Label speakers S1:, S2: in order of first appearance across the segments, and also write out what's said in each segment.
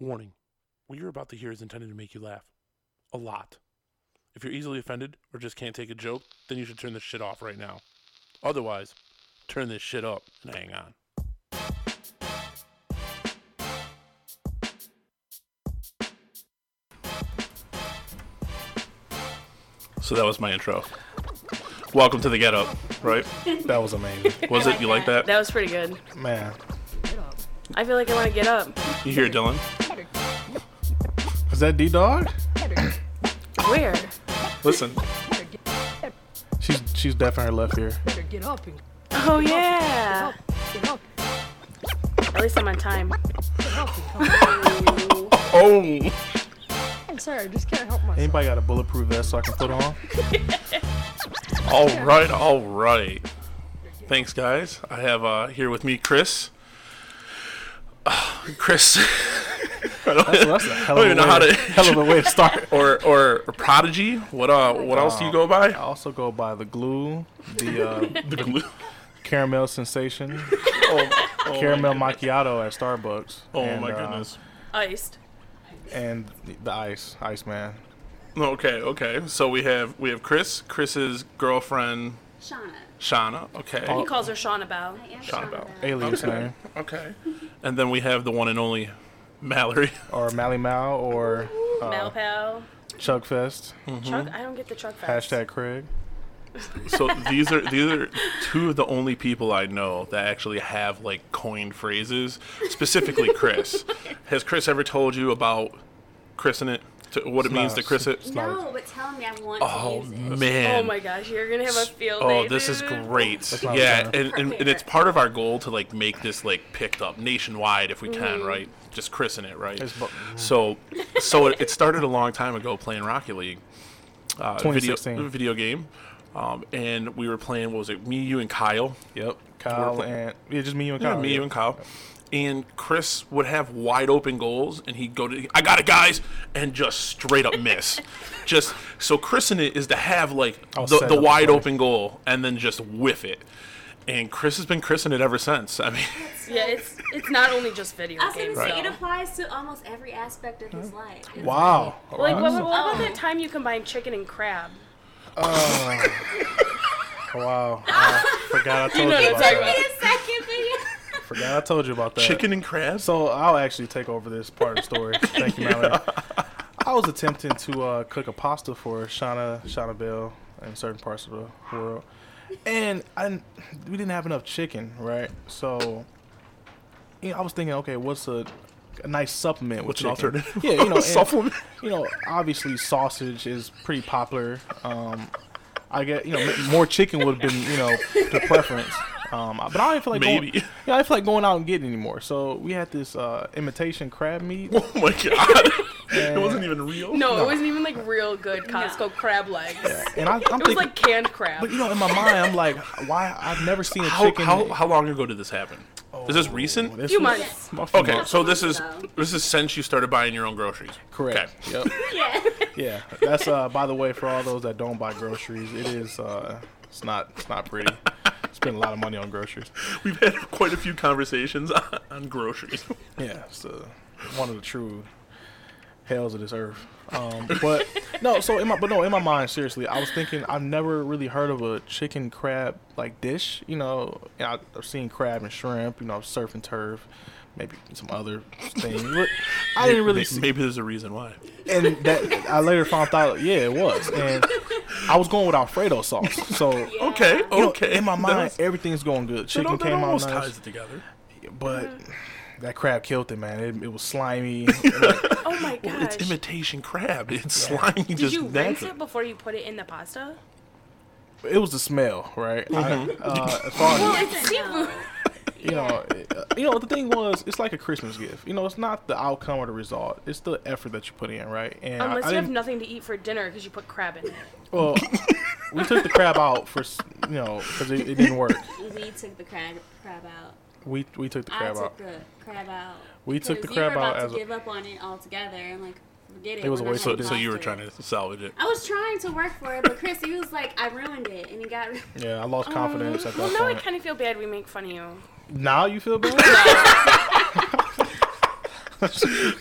S1: Warning what you're about to hear is intended to make you laugh. A lot. If you're easily offended or just can't take a joke, then you should turn this shit off right now. Otherwise, turn this shit up and hang on. So that was my intro. Welcome to the Get Up, right?
S2: That was amazing.
S1: Was it? You like that?
S3: That was pretty good.
S2: Man,
S3: I feel like I want to get up.
S1: You hear it, Dylan?
S2: is that D Dog?
S3: Where?
S1: Listen,
S2: She's she's deaf in her left ear.
S4: Get up and
S3: Oh yeah.
S4: get up.
S3: At least I'm on time.
S1: oh,
S4: I'm sorry, I just can't help myself.
S2: Anybody got a bulletproof vest so I can put on?
S1: all right, all right. Thanks, guys. I have uh, here with me Chris. Ah, Chris, I don't,
S2: Well, that's a
S1: I
S2: hell
S1: don't
S2: of a,
S1: even know how
S2: way,
S1: to
S2: hell of a way to start.
S1: or or prodigy. What uh, what else do you go
S2: I
S1: by?
S2: also go by the glue, the uh,
S1: The glue.
S2: caramel sensation,
S1: Oh, oh my
S2: caramel
S1: goodness.
S2: macchiato at Starbucks.
S1: Oh
S2: and,
S1: my
S2: uh,
S1: goodness.
S3: Iced.
S2: and the, the ice, ice man.
S1: Okay, okay. So we have we have Chris, Chris's girlfriend
S5: Shauna.
S1: Shana. Okay,
S3: He calls her Shauna Bow.
S5: Yeah,
S1: Shauna Bell.
S2: Alias
S1: Okay.
S2: name,
S1: Okay, and then we have the one and only Mallory.
S2: or Mally Mal, or
S3: Mal Pal.
S2: Chug Fest.
S3: Chuck. I don't get the Chuck fest.
S2: Hashtag Craig.
S1: So these are these are two of the only people I know that actually have like coined phrases. Specifically, Chris. Has Chris ever told you about christen it? To, what it means to
S2: not-
S1: Chris it?
S5: No, but tell me I want
S1: Oh
S5: to use it.
S1: man.
S3: Oh my gosh, you're gonna have a field day.
S1: Oh, this is
S3: dude.
S1: great.
S2: what I was
S1: Yeah,
S2: gonna-
S1: and, and, and it's part of our goal to like make this like picked up nationwide if we
S3: Mm-hmm.
S1: can, right? Just christen it, right?
S2: It's bu-
S1: so, so it, it started a long time ago playing Rocket League, uh, video
S2: 2016.
S1: video game, um, and we were playing. What was it? Me, you, and Kyle.
S2: Yep. Kyle
S1: We're-
S2: and yeah, just me you and
S1: Yeah,
S2: Kyle.
S1: me,
S2: Oh, yeah.
S1: you, and Kyle. And Chris would have wide open goals, and he'd go to, I got it, guys, and just straight up miss. just so Chris in it is to have like
S2: I'll
S1: the,
S2: set
S1: the
S2: up a
S1: wide
S2: play.
S1: open goal and then just whiff it. And Chris has been Chris in it ever since. I mean,
S3: Yeah, it's it's not only just video
S5: I was gonna
S3: games.
S5: say
S3: though.
S5: it applies to almost every aspect of his life.
S2: Wow.
S3: Like what, what about that time you combined chicken and crab?
S2: Wow. I forgot I told you,
S3: know what I'm
S2: about
S3: talking
S2: that.
S3: about.
S5: Wait a second, video.
S2: Forgot I told you about that.
S1: chicken and crabs.
S2: So I'll actually take over this part of the story. Thank you, Mallory. I was attempting to uh, cook a pasta for Shauna, Shauna Bell in certain parts of the world, and I didn't- we didn't have enough chicken, right? So you know, I was thinking, okay, what's a, a nice supplement with
S1: What's an
S2: chicken?
S1: alternative?
S2: Yeah, you know, and,
S1: Supplement?
S2: You know, obviously sausage is pretty popular. Um, I get you know m- more chicken would have been you know the preference. Um, but I don't even feel like
S1: Maybe.
S2: Going, yeah, I don't feel like going out and getting anymore. So we had this uh, imitation crab meat.
S1: oh my god, it wasn't even real.
S3: No, it wasn't even like real good Costco crab legs.
S2: and I, I'm
S3: It was
S2: thinking,
S3: like canned crab.
S2: but you know, in my mind, I'm like, why? I've never seen a
S1: How,
S2: chicken. Oh,
S1: how, how long ago did this happen? is this recent?
S2: This
S3: Few
S2: was-
S3: months.
S2: my few
S1: okay,
S2: months.
S1: so this is
S5: Though.
S1: this is since you started buying your own groceries.
S2: correct.
S1: Okay.
S2: Yep.
S5: Yeah.
S2: Yeah, that's uh. By the way, for all those that don't buy groceries, it is uh. It's not. It's not pretty. Spend a lot of money on groceries.
S1: We've had quite a few conversations on, on groceries.
S2: Yeah, it's uh, one of the true hells of this earth. Um, but no, so in my but no, in my mind, seriously, I was thinking I've never really heard of a chicken crab like dish. You know, and I- I've seen crab and shrimp. You know, surf and turf, maybe some other thing. But I didn't really see
S1: Maybe there's a reason why.
S2: and that I later found out, yeah, it was. And I was going with Alfredo sauce. So
S1: Okay,
S2: you know,
S1: Oh, okay.
S2: in my mind,
S1: That's-
S2: everything's going good.
S1: that
S2: Chicken
S1: al- that
S2: came out
S1: almost
S2: nice,
S1: ties it Mm-hmm. together.
S2: but that crab killed it, man. It, it was slimy. Like,
S3: oh my gosh.
S1: It's imitation crab. It's slimy.
S3: Did
S1: just
S3: you rinse
S1: natural.
S3: it before you put it in the pasta?
S2: it was the smell, right? I, uh, as far as,
S5: It's seafood.
S2: you know, uh, you know, the thing was, it's like a Christmas gift. You know, it's not the outcome or the result; it's the effort that you put in, right? And
S3: Unless
S2: I, I
S3: you have
S2: didn't.
S3: nothing to eat for dinner because you put crab in it.
S2: well, we took the crab out for s- you know because it, it didn't work.
S5: We took the crab crab out.
S2: We we took the
S5: I
S2: crab
S5: took
S2: out.
S5: the crab out.
S2: We took the
S5: because you were
S2: crab out
S5: about
S2: as a-
S5: to give up on it altogether and like forget it.
S2: It was
S5: we're
S2: a
S5: not
S2: waste
S1: So,
S5: having
S1: so you were
S5: pasta.
S1: trying to salvage it.
S5: I was trying to work for it, but Chris, he was like, I ruined it, and he got.
S2: Yeah, I lost confidence at
S3: Um, Well,
S2: that
S3: now I
S2: point.
S3: kind of feel bad we make fun of you.
S2: now you feel bad.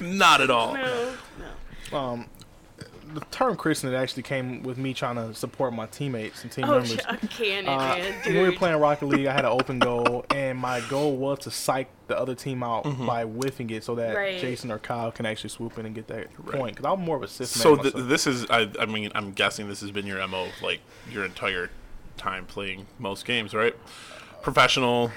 S1: Not at all.
S3: No, no.
S2: Um, the term christening actually came with me trying to support my teammates and team
S3: Oh,
S2: members.
S3: sh- I can it,
S2: Uh,
S3: man.
S2: when
S3: Dude.
S2: we were playing Rocket League, I had an open goal, and my goal was to psych the other team out
S1: Mm-hmm.
S2: by whiffing it so that
S3: Right.
S2: Jason or Kyle can actually swoop in and get that point. Because I'm more of a assist man.
S1: So th-
S2: myself.
S1: this is, I, I mean, I'm guessing this has been your mo like your entire time playing most games, right? Professional,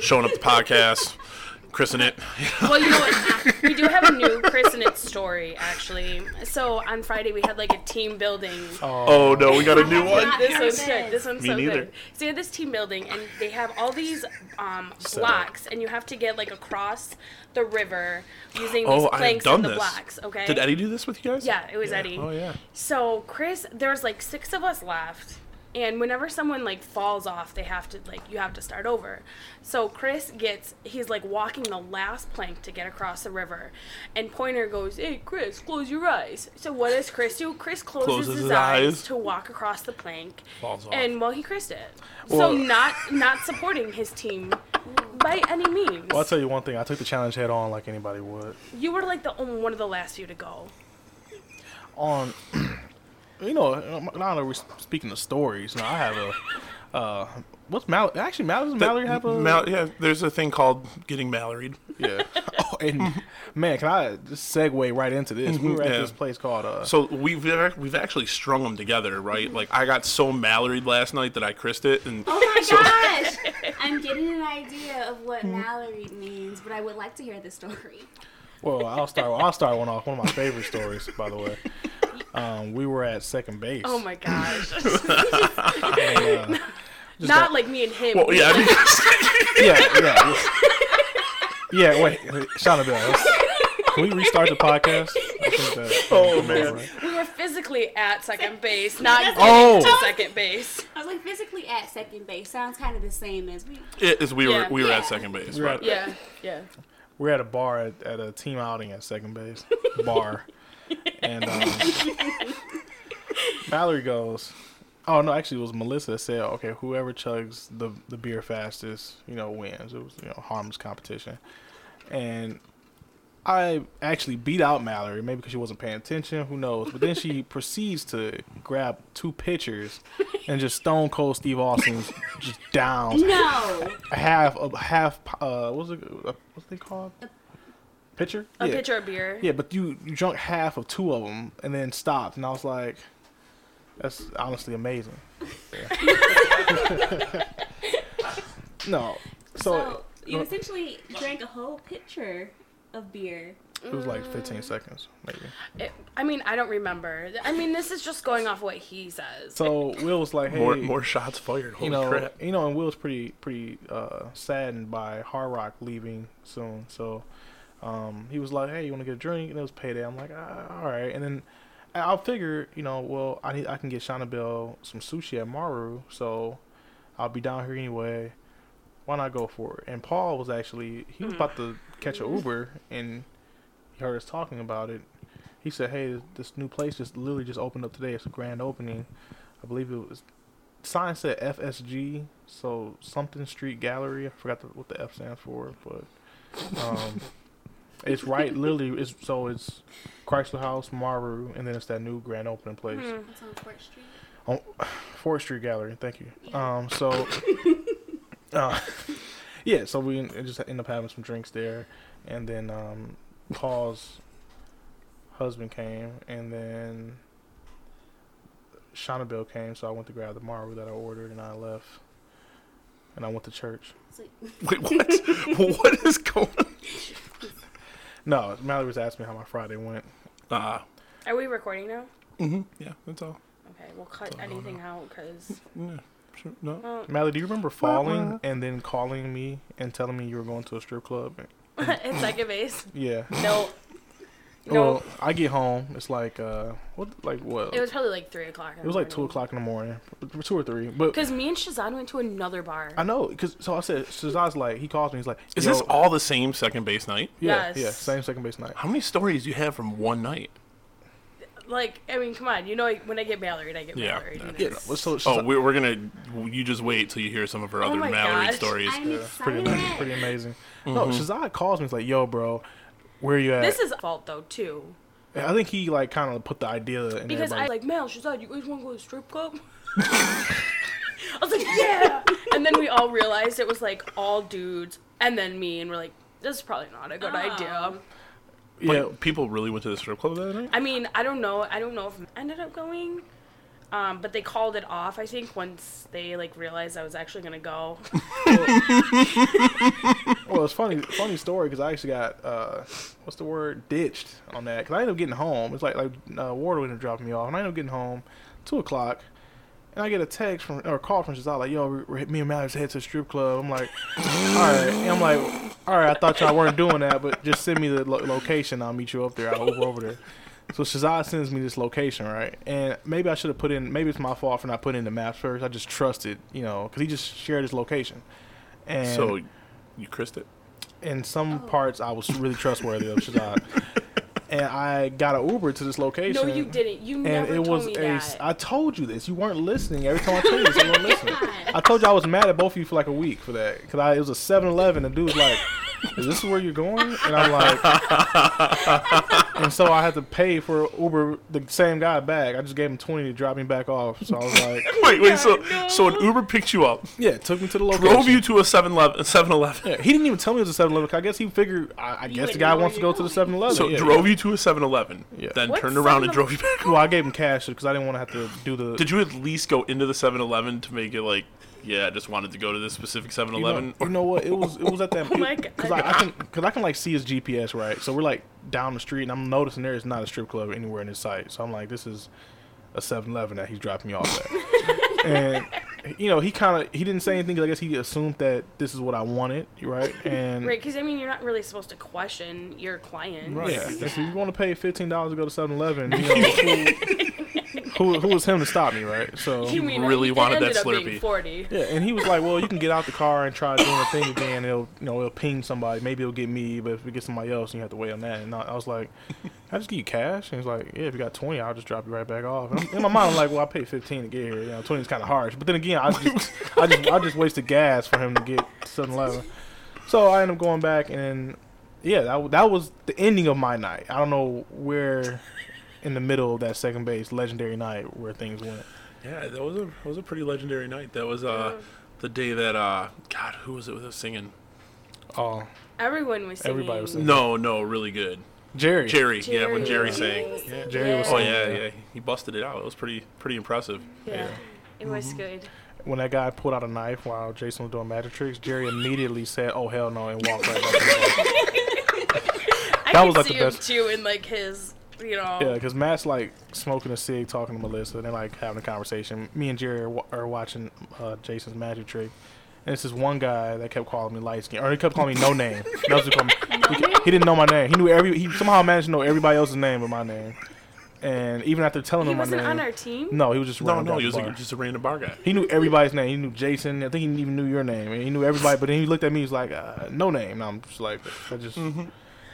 S1: showing up the podcast, christen it.
S3: Well, you know what? We do have a new Chris and It story, actually. So on Friday, we had like a team building
S1: Oh no, we got a new
S5: I
S1: one.
S5: forgot.
S3: This
S5: Yeah,
S3: one's
S5: it
S3: good.
S5: is.
S3: This one's
S1: Me
S3: so
S1: neither.
S3: good. So you have this team building, and they have all these um, blocks, and you have to get like across the river using these
S1: Oh, I have
S3: planks
S1: done
S3: and the
S1: this.
S3: blocks. Okay.
S1: Did Eddie do this with you guys?
S3: Yeah, it was Eddie.
S1: Oh yeah.
S3: So Chris, there was like six of us left, and whenever someone like falls off, they have to like you have to start over. So Chris gets he's like walking the last plank to get across the river, and Pointer goes, "Hey Chris, close your eyes." So what does Chris do? Chris closes,
S1: Closes
S3: his,
S1: his
S3: eyes,
S1: eyes.
S3: to walk across the plank,
S1: Falls off.
S3: and well he Chris it.
S2: Well-
S3: so not not supporting his team by any means.
S2: Well, I'll tell you one thing. I took the challenge head on like anybody would.
S3: you were like the only one of the last few to go.
S2: On, you know, um, now that we're speaking of stories, now I have a. Uh, what's Mallory? Actually, Mallory, does Mallory have a.
S1: Mal- yeah, there's a thing called getting Malloryed.
S2: yeah. Oh, and man, can I just segue right into this? We were at
S1: Mm-hmm. Yeah.
S2: this place called. Uh,
S1: So we've we've actually strung them together, right?
S3: Mm-hmm.
S1: Like I got so Malloryed last night that I christed it, and
S5: Oh my gosh! I'm getting an idea of what
S2: Hmm.
S5: Mallory means, but I would like to hear the story.
S2: Well, I'll start. I'll start one off. One of my favorite stories, by the way. Um, we were at second base.
S3: Oh my gosh!
S2: And, uh, just
S3: not
S2: got-
S3: like me and him.
S1: well, yeah, I mean,
S2: yeah, yeah, yeah. Yeah, Wait, wait Shauna Bell. let's- Can we restart the podcast? I think that-
S1: Oh, man.
S2: Right.
S3: We were physically at second base, not getting
S2: Oh.
S3: to second base.
S5: I was like physically at second base. Sounds kind of the same as we.
S1: it is we
S3: Yeah.
S1: were we were
S5: Yeah.
S1: at second base,
S2: We were at
S1: right?
S3: Yeah, yeah.
S2: We're at a bar at, at a team outing at second base bar, and um, Mallory goes. Oh no! Actually, it was Melissa that said, "Okay, whoever chugs the the beer fastest, you know, wins." It was you know harmless competition, and I actually beat out Mallory, maybe because she wasn't paying attention. Who knows? But then she proceeds to grab two pitchers and just stone cold Steve Austin's just downs
S5: No,
S2: half a half uh what's it uh, what's they called pitcher
S3: A
S2: yeah.
S3: pitcher of beer.
S2: yeah but you you drunk half of two of them and then stopped and i was like that's honestly amazing Yeah. no so,
S5: so you essentially drank a whole pitcher of beer.
S2: it, was like
S3: mm.
S2: 15 seconds maybe
S3: It- I mean, I don't remember. I mean, this is just going off what he says.
S2: so will was like hey
S1: More more shots fired. Holy
S2: you know
S1: crap!
S2: you know and will's pretty pretty uh saddened by hard rock leaving soon so um, he was like, "Hey, you want to get a drink?" And it was payday. I'm like, ah, "All right." And then I- I'll figure, you know, well, I need I can get Shauna Bell some sushi at Maru, so I'll be down here anyway. Why not go for it? And Paul was actually he was
S1: Hmm.
S2: about to catch an Uber, and he heard us talking about it. He said, "Hey, this new place just literally just opened up today. It's a grand opening. I believe it was." Sign said FSG, so something Street Gallery. I forgot the, what the F stands for, but um, it's right, literally. It's so it's Chrysler House, Maru, and then it's that new grand opening place,
S3: Hmm.
S5: That's on Court Street.
S2: on Forest Street Gallery. Thank you. Um, so, uh, yeah, so we en- just end up having some drinks there, and then um, Paul's husband came, and then Shauna Bill came, so I went to grab the Maru that I ordered, and I left, and I went to church.
S5: It's like,
S1: Wait, what? what is going? on?
S2: No, Mallory was asking me how my Friday went.
S1: Ah,
S3: Are we recording now?
S1: hmm yeah, that's all.
S3: Okay, we'll cut anything out because
S1: Yeah, sure, no.
S2: Mallory, do you remember falling and then calling me and telling me you were going to a strip club?
S3: it's second base.
S2: Yeah.
S3: No, no.
S2: Well, I get home. It's like uh, what? Like what?
S3: it was probably like three o'clock.
S2: It was like two o'clock in the morning, two or three. But
S3: Because me and Shazan went to another bar.
S2: I know because so I said Shazad's like he calls me. He's like,
S1: Is
S2: "Yo,
S1: this all the same second base night?
S2: Yeah,
S3: Yes.
S2: yeah, same second base night.
S1: How many stories do you have from one night?
S3: like, I mean, come on. You know, when I get married, I get
S1: Yeah.
S3: married. and
S2: Yeah.
S3: it's-
S2: So
S1: Oh,
S2: Shazad,
S1: we're, we're gonna. You just wait till you hear some of her
S3: Oh
S1: other
S3: my
S1: Mallory
S3: gosh.
S1: stories.
S5: I'm
S2: pretty
S5: excited.
S1: Mm-hmm.
S2: amazing. Pretty amazing. No, Shazad calls me. He's like, "Yo, bro, where you at?
S3: This is fault though too,
S2: I think he like kind of put the idea in
S3: because I
S2: everybody.
S3: like Mel. She's like, you guys want to go to strip club? I was like, yeah. and then we all realized it was like all dudes, and then me, and we're like, this is probably not a good
S2: Oh.
S3: idea.
S2: yeah,
S1: Like, people really went to the strip club that night.
S3: I mean, I don't know. I don't know if I ended up going. Um, but they called it off, I think, once they like realized I was actually gonna go.
S2: Well, it's funny, funny story because I actually got uh, what's the word ditched on that because I ended up getting home. It's like like uh, Ward ended up dropping me off, and I ended up getting home two o'clock, and I get a text from or a call from Shazad like, "Yo, we're, we're- me and Mallory's head to the strip club." I'm like, "All right," and I'm like, "All right, I thought y'all weren't doing that, but just send me the lo- location. I'll meet you up there. I'll Uber over there." So Shazad sends me this location, right? And maybe I should have put in. Maybe it's my fault for not putting in the maps first. I just trusted, you know, because he just shared his location. And
S1: So you christed it.
S2: in some parts I was really trustworthy of Shazad. And I got an Uber to this
S3: no,
S2: location.
S3: you didn't. You
S2: And
S3: never
S2: it
S3: told
S2: was
S3: me
S2: a.
S3: that.
S2: s- I told you this. You weren't listening. Every time I told you this, you weren't listening. I told you I was mad at both of you for like a week for that. Because I it was a 7 Eleven. The dude was like, Is this where you're going? And I'm like, And so I had to pay for Uber, the same guy back. I just gave him 20 to drop me back off. So I was like,
S1: Wait, wait. So, so an Uber picked you up,
S2: Yeah, took me to the location.
S1: drove you to a 7-Eleven, 7-Eleven.
S2: Yeah, he didn't even tell me it was a 7 Eleven. I guess he figured, I, I guess the
S5: wouldn't
S2: guy
S5: know where
S2: wants to go
S5: you're
S2: to the
S5: going.
S2: 7 Eleven.
S1: So drove you to a 7-Eleven,
S2: Yeah.
S1: then
S3: What's
S1: turned around and
S3: 7-Eleven?
S1: drove you back.
S2: Well, I gave him cash because I didn't want to have to do the.
S1: Did you at least go into the 7-Eleven to make it like, yeah, I just wanted to go to this specific
S2: you know,
S1: 7-Eleven?
S2: you know what? It was it was at that
S3: Oh my
S2: because I, I can because I can like see his GPS right. So we're like down the street, and I'm noticing there is not a strip club anywhere in his sight. So I'm like, this is a 7-Eleven that he's dropping me off at. and you know, he kind of he didn't say anything 'cause I guess he assumed that this is what I wanted, right? And
S3: Right, because I mean, you're not really supposed to question your client.
S2: yeah, if you want to pay fifteen dollars to go to 7-Eleven, you know, who, who who was him to stop me, right? So
S3: You mean,
S1: Really
S3: it
S1: wanted
S3: ended
S1: that
S3: up being
S1: Slurpee.
S3: Forty.
S2: Yeah, and he was like, "Well, you can get out the car and try doing a thing again. It'll, you know, it'll ping somebody. Maybe it'll get me, but if we get somebody else, you have to wait on that." And I, I was like, "Can "I just give you cash." And he's like, "Yeah, if you got twenty, I'll just drop you right back off." And I'm- in my mind, I'm like, "Well, I paid fifteen to get here. You know, twenty is kind of harsh." But then again, I just, I just, I just wasted gas for him to get seven eleven. So I ended up going back, and yeah, that w- that was the ending of my night. I don't know where in the middle of that second base legendary night where things went.
S1: Yeah, that was a that was a pretty legendary night. That was uh the day that uh God, who was it that was singing?
S2: Oh,
S3: Everyone was singing.
S2: Everybody was singing.
S1: No, no, really good.
S2: Jerry.
S1: Jerry, Mm-hmm. yeah, when Jerry sang.
S2: Yeah, Jerry was.
S1: Oh
S2: saying,
S1: yeah, yeah, he busted it out. It was pretty pretty impressive.
S3: Yeah, it was good.
S2: when that guy pulled out a knife while Jason was doing magic tricks, Jerry immediately said, "Oh hell no!" and walked right back.
S3: I
S2: That
S3: could
S2: was, like,
S3: see
S2: the
S3: him
S2: best.
S3: too in like his, you know.
S2: yeah, because Matt's like smoking a cig, talking to Melissa, and they're like having a conversation. Me and Jerry are, wa- are watching uh, Jason's magic trick, and it's this one guy that kept calling me light skin, or he kept calling me no name. That was what he, called me. He- he didn't know my name. He knew every. He somehow managed to know everybody else's name but my name. And even after telling
S3: He
S2: him my
S3: wasn't
S2: name,
S3: on our team.
S2: no, he was just
S1: No,
S2: running
S1: no,
S2: down
S1: he
S2: the
S1: was like
S2: bar.
S1: just a random bar guy.
S2: He knew everybody's name. He knew Jason. I think he even knew your name, and he knew everybody. But then he looked at me. He's like, uh, "No name." And I'm just like, "I just,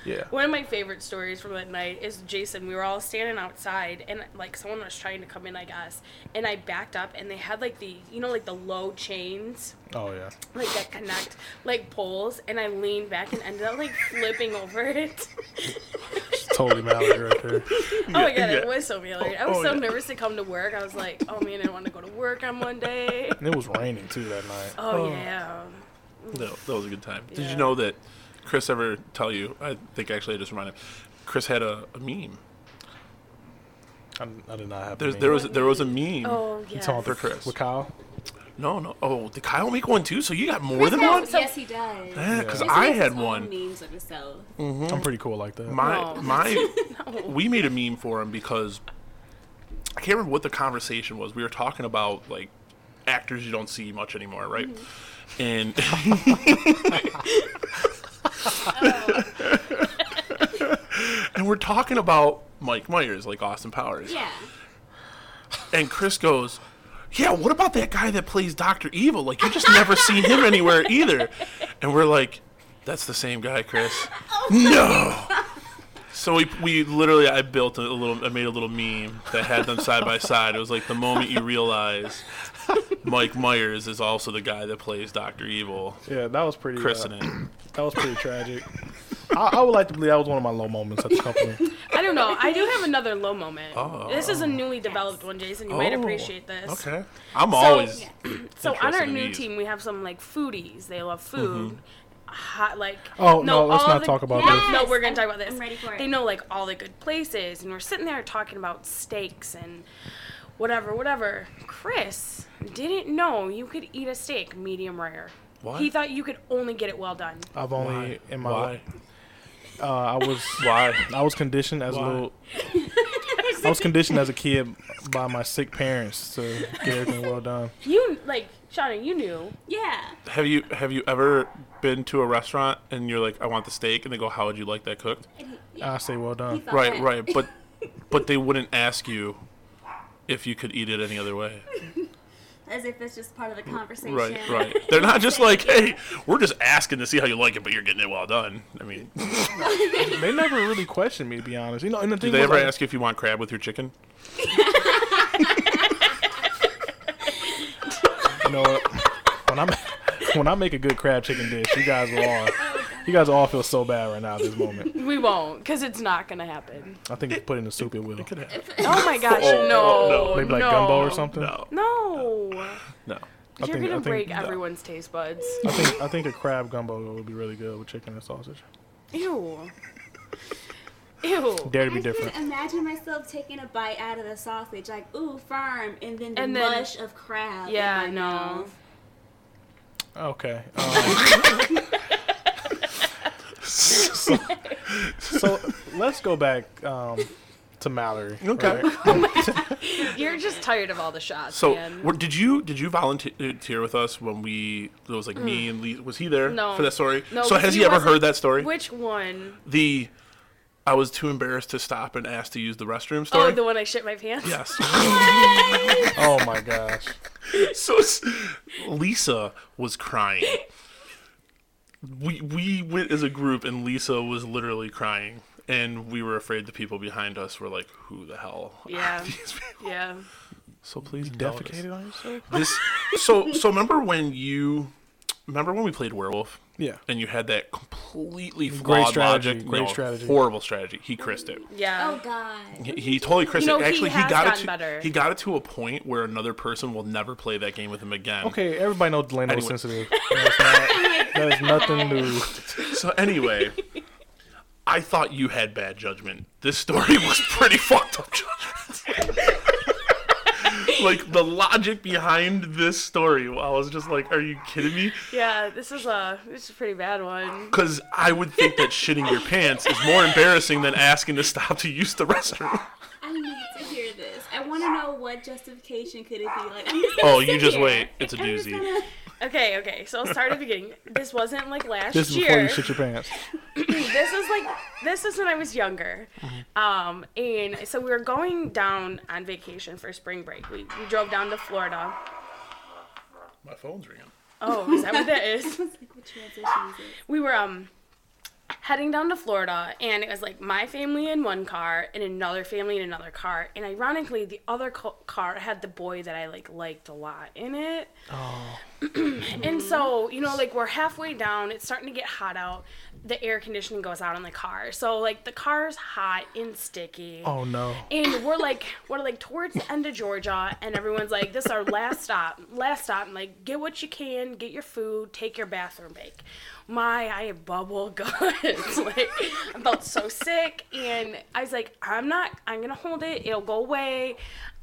S2: yeah."
S3: One of my favorite stories from that night is Jason. We were all standing outside, and like someone was trying to come in, I guess. And I backed up, and they had like the, you know, like the low chains,
S2: Oh yeah.
S3: like that connect, like poles. And I leaned back and ended up like flipping over it.
S2: It's totally Mallory right there.
S3: oh my god,
S1: yeah.
S3: it was so weird. I was
S1: oh,
S3: so
S1: yeah.
S3: nervous to come to work. I was like, oh man, I want to go to work on Monday.
S2: And it was raining too that night.
S3: Oh, yeah.
S1: No, that was a good time. Did
S3: Yeah.
S1: you know that Chris ever tell you? I think actually I just reminded. him. Chris had a, a meme.
S2: I, I did not have.
S1: There's, there was there was a meme.
S3: Oh yeah.
S1: for Chris.
S2: with Kyle.
S1: No, no. Oh, did Kyle make one too? So you got more than one?
S5: yes, he does.
S1: Yeah, because
S5: Chris
S1: I
S5: makes
S1: had
S5: his own
S1: one. Uh,
S5: Memes of himself.
S2: I'm pretty cool like that.
S1: Hmm? My
S3: No.
S1: my we made a meme for him because I can't remember what the conversation was. We were talking about like actors you don't see much anymore, right?
S3: Mm-hmm.
S1: And and we're talking about Mike Myers, like Austin Powers.
S5: Yeah.
S1: And Chris goes, Yeah, what about that guy that plays Dr. Evil? Like, you just never see him anywhere either. And we're like, That's the same guy, Chris. no. So we, we literally I built a little I made a little meme that had them side by side. It was like the moment you realize Mike Myers is also the guy that plays Doctor Evil,
S2: yeah, that was pretty.
S1: Chris
S2: uh,
S1: in it.
S2: That was pretty tragic. I, I would like to believe that was one of my low moments at the company.
S3: I don't know. I do have another low moment.
S1: Oh.
S3: This is a newly developed one, Jason. You might
S1: Oh,
S3: appreciate this.
S1: Okay. I'm always.
S5: yeah.
S3: So on our
S1: interested in
S3: new
S1: these.
S3: team, we have some like foodies. They love food. Hot like
S2: Mm-hmm. Oh, no, let's
S3: all
S2: not
S3: the-
S2: talk about
S3: no,
S5: this.
S3: No, we're gonna
S5: Yes,
S3: talk about this.
S5: I'm ready for it.
S3: They know like all the good places, and we're sitting there talking about steaks and whatever, whatever. Chris didn't know you could eat a steak medium rare.
S1: What?
S3: He thought you could only get it well done.
S2: I've only
S1: Why?
S2: in my
S1: Why?
S2: uh, I was
S1: Why?
S2: I was conditioned as a
S1: Why?
S2: little. I was conditioned as a kid by my sick parents to get everything well done.
S3: You like Shauna, you knew.
S5: Yeah.
S1: Have you have you ever been to a restaurant and you're like, I want the steak, and they go, How would you like that cooked?
S5: And he- yeah.
S2: I say well
S5: he
S2: done.
S5: thought
S1: uh, Right,
S5: that.
S1: right, but but they wouldn't ask you if you could eat it any other way.
S5: As if it's just part of the conversation.
S1: Right, right. They're not just like, Hey, we're just asking to see how you like it, but you're getting it well done. I mean,
S2: They never really questioned me, to be honest. You know, and the
S1: do
S2: thing
S1: they
S2: was,
S1: ever
S2: like,
S1: ask you if you want crab with your chicken?
S2: you know, what? when I when I make a good crab chicken dish, you guys will all you guys will all feel so bad right now at this moment.
S3: We won't, because it's not gonna happen.
S2: I think if you put it in the soup, it will. Maybe
S3: Oh my gosh,
S1: Oh,
S3: no.
S1: no.
S2: like
S3: no.
S2: gumbo or something.
S1: No,
S3: No.
S1: no.
S2: I
S3: You're
S2: think- I
S3: gonna
S2: think-
S3: break
S2: no.
S3: everyone's taste buds.
S2: I think I think a crab gumbo would be really good with chicken and sausage.
S3: Ew. Ew.
S2: Dare to be
S5: I
S2: different.
S5: can imagine myself taking a bite out of the sausage, like ooh, firm, and then the
S3: And then-
S5: mush of crab. in
S3: Yeah,
S5: my
S3: no.
S5: mouth.
S2: Okay. Um, so, so let's go back um, to Mallory.
S1: Okay.
S3: You're just tired of all the shots,
S1: So,
S3: man.
S1: were- did you did you volunteer with us when we? It was like me and Lee. Was he there
S3: Mm. No.
S1: for that story?
S3: No,
S1: So has
S3: he
S1: he ever
S3: wasn't.
S1: heard that story?
S3: Which one?
S1: the I was too embarrassed to stop and ask to use the restroom
S3: Oh,
S1: story.
S3: the one I shit my pants?
S1: yes.
S2: Oh my gosh.
S1: so s- Lisa was crying. We we went as a group and Lisa was literally crying and we were afraid the people behind us were like who the hell are
S3: Yeah.
S1: these people?
S3: Yeah.
S1: So please indulge us.
S2: Defecated on yourself?
S1: This so so remember when you remember when we played werewolf?
S2: Yeah.
S1: And you had that completely flawed
S2: strategy,
S1: logic,
S2: great
S1: no,
S2: strategy.
S1: horrible strategy. He crissed it.
S3: Yeah.
S5: Oh God.
S1: He, he totally Chris.
S3: You know, he
S1: Actually, he,
S3: has
S1: got it.
S3: gotten
S1: To,
S3: better.
S1: He got it to a point where another person will never play that game with him again.
S2: Okay, everybody knows Delano is
S1: Anyway.
S2: sensitive. That's not- that is nothing new.
S1: So anyway, I thought you had bad judgment. This story was pretty fucked up judgment. like the logic behind this story, I was just like, "Are you kidding me?"
S3: Yeah, this is a this is a pretty bad one.
S1: Because I would think that shitting your pants is more embarrassing than asking to stop to use the restroom.
S5: I need to hear this. I want to know what justification could it be. Like, I'm just gonna
S1: Oh, you
S5: sit
S1: just
S5: here.
S1: wait. It's a
S5: I'm just
S1: doozy.
S5: gonna-
S3: Okay, okay. So I'll start at the beginning. This wasn't like last
S2: This is
S3: year.
S2: before you shit your pants.
S3: this is like this is when I was younger.
S2: Uh-huh.
S3: Um, and so we were going down on vacation for spring break. We, we drove down to Florida.
S1: My phone's ringing.
S3: Oh, is that what that is?
S5: I was like, what transition is it?
S3: we were um heading down to Florida and it was like my family in one car and another family in another car and ironically the other co- car had the boy that I like liked a lot in it. and so, you know, like we're halfway down, it's starting to get hot out. The air conditioning goes out on the car. So like the car's hot and sticky.
S2: Oh no.
S3: And we're like, we're like towards the end of Georgia, and everyone's like, "This is our last stop, last stop." And like, get what you can, get your food, take your bathroom break. My, I had bubble guts. like, I felt so sick, and I was like, "I'm not. I'm gonna hold it. It'll go away."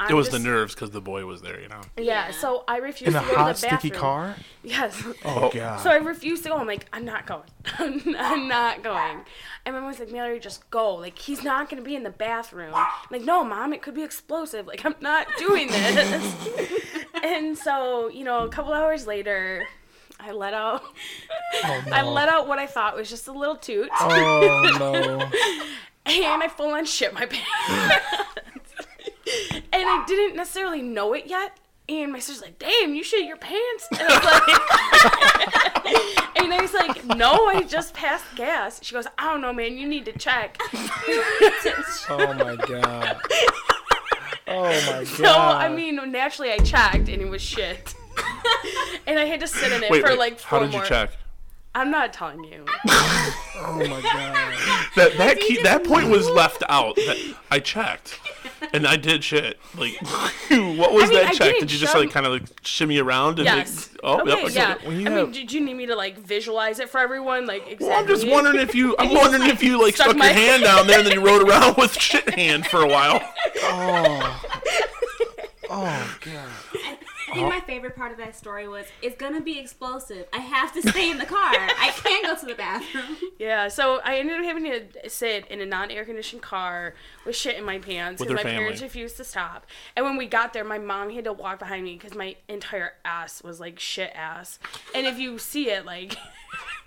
S3: I'm
S1: It was the
S3: just-
S1: nerves because the boy was there, you know.
S3: Yeah. So I refused
S2: In a
S3: to go to the
S2: hot, sticky
S3: bathroom.
S2: car?
S3: Yes.
S2: Oh god.
S3: So I refused to go. I'm like, I'm not going. I'm not going. And my mom was like, Mallory, just go. Like, he's not going to be in the bathroom. I'm like, no, mom, it could be explosive. Like, I'm not doing this. and so, you know, a couple hours later, I let out, I let out what I thought was just a little toot,
S2: oh no.
S3: and I full on shit my pants. and I didn't necessarily know it yet. And my sister's like, "Damn, you shit your pants." And I was like, and I was like, "No, I just passed gas." She goes, "I don't know, man. You need to check."
S2: Oh my god. Oh my god.
S3: So I mean, naturally, I checked, and it was shit. and I had to sit in it for like
S1: how
S3: four
S1: did
S3: more.
S1: you check?
S3: I'm not telling you.
S2: Oh my god.
S1: That that key, that point was left out. That- I checked, and I did shit. Like, what was
S3: I mean, I
S1: that check?
S3: didn't
S1: Did you just
S3: shove-
S1: like kind of like shimmy around and
S3: Yes.
S1: like, oh,
S3: okay,
S1: yep, I
S3: yeah.
S1: did it.
S2: When you
S3: I mean,
S2: have-
S3: did you need me to like visualize it for everyone? Like exactly.
S1: Well, I'm just wondering if you. I'm wondering if you like
S3: Stuck
S1: stuck your
S3: my-
S1: hand down there and then you rode around with shit hand for a while.
S2: Oh. Oh god.
S5: I think my favorite part of that story was it's gonna be explosive. I have to stay in the car. I can't go to the bathroom.
S3: Yeah, so I ended up having to sit in a non-air conditioned car with shit in my pants
S1: With
S3: because my
S1: their family.
S3: parents refused to stop. And when we got there, my mom had to walk behind me because my entire ass was like shit ass. And if you see it, like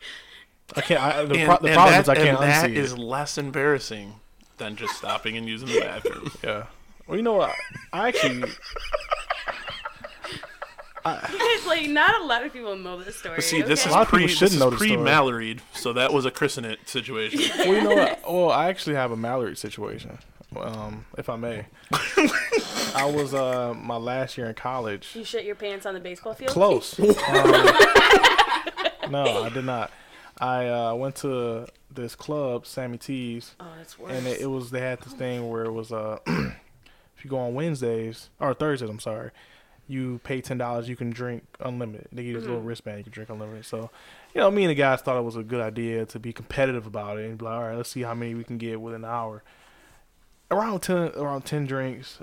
S2: I can't. I, the
S1: And,
S2: pro- the
S1: and
S2: problem
S1: that-
S2: is I can't
S1: and that
S2: unsee
S1: is
S2: it.
S1: less embarrassing than just stopping and using the bathroom.
S2: Yeah. Well, you know what? I actually.
S3: it's like not a lot of people know this story.
S1: See, this
S3: okay?
S1: is
S2: lot of people
S1: pre
S2: should
S1: this
S2: know
S1: is
S2: the
S1: pre
S2: story.
S1: Mallory, so that was a christening situation.
S2: Well, you know what? Well, I actually have a Mallory situation, um, if I may. I was uh my last year in college.
S3: you shit your pants on the baseball field.
S2: Close. Um, no, I did not. I uh, went to this club, Sammy T's,
S3: Oh, that's worse.
S2: and it, it was they had this thing where it was uh, if you go on Wednesdays or Thursdays, I'm sorry, you pay ten dollars, you can drink unlimited. They give you this little wristband, you can drink unlimited. So, you know, me and the guys thought it was a good idea to be competitive about it and be like, all right, let's see how many we can get within an hour. Around ten, around ten drinks,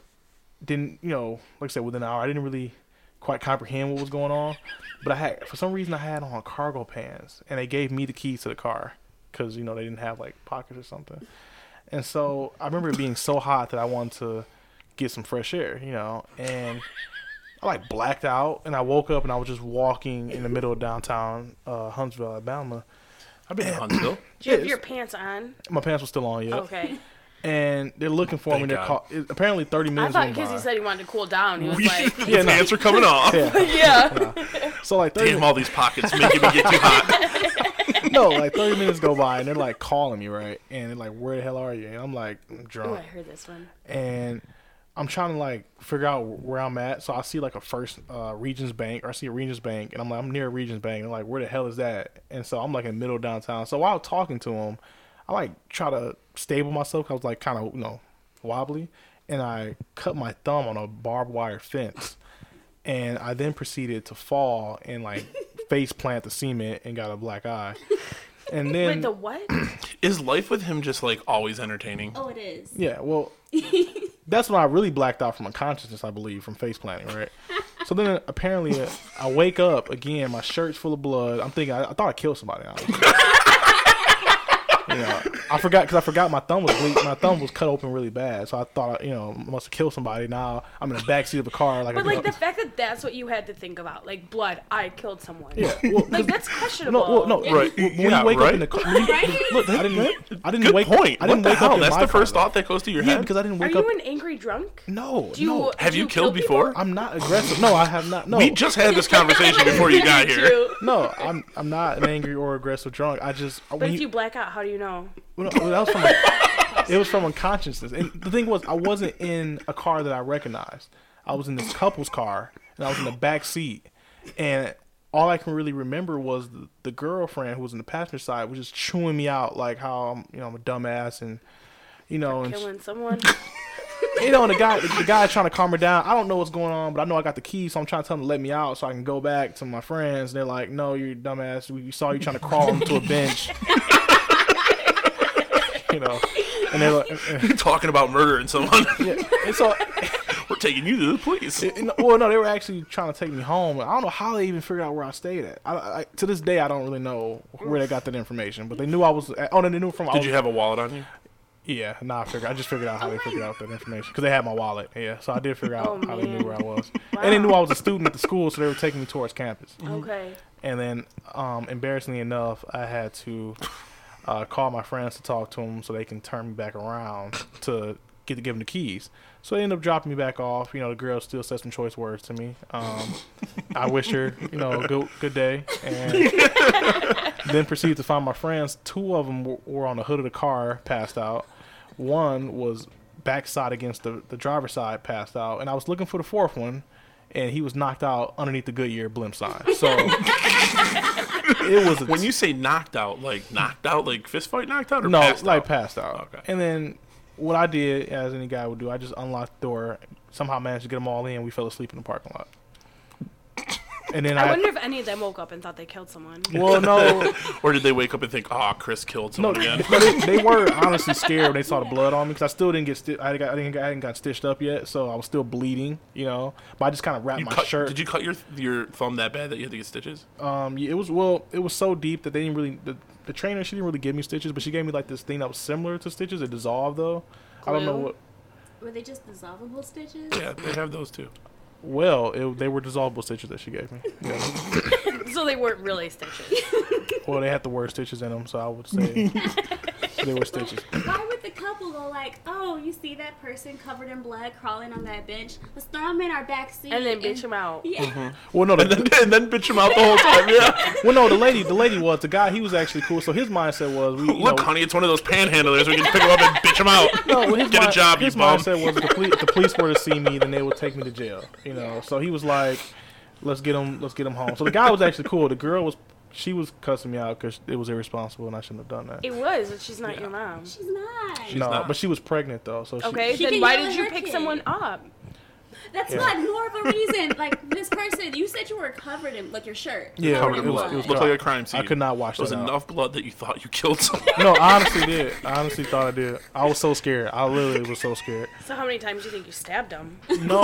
S2: didn't you know? Like I said, within an hour, I didn't really quite comprehend what was going on. But I had, for some reason, I had on cargo pants, and they gave me the keys to the car because you know they didn't have like pockets or something. And so I remember it being so hot that I wanted to get some fresh air, you know, and I like blacked out and I woke up and I was just walking in the middle of downtown uh, Huntsville, Alabama.
S1: I've been in Huntsville.
S3: Did you have
S2: is.
S3: your pants on?
S2: My pants were still on, yeah.
S3: Okay.
S2: And they're looking for
S1: Thank
S2: me. They're
S1: God.
S2: call- it, apparently 30
S3: I
S2: minutes
S3: thought
S2: went
S3: because
S2: by.
S3: he said he wanted to cool down, he was like,
S1: the
S2: Yeah, no.
S1: pants are coming off.
S2: yeah.
S3: yeah.
S2: So like 30
S1: Damn, all these pockets making me get too hot.
S2: no, like 30 minutes go by and they're like calling me, right? And they're like, "Where the hell are you?" And I'm like, "I'm
S3: Ooh,
S2: drunk."
S3: Oh, I heard this one.
S2: and I'm trying to like figure out where I'm at. So I see like a first uh, Regions Bank, or I see a Regions Bank, and I'm like, I'm near a Regions Bank, and like, where the hell is that? And so I'm like in middle of downtown. So while talking to him, I like try to stable myself. 'cause I was like kind of you know wobbly, and I cut my thumb on a barbed wire fence, and I then proceeded to fall and like face plant the cement and got a black eye. And then
S3: Wait, the what?
S1: Is life with him just like always entertaining?
S5: Oh, it is.
S2: Yeah, well, that's when I really blacked out from my consciousness, I believe, from face planting, right? so then apparently uh, I wake up again, my shirt's full of blood. I'm thinking, I, I thought I killed somebody. I, you know, I forgot because I forgot my thumb was ble- my thumb was cut open really bad, so I thought you know must have killed somebody. Now I'm in the backseat of a car, like,
S3: But
S2: a,
S3: like the fact that that's what you had to think about, like blood, I killed someone.
S2: yeah, well,
S3: Like that's
S2: no,
S3: questionable.
S2: well, no,
S1: Right,
S2: When
S1: yeah,
S2: you wake up
S1: right.
S2: in the car, when you- look, I didn't, I didn't
S1: Good
S2: wake.
S1: point.
S2: I
S1: what
S2: didn't
S1: the
S2: wake up.
S1: hell?
S2: in
S1: That's
S2: my
S1: the first
S2: car,
S1: thought that goes to your
S2: though. Yeah,
S1: head.
S2: because I didn't
S3: Are
S2: wake
S3: you
S2: up.
S3: an angry drunk?
S2: no,
S3: Do you-
S2: no,
S1: Have
S3: Do
S1: you
S3: you
S1: killed
S3: kill people?
S1: before?
S2: I'm not aggressive. No, I have not. No,
S1: We just had this conversation before you got here.
S3: True.
S2: no, I'm I'm not an angry or aggressive drunk. I just uh,
S3: But
S2: when
S3: if you
S2: you,
S3: black out, how do you know?
S2: well, no, that was from a- it was from unconsciousness. And the thing was, I wasn't in a car that I recognized. I was in this couple's car, and I was in the back seat, and all I can really remember was the, the girlfriend who was in the passenger side was just chewing me out like how I'm you know I'm a dumbass and you know and
S3: Killing someone.
S2: you know, and the guy, the guy trying to calm her down. I don't know what's going on, but I know I got the key, so I'm trying to tell him to let me out so I can go back to my friends. And they're like, "No, you dumbass. We we saw you trying to crawl into a bench." you know, and they're like,
S1: You're talking about murdering someone.
S2: and so,
S1: We're taking you to the police.
S2: you know, well, no, they were actually trying to take me home. I don't know how they even figured out where I stayed at. I, I, to this day, I don't really know where they got that information, but they knew I was. At, oh, no, they knew from. I
S1: Did
S2: was,
S1: you have a wallet on you?
S2: Yeah, nah, I figured. I just figured out how they figured out that information because they had my wallet. Yeah, so I did figure out
S3: Oh,
S2: how they
S3: man.
S2: knew where I was, and they knew I was a student at the school, so they were taking me towards campus.
S3: Okay.
S2: And then, um, embarrassingly enough, I had to uh, call my friends to talk to them so they can turn me back around to get to give them the keys. So they ended up dropping me back off. You know, the girl still said some choice words to me. Um, I wish her, you know, good good day, and then proceeded to find my friends. Two of them were on the hood of the car, passed out. One was backside against the the driver's side, passed out, and I was looking for the fourth one. And he was knocked out underneath the Goodyear blimp sign. So It was a
S1: When you say knocked out, like knocked out, like fist fight knocked out, or
S2: no,
S1: passed
S2: like
S1: out?
S2: passed out.
S1: Okay.
S2: And then what I did, as any guy would do, I just unlocked the door, somehow managed to get them all in. We fell asleep in the parking lot. And then I,
S3: I wonder if any of them woke up and thought they killed someone.
S2: well, no,
S1: Or did they wake up and think, "Ah, Chris killed
S2: no,
S1: someone again"?
S2: they, they were honestly scared when they saw the blood on me because I still didn't get, sti- I, got, I didn't, I hadn't got stitched up yet, so I was still bleeding, you know. But I just kind of wrapped
S1: You
S2: my
S1: cut-
S2: shirt.
S1: Did you cut your your thumb that bad that you had to get stitches?
S2: Um, yeah, it was well, it was so deep that they didn't really the, the trainer. She didn't really give me stitches, but she gave me like this thing that was similar to stitches. It dissolved though. I don't know
S3: Glue?
S2: what.
S5: Were they just dissolvable stitches?
S1: Yeah, they have those too.
S2: Well, it, they were dissolvable stitches that she gave me. Yeah.
S3: So they weren't really stitches.
S2: well, they had the word stitches in them, so I would say they were stitches.
S5: Why would the couple go like, oh, you see that person covered in blood crawling on that bench? Let's throw him in our back seat.
S3: And then bitch him out.
S5: Yeah.
S1: Mm-hmm.
S2: Well, no,
S1: And then,
S2: the,
S1: and then bitch him out the whole time. Yeah.
S2: well, no, the lady, the lady was the guy. He was actually cool. So his mindset was, we you
S1: Look,
S2: know,
S1: honey, it's one of those panhandlers. We can pick him up and bitch him out.
S2: No, well, his
S1: Get a
S2: mi-
S1: job, you
S2: His
S1: bum.
S2: mindset was if the, police, if the police were to see me, then they would take me to jail. You know, so he was like, "Let's get him, let's get him home." So the guy was actually cool. The girl was, she was cussing me out because it was irresponsible and I shouldn't have done that.
S3: It was, but she's not your mom.
S5: She's not.
S2: no,
S1: not.
S2: but she was pregnant though, so she,
S3: Okay,
S5: She
S3: then
S5: can
S3: why
S5: yell
S3: did
S5: at
S3: you
S5: her
S3: pick
S5: kid.
S3: someone up?
S5: That's not more of a reason. Like, this person, you said you were covered in, like, your shirt.
S2: Yeah,
S5: covered
S1: Covered in
S5: in
S2: it was-
S1: blood.
S2: it was
S1: Looked
S2: dry.
S1: like a crime scene.
S2: I could not watch
S1: There was
S2: that out.
S1: enough blood that you thought you killed someone.
S2: No, I honestly did. I honestly thought I did. I was so scared. I literally was so scared.
S3: So how many times do you think you stabbed him?
S2: No,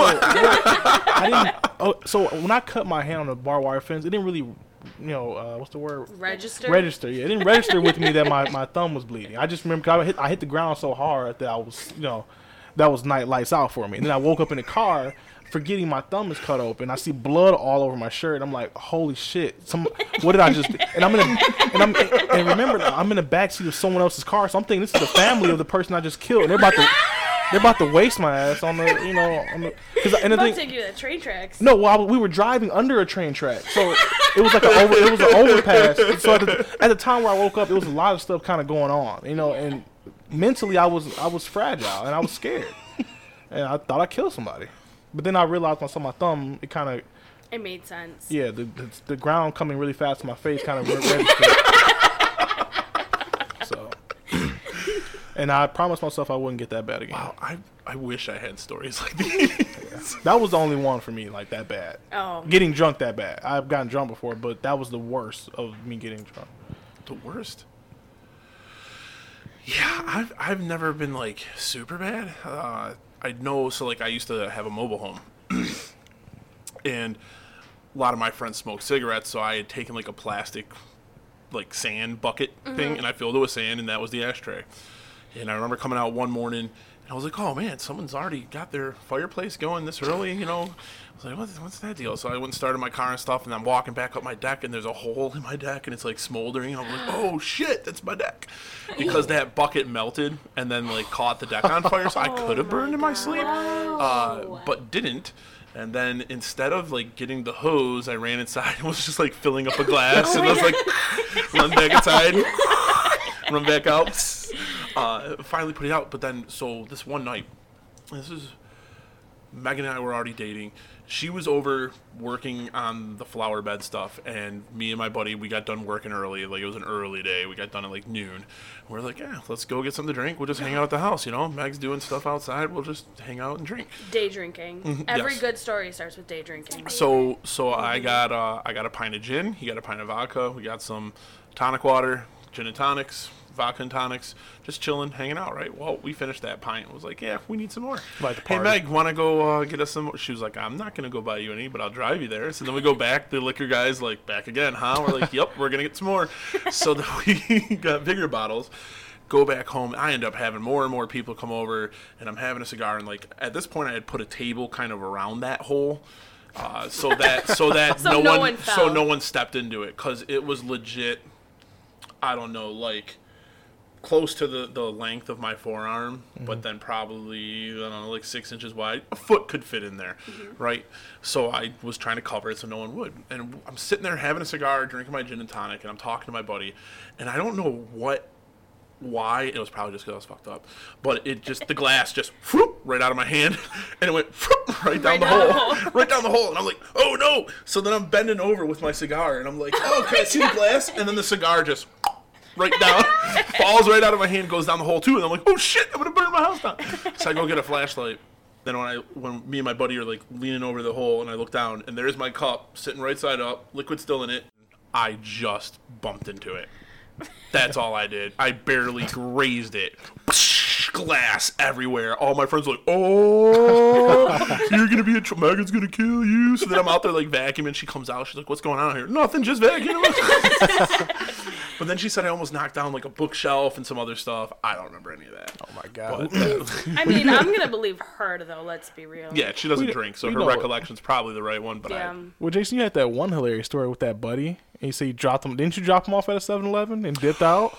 S2: I didn't. Oh, so when I cut my hand on the barbed wire fence, it didn't really, you know, uh, what's the word?
S3: Register?
S2: register. Yeah, it didn't register with me that my, my thumb was bleeding. I just remember 'cause I hit I hit the ground so hard that I was you know that was night lights out for me. And then I woke up in the car forgetting my thumb is cut open. I see blood all over my shirt. I'm like, holy shit! Some what did I just? do?" And I'm in a, and I'm and remember I'm in the backseat of someone else's car. So I'm thinking this is the family of the person I just killed. And they're about to they're about to waste my ass on the you know on the because and the
S3: I'll
S2: thing.
S3: take you to the train tracks.
S2: No, well, I, we were driving under a train track, so it was like an over, it was an overpass. So at the, at the time where I woke up, it was a lot of stuff kind of going on, you know, and mentally I was I was fragile and I was scared, and I thought I killed somebody, but then I realized when I saw my thumb, it kind of
S3: It made sense.
S2: yeah, the, the the ground coming really fast to my face kind of registered. so, and I promised myself I wouldn't get that bad again.
S1: Wow, I I wish I had stories like these.
S2: That was the only one for me like that bad.
S3: Oh.
S2: getting drunk that bad. I've gotten drunk before, but that was the worst of me getting drunk.
S1: the worst. Yeah, I've I've never been like super bad. Uh, I know, so like I used to have a mobile home, and a lot of my friends smoked cigarettes, so I had taken like a plastic, like sand bucket thing, and I filled it with sand, and that was the ashtray. And I remember coming out one morning, and I was like, "Oh man, someone's already got their fireplace going this early," you know. I was like, "What's, what's that deal?" So I went and started my car and stuff, and I'm walking back up my deck, and there's a hole in my deck, and it's like smoldering. I'm like, "Oh shit, that's my deck," because that bucket melted and then like caught the deck on fire. So I could have burned in my sleep, uh, but didn't. And then instead of like getting the hose, I ran inside and was just like filling up a glass, and I was like, "Run back inside." run back out. Uh, finally put it out, but then so this one night, this is Megan and I were already dating. She was over working on the flower bed stuff, and me and my buddy we got done working early. Like it was an early day. We got done at like noon. We're like, yeah, let's go get something to drink. We'll just hang out at the house, you know. Meg's doing stuff outside. We'll just hang out and drink.
S3: Day
S2: Mm-hmm.
S3: drinking. Every
S1: yes.
S3: good story starts with day drinking.
S1: So so I got uh, I got a pint of gin. He got a pint of vodka. We got some tonic water, gin and tonics, vodka and tonics. Just chilling, hanging out, right? Well, we finished that pint. I was like, yeah, we need some more.
S2: Like the
S1: hey
S2: party.
S1: Meg, want to go uh, get us some? She was like, I'm not gonna go buy you any, but I'll drive you there. So then we go back. The liquor guys like back again, huh? We're like, yep, we're gonna get some more. So then we got bigger bottles. Go back home. I end up having more and more people come over, and I'm having a cigar. And like at this point, I had put a table kind of around that hole. Uh, so that so that
S3: So
S1: no,
S3: no
S1: one,
S3: one
S1: so
S3: fell.
S1: no one stepped into it because it was legit. I don't know, like close to the, the length of my forearm, but then probably I don't know, like six inches wide. A foot could fit in there,
S3: Mm-hmm.
S1: right? So I was trying to cover it so no one would. And I'm sitting there having a cigar, drinking my gin and tonic, and I'm talking to my buddy, and I don't know what why it was probably just because I was fucked up, but it just the glass just whoop, right out of my hand, and it went right down the
S3: Right down the
S1: hole,
S3: hole.
S1: right down the hole, and I'm like, oh no! So then I'm bending over with my cigar, and I'm like, oh, can I see the glass? And then the cigar just right down, falls right out of my hand, goes down the hole too, and I'm like, oh shit! I'm gonna burn my house down. So I go get a flashlight. Then when I when me and my buddy are like leaning over the hole, and I look down, and there's my cup sitting right side up, liquid still in it. I just bumped into it. That's all I did. I barely grazed it. Glass everywhere. All my friends were like, "Oh, you're gonna be a tr- Megan's gonna kill you." So then I'm out there like vacuuming. She comes out. She's like, "What's going on here?" Nothing, just vacuuming. but then she said I almost knocked down like a bookshelf and some other stuff. I don't remember any of that.
S2: Oh my god.
S3: I mean, I'm gonna believe her though. Let's be real.
S1: yeah, she doesn't
S2: We-
S1: drink, so
S2: we
S1: her
S2: know it.
S1: recollection's probably the right one. But I,
S3: Damn.
S2: Well, Jason, you had that one hilarious story with that buddy, and you say you dropped him. Didn't you drop him off at a 7-Eleven and dipped out?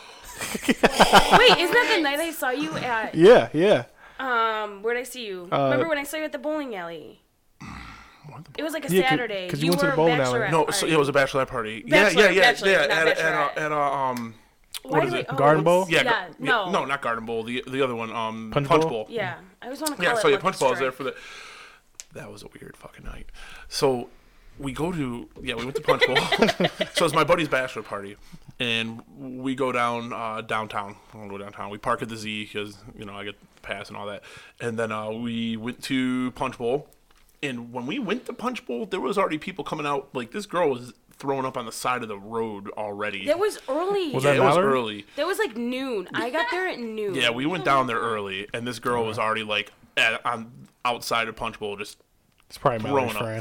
S3: Wait, isn't that the night I saw you at?
S2: Yeah, yeah.
S3: Um, where'd I see you? Remember when I saw you at the bowling alley? It was like a
S2: Yeah, 'cause-
S3: Saturday.
S2: 'cause you went to the bowling alley.
S3: bachelorette
S1: no, so, yeah, it was a bachelorette party. yeah,
S3: Bachelorette,
S1: yeah, yeah,
S3: bachelorette,
S1: yeah. At,
S3: not
S1: a- at,
S3: bachelorette.
S1: a, at a um,
S3: Why
S1: what is
S3: do we
S1: it?
S3: always-
S2: Garden Bowl?
S1: Yeah,
S3: Yeah.
S1: gar- yeah,
S3: No.
S1: no, not Garden Bowl. The the other one, um,
S2: Punch
S1: Punch,
S2: Bowl?
S1: Bowl.
S3: Yeah. I always want to call
S1: Yeah,
S3: it
S1: so yeah,
S3: Lucky
S1: Punch Bowl is there
S3: Strike.
S1: for the. That was a weird fucking night. So we go to yeah, we went to Punch Bowl. so it's my buddy's bachelor party, and we go down uh, downtown. We don't go downtown. We park at the Z because you know I get the pass and all that, and then uh, we went to Punch Bowl. And when we went to Punch Bowl, there was already people coming out. Like this girl was throwing up on the side of the road already.
S3: That was early.
S2: Was
S1: yeah,
S2: that
S1: it was
S2: Mallory?
S1: early.
S3: That was like noon. I got there at noon.
S1: Yeah, we went down there early, and this girl was already like at, on outside of Punch Bowl, just
S2: It's probably my
S1: Growing
S2: friend.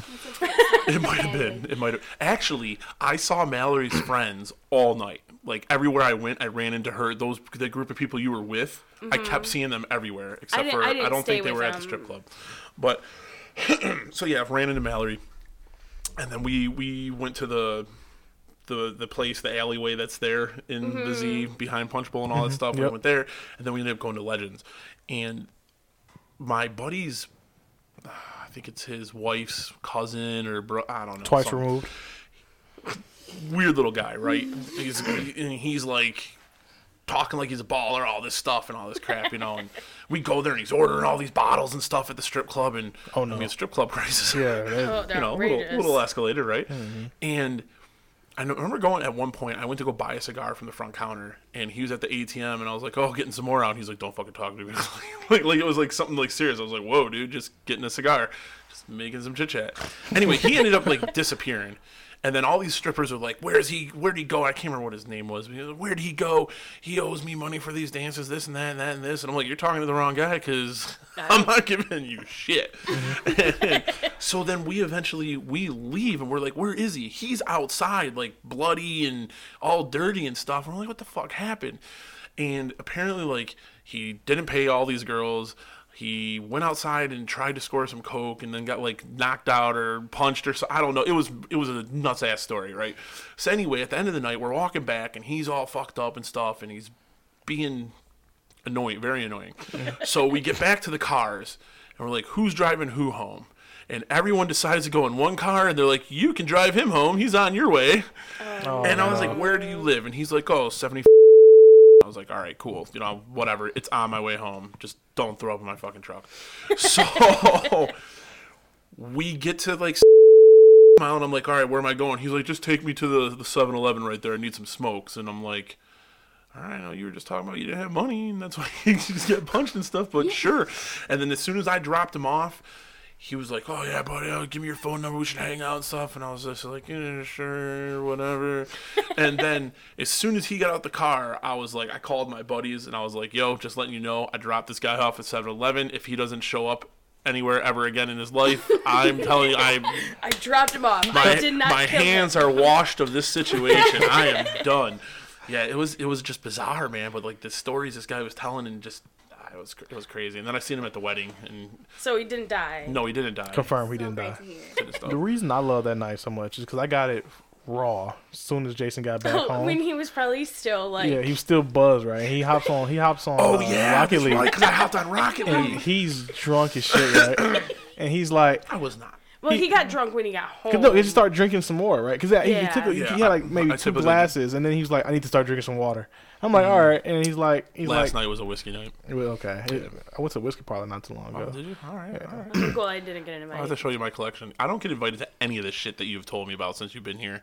S1: up. it might have been. It might have. Actually, I saw Mallory's friends all night. Like everywhere I went, I ran into her. Those the group of people you were with, I kept seeing them everywhere. Except
S3: didn't-
S1: for
S3: Mm-hmm. I
S1: I,
S3: didn't
S1: don't
S3: stay
S1: think they
S3: with
S1: were at the strip
S3: them.
S1: club. But so yeah, I ran into Mallory, and then we we went to the. The, the place the alleyway that's there in the Z behind Punch Bowl and all that stuff. We
S2: Mm-hmm. Yep.
S1: went there, and then we ended up going to Legends. And my buddy's I think it's his wife's cousin or bro. I don't know.
S2: Twice
S1: some
S2: removed.
S1: Weird little guy, right? he's and he's like talking like he's a baller, all this stuff and all this crap, you know. And we go there and he's ordering all these bottles and stuff at the strip club, and
S2: Oh, no.
S1: I mean, strip club prices.
S2: Yeah.
S3: Oh,
S2: that-
S3: they're
S1: you know, a little,
S3: outrageous.
S1: little escalated, right? And I know- I remember going at one point, I went to go buy a cigar from the front counter, and he was at the ATM, and I was like, oh, getting some more out. And he's like, don't fucking talk to me. like, like, it was like something like serious. I was like, whoa, dude, just getting a cigar, just making some chit chat. Anyway, he ended up like disappearing. And then all these strippers are like, "Where's he? Where'd he go? I can't remember what his name was. but he was like, Where'd he go? He owes me money for these dances, this and that, and that and this." And I'm like, "You're talking to the wrong guy, because I'm not giving you shit." So then we eventually we leave and we're like, where is he? He's outside, like bloody and all dirty and stuff. And we're like, what the fuck happened? And apparently, like he didn't pay all these girls. He went outside and tried to score some coke, and then got like knocked out or punched or so. I don't know. It was it was a nuts ass story, right? So anyway, at the end of the night, we're walking back, and he's all fucked up and stuff, and he's being annoying, very annoying. so we get back to the cars and we're like, who's driving who home? And everyone decides to go in one car and they're like, you can drive him home. He's on your way. and I was like, where do you live? And he's like, oh, 70. I was like, all right, cool. You know, whatever. It's on my way home. Just don't throw up in my fucking truck. So we get to like mile and I'm like, all right, where am I going? He's like, just take me to the the 7-Eleven right there. I need some smokes. And I'm like, all right, I know you were just talking about you didn't have money and that's why you just get punched and stuff, but sure. And then as soon as I dropped him off, he was like, oh yeah, buddy, uh, give me your phone number. We should hang out and stuff. And I was just like, yeah, sure, whatever. and then as soon as he got out the car, I was like, I called my buddies and I was like, yo, just letting you know, I dropped this guy off at 7-Eleven. If he doesn't show up anywhere ever again in his life, I'm telling you, I
S3: I dropped him off.
S1: my,
S3: I did not
S1: my
S3: kill
S1: hands are washed of this situation. I am done. Yeah, it was it was just bizarre, man. But like the stories this guy was telling, and just ah, it was cr- it was crazy. And then I seen him at the wedding, and
S3: Him. So he didn't die.
S1: no, he didn't die.
S2: Confirmed he
S5: So
S2: didn't
S5: great
S2: die.
S5: to hear.
S1: Did his stuff.
S2: The reason I love that night so much is because I got it raw as soon as Jason got back
S3: Oh,
S2: home.
S3: when he was probably still like.
S2: yeah, he was still buzzed, right? He hops on. He hops on.
S1: Oh
S2: uh,
S1: yeah,
S2: Rocket League.
S1: because I hopped on Rocket
S2: And
S1: League.
S2: he's drunk as shit, right? and he's like,
S1: I was not.
S3: Well, he, got drunk when he got home.
S2: Cause no, he just started drinking some more, right? Because he,
S3: Yeah.
S2: took, a- he,
S1: Yeah,
S2: he had like
S1: I-
S2: maybe
S1: I
S2: two
S1: typically- Mm-hmm.
S2: glasses, and then he was like, "I need to start drinking some water." I'm like, "All right," and he's like, "He's
S1: Last
S2: like,
S1: night was a whiskey night.
S2: well, okay." I went to a whiskey parlor not too long ago.
S1: you? All right. All right.
S3: Well, I didn't get
S1: I have to
S3: invited.
S1: show you my collection. I don't get invited to any of the shit that you've told me about since you've been here.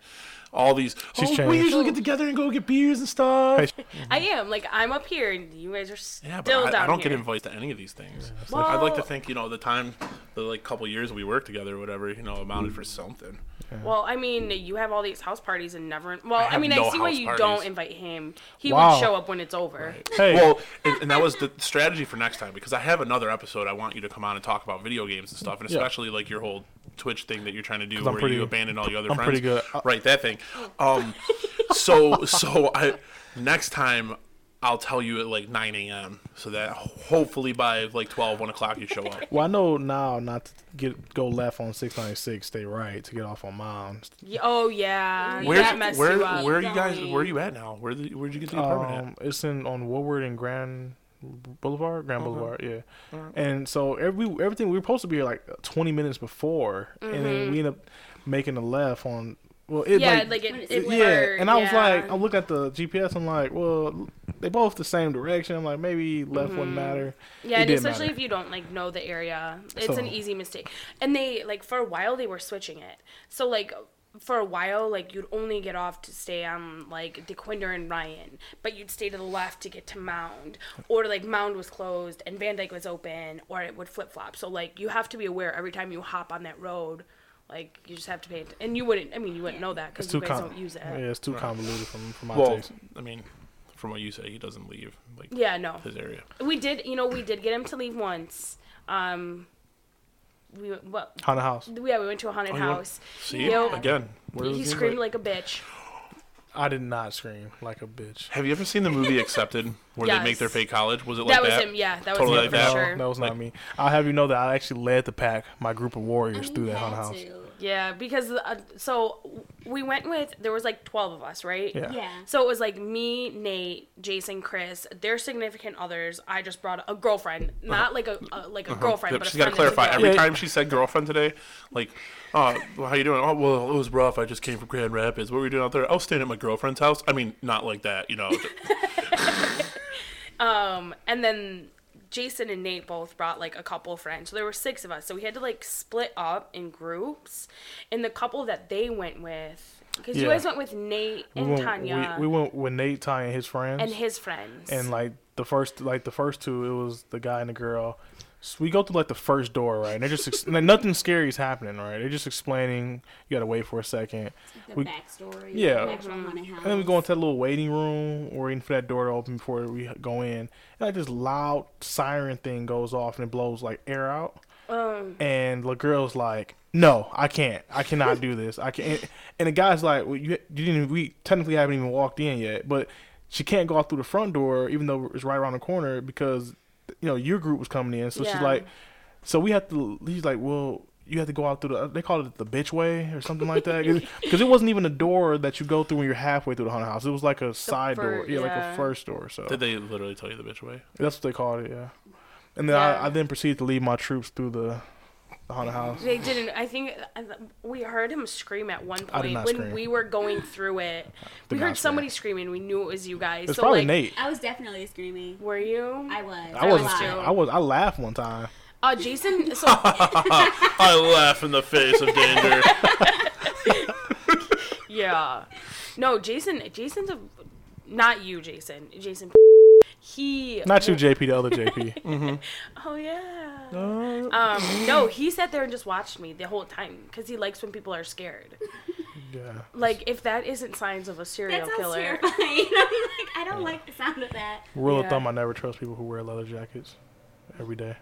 S1: All these.
S2: She's
S1: oh, we
S2: changed.
S1: usually get together and go get beers and stuff.
S2: Hey,
S3: I am like I'm up here, and you guys are still
S1: Yeah, but
S3: down
S1: I, I don't
S3: here.
S1: get invited to any of these things. I'd like to
S3: Well-
S1: think you know the time, the like couple years we worked together or whatever you know amounted for something.
S3: Well, I mean, you have all these house parties and never. Well, I,
S1: have
S3: mean,
S1: no
S3: I see why
S1: house
S3: you
S1: parties.
S3: don't invite him. He
S2: Wow.
S3: would show up when it's over.
S2: hey,
S1: Well, and, and that was the strategy for next time because I have another episode. I want you to come on and talk about video games and stuff, and
S2: Yeah.
S1: especially like your whole Twitch thing that you're trying to do,
S2: 'Cause I'm
S1: where
S2: pretty-
S1: you abandon all your other
S2: I'm
S1: friends. Uh,
S2: pretty good. I-
S1: Right, that thing. Um, so so I next time. I'll tell you at like 9 a.m. so that hopefully by like 12, 1 o'clock you show up.
S2: well, I know now not to get go left on 696, stay right to get off on mine.
S3: Y- Oh yeah,
S1: Where's,
S3: that messed
S1: where
S3: you up.
S1: where are you guys?
S5: Going.
S1: Where are you at now? Where the, where'd you get the apartment at?
S2: Um, it's in on Woodward and Grand Boulevard, Grand Boulevard, yeah. And so every everything we were supposed to be here like 20 minutes before, and then we end up making a left on. Well, it,
S3: Mm-hmm. yeah,
S2: like,
S3: like
S5: When
S3: it,
S5: it's
S3: it
S5: blurred,
S2: yeah,
S3: blurred,
S2: and I was
S3: yeah.
S2: like, I look at the GPS. I'm like, well, they both the same direction. I'm like, maybe left wouldn't matter.
S3: Mm-hmm. Yeah,
S2: It
S3: and
S2: didn't
S3: especially
S2: matter.
S3: if you don't like know the area, it's an
S2: So-
S3: easy mistake. And they like for a while they were switching it. So like for a while, like you'd only get off to stay on like DeQuinder and Ryan, but you'd stay to the left to get to Mound, or like Mound was closed and Van Dyke was open, or it would flip flop. So like you have to be aware every time you hop on that road. Like you just have to pay, atten- and you wouldn't. I mean, you wouldn't know that because
S2: it's too
S3: you guys
S2: con-
S3: don't use it.
S2: Yeah, it's too convoluted from from my
S1: Um, Well,
S2: taste.
S1: I mean, from what you say, he doesn't leave like
S3: Yeah, no.
S1: his area.
S3: We did, you know, we did get him to leave once. Um, we what?
S2: Haunted house.
S3: Yeah, we went to a haunted
S1: Oh, you went-
S3: house.
S1: See
S3: Yep.
S1: again. where
S3: He
S1: was
S3: screamed
S1: invite?
S3: like a bitch.
S2: I did not scream like a bitch.
S1: Have you ever seen the movie Accepted, where they make their
S3: Yes.
S1: fake college? Was it like
S3: That
S1: that?
S3: was him. Yeah, that was
S1: Totally like
S3: him for
S1: that.
S2: no,
S3: sure.
S2: that was not me. I'll have you know that I actually led the pack, my group of warriors,
S5: mean,
S2: through
S5: you
S2: that haunted
S5: had
S2: house.
S5: to.
S3: Yeah, because uh, so we went with there was like twelve of us, right?
S2: Yeah.
S5: Yeah.
S3: So it was like me, Nate, Jason, Chris, their significant others. I just brought a girlfriend, not like a, a like a girlfriend, but
S1: Uh-huh. She's
S3: a
S1: got to
S3: friend that's a
S1: clarify
S3: girl.
S1: every
S2: Yeah.
S1: time she said girlfriend today. Like, oh, well, how you doing? Oh, well, it was rough. I just came from Grand Rapids. What were you doing out there? I was staying at my girlfriend's house. I mean, not like that, you know.
S3: Um, and then Jason and Nate both brought like a couple friends. So there were six of us. So we had to like split up in groups. And the couple that they went with, because you
S2: Yeah.
S3: guys went with Nate and
S2: we, went,
S3: Tanya
S2: we, we went with Nate, Ty, and his friends,
S3: and his friends.
S2: and like the first, like the first two, it was the guy and the girl. So we go through like the first door, right? And they're just ex- and nothing scary is happening, right? They're just explaining. You gotta wait for a second.
S5: The
S2: We-
S5: backstory.
S2: Yeah.
S5: The actual haunted house.
S2: And then we go into that little waiting room, waiting for that door to open before we go in. And like this loud siren thing goes off and it blows like air out. And the girl's like, "No, I can't. I cannot do this. I can't." And the guy's like, "Well, you, you didn't. We technically haven't even walked in yet, but she can't go out through the front door, even though it's right around the corner because you know your group was coming in." So she's
S3: Yeah.
S2: like, so we have to. He's like, well, you have to go out through the. They call it the bitch way or something like that, because it wasn't even a door that you go through when you're halfway through the haunted house. It was like a side door,
S3: fir-
S2: yeah, like a
S3: yeah.
S2: first door. So
S1: Did they literally tell you the bitch way?
S2: that's what they called it, yeah. And then
S3: Yeah.
S2: I, I then proceeded to lead my troops through the, the haunted house.
S3: they didn't. I think I th- we heard him scream at one
S2: I did
S3: point
S2: not
S3: when
S2: scream.
S3: we were going through it. we
S2: not
S3: heard
S2: scream.
S3: somebody screaming. We knew it was you guys.
S2: It's
S3: so
S2: probably
S3: like,
S2: Nate.
S5: I was definitely screaming.
S3: Were you?
S5: I was.
S2: I wasn't.
S5: lied.
S2: scared. I was. I laughed one time.
S3: Uh, Jason. So
S1: I laugh in the face of danger.
S3: Yeah. No, Jason. Jason's a. Not you, Jason. Jason. He.
S2: Not you, JP. The other JP.
S3: Oh yeah. Um. No, he sat there and just watched me the whole time because he likes when people are scared.
S2: yeah.
S3: Like if that isn't signs of a serial
S5: That sounds
S3: killer.
S5: terrifying. I'm like, I don't like the sound of that.
S2: Rule
S3: Yeah.
S2: of thumb: I never trust people who wear leather jackets every day.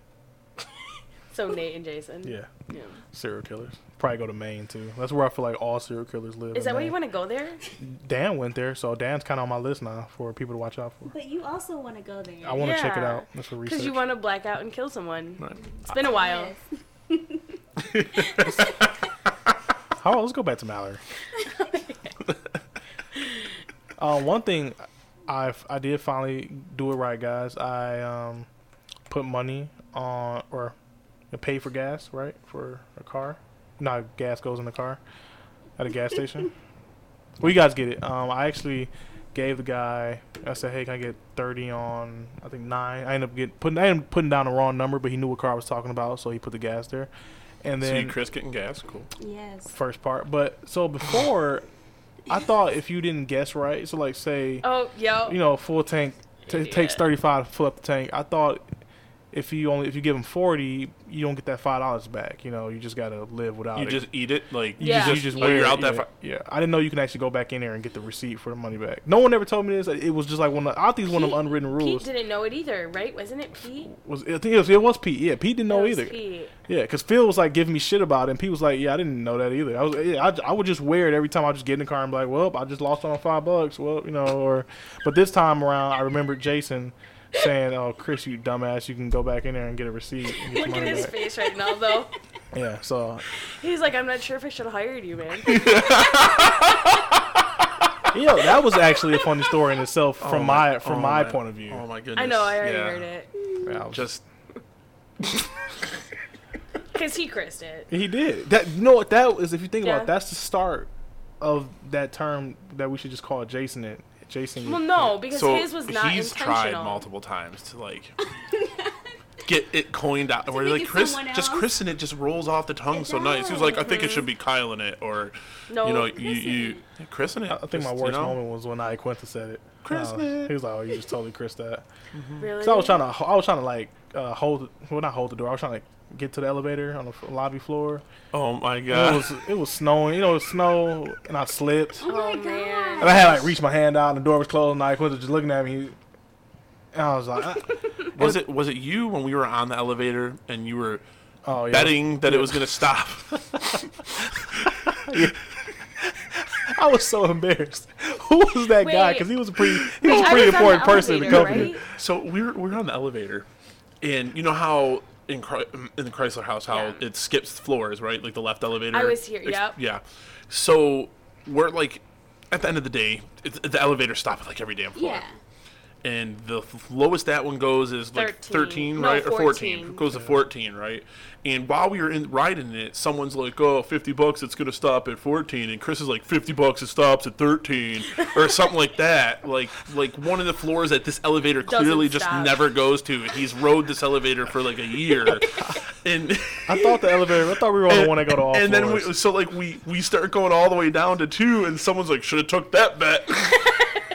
S3: So Nate and Jason.
S2: Yeah.
S3: Yeah.
S2: Serial killers. Probably go to Maine too. That's where I feel like all serial killers live. in
S3: Is that why you
S2: Maine.
S3: want to go there?
S2: Dan went there, so Dan's kind of on my list now for people to watch out for.
S5: But you also want to go there.
S2: I want to check it
S3: Yeah.
S2: out. That's for research.
S3: Because you want to black out and kill someone.
S1: Right.
S3: It's been a while.
S5: Yes.
S2: How? Let's go back to Mallory. uh, one thing, I I did finally do it right, guys. I um put money on or paid for gas right for a car no gas goes in the car at a gas station. well, you guys get it. Um, I actually gave the guy. I said, "Hey, can I get thirty on? I think nine. I ended up getting putting. I ended up putting down the wrong number, but he knew what car I was talking about, so he put the gas there. And
S1: See
S2: then
S1: Chris getting gas. Cool.
S5: Yes.
S2: first part, but so before, I thought if you didn't guess right, so like say
S3: Oh, yo.
S2: you know, full tank t- it takes
S3: Idiot.
S2: 35 to fill up the tank. I thought if you only if you give them 40, you don't get that five dollars back. You know, you just gotta live without
S1: You
S2: it.
S1: just eat it like
S2: you
S3: Yeah.
S2: just, you just
S1: oh,
S2: wear
S1: you're
S2: it,
S1: out that
S2: yeah,
S1: far.
S2: yeah. I didn't know you can actually go back in there and get the receipt for the money back. No one ever told me this. It was just like one. Of, I think it's one of
S3: Pete-
S2: them unwritten
S3: Pete
S2: rules.
S3: didn't know it either, right? Wasn't it Pete?
S2: Was I think it was, it was Pete? Yeah, Pete didn't know
S3: That was
S2: either.
S3: Pete.
S2: Yeah, because Phil was like giving me shit about it, and Pete was like, "Yeah, I didn't know that either." I was, yeah, I, I would just wear it every time I just get in the car and be like, "Well, I just lost on five bucks." Well, you know, or but this time around, I remember Jason saying, "Oh, Chris, you dumbass, you can go back in there and get a receipt." And get your
S3: Look at
S2: money
S3: his
S2: back.
S3: face right now, though.
S2: Yeah, so
S3: He's like, I'm not sure if I should have hired you, man.
S2: yo, that was actually a funny story in itself from my, from
S1: oh
S2: my, point of view.
S1: Oh my goodness.
S3: I know, I already
S1: yeah.
S3: heard it.
S2: Yeah, I was-
S1: Just
S3: Because he Chris it.
S2: he did that. You know what that is? If you think about,
S3: Yeah.
S2: it, that's the start of that term that we should just call Jason. It Jason.
S3: Well, no, because
S1: so
S3: his was not
S1: he's tried
S3: intentional.
S1: multiple times to like get it coined out. Where
S5: make
S1: like
S5: it
S1: Chris,
S5: someone
S1: just
S5: else.
S1: Chris and it just rolls off the tongue
S5: It
S1: so nice. He was like, I think it should be Kyle in it, or
S3: No,
S1: you know,
S3: Chris
S1: you you Chris in it.
S2: I think my worst moment was when I Quinta said it.
S1: Chris
S2: Uh,
S1: it.
S2: he was like, "Oh, you just totally Chris that."
S3: Really?
S2: So I was trying to, I was trying to like uh, hold, well not hold the door. I was trying to get to the elevator on the f- lobby floor.
S1: Oh my
S2: It
S1: god.
S2: was, it was snowing. You know, it was snow, and I slipped.
S5: Oh, my
S3: Oh, man.
S5: god.
S2: And I had like reached my hand out, and the door was closed, and I Quinta just looking at me. And I was like, "Uh, I-
S1: Was it was it you when we were on the elevator and you were
S2: "Oh yeah."
S1: betting that it was gonna stop?
S2: I was so embarrassed. Who was that guy?
S3: Wait.
S2: Because he was a pretty, he
S3: Wait,
S2: was a
S3: I
S2: pretty
S3: was on the
S2: important person in the
S3: elevator,
S2: company.
S3: right?
S1: so we were we were on the elevator, and you know how in Chry- in the Chrysler House how
S3: Yeah.
S1: it skips floors, right? Like the left elevator.
S3: I was here,
S1: ex-
S3: yep.
S1: Yeah. So we're like, at the end of the day, it, the elevator stops like every damn floor.
S5: Yeah.
S1: and the f- lowest that one goes is like
S3: 13.
S1: 13,
S3: No,
S1: right? Or 14.
S3: 14.
S1: goes to 14, right? And while we were in riding it, someone's like, oh, 50 bucks, it's going to stop at 14. And Chris is like, 50 bucks, it stops at 13, or something like that. Like, like one of the floors that this elevator
S3: Doesn't
S1: clearly just
S3: stop.
S1: never goes to. He's rode this elevator for like a year. and.
S2: I thought the elevator. I thought we were on the one that go to all
S1: and then
S2: floors.
S1: we, so like we we start going all the way down to two and someone's like should have took that bet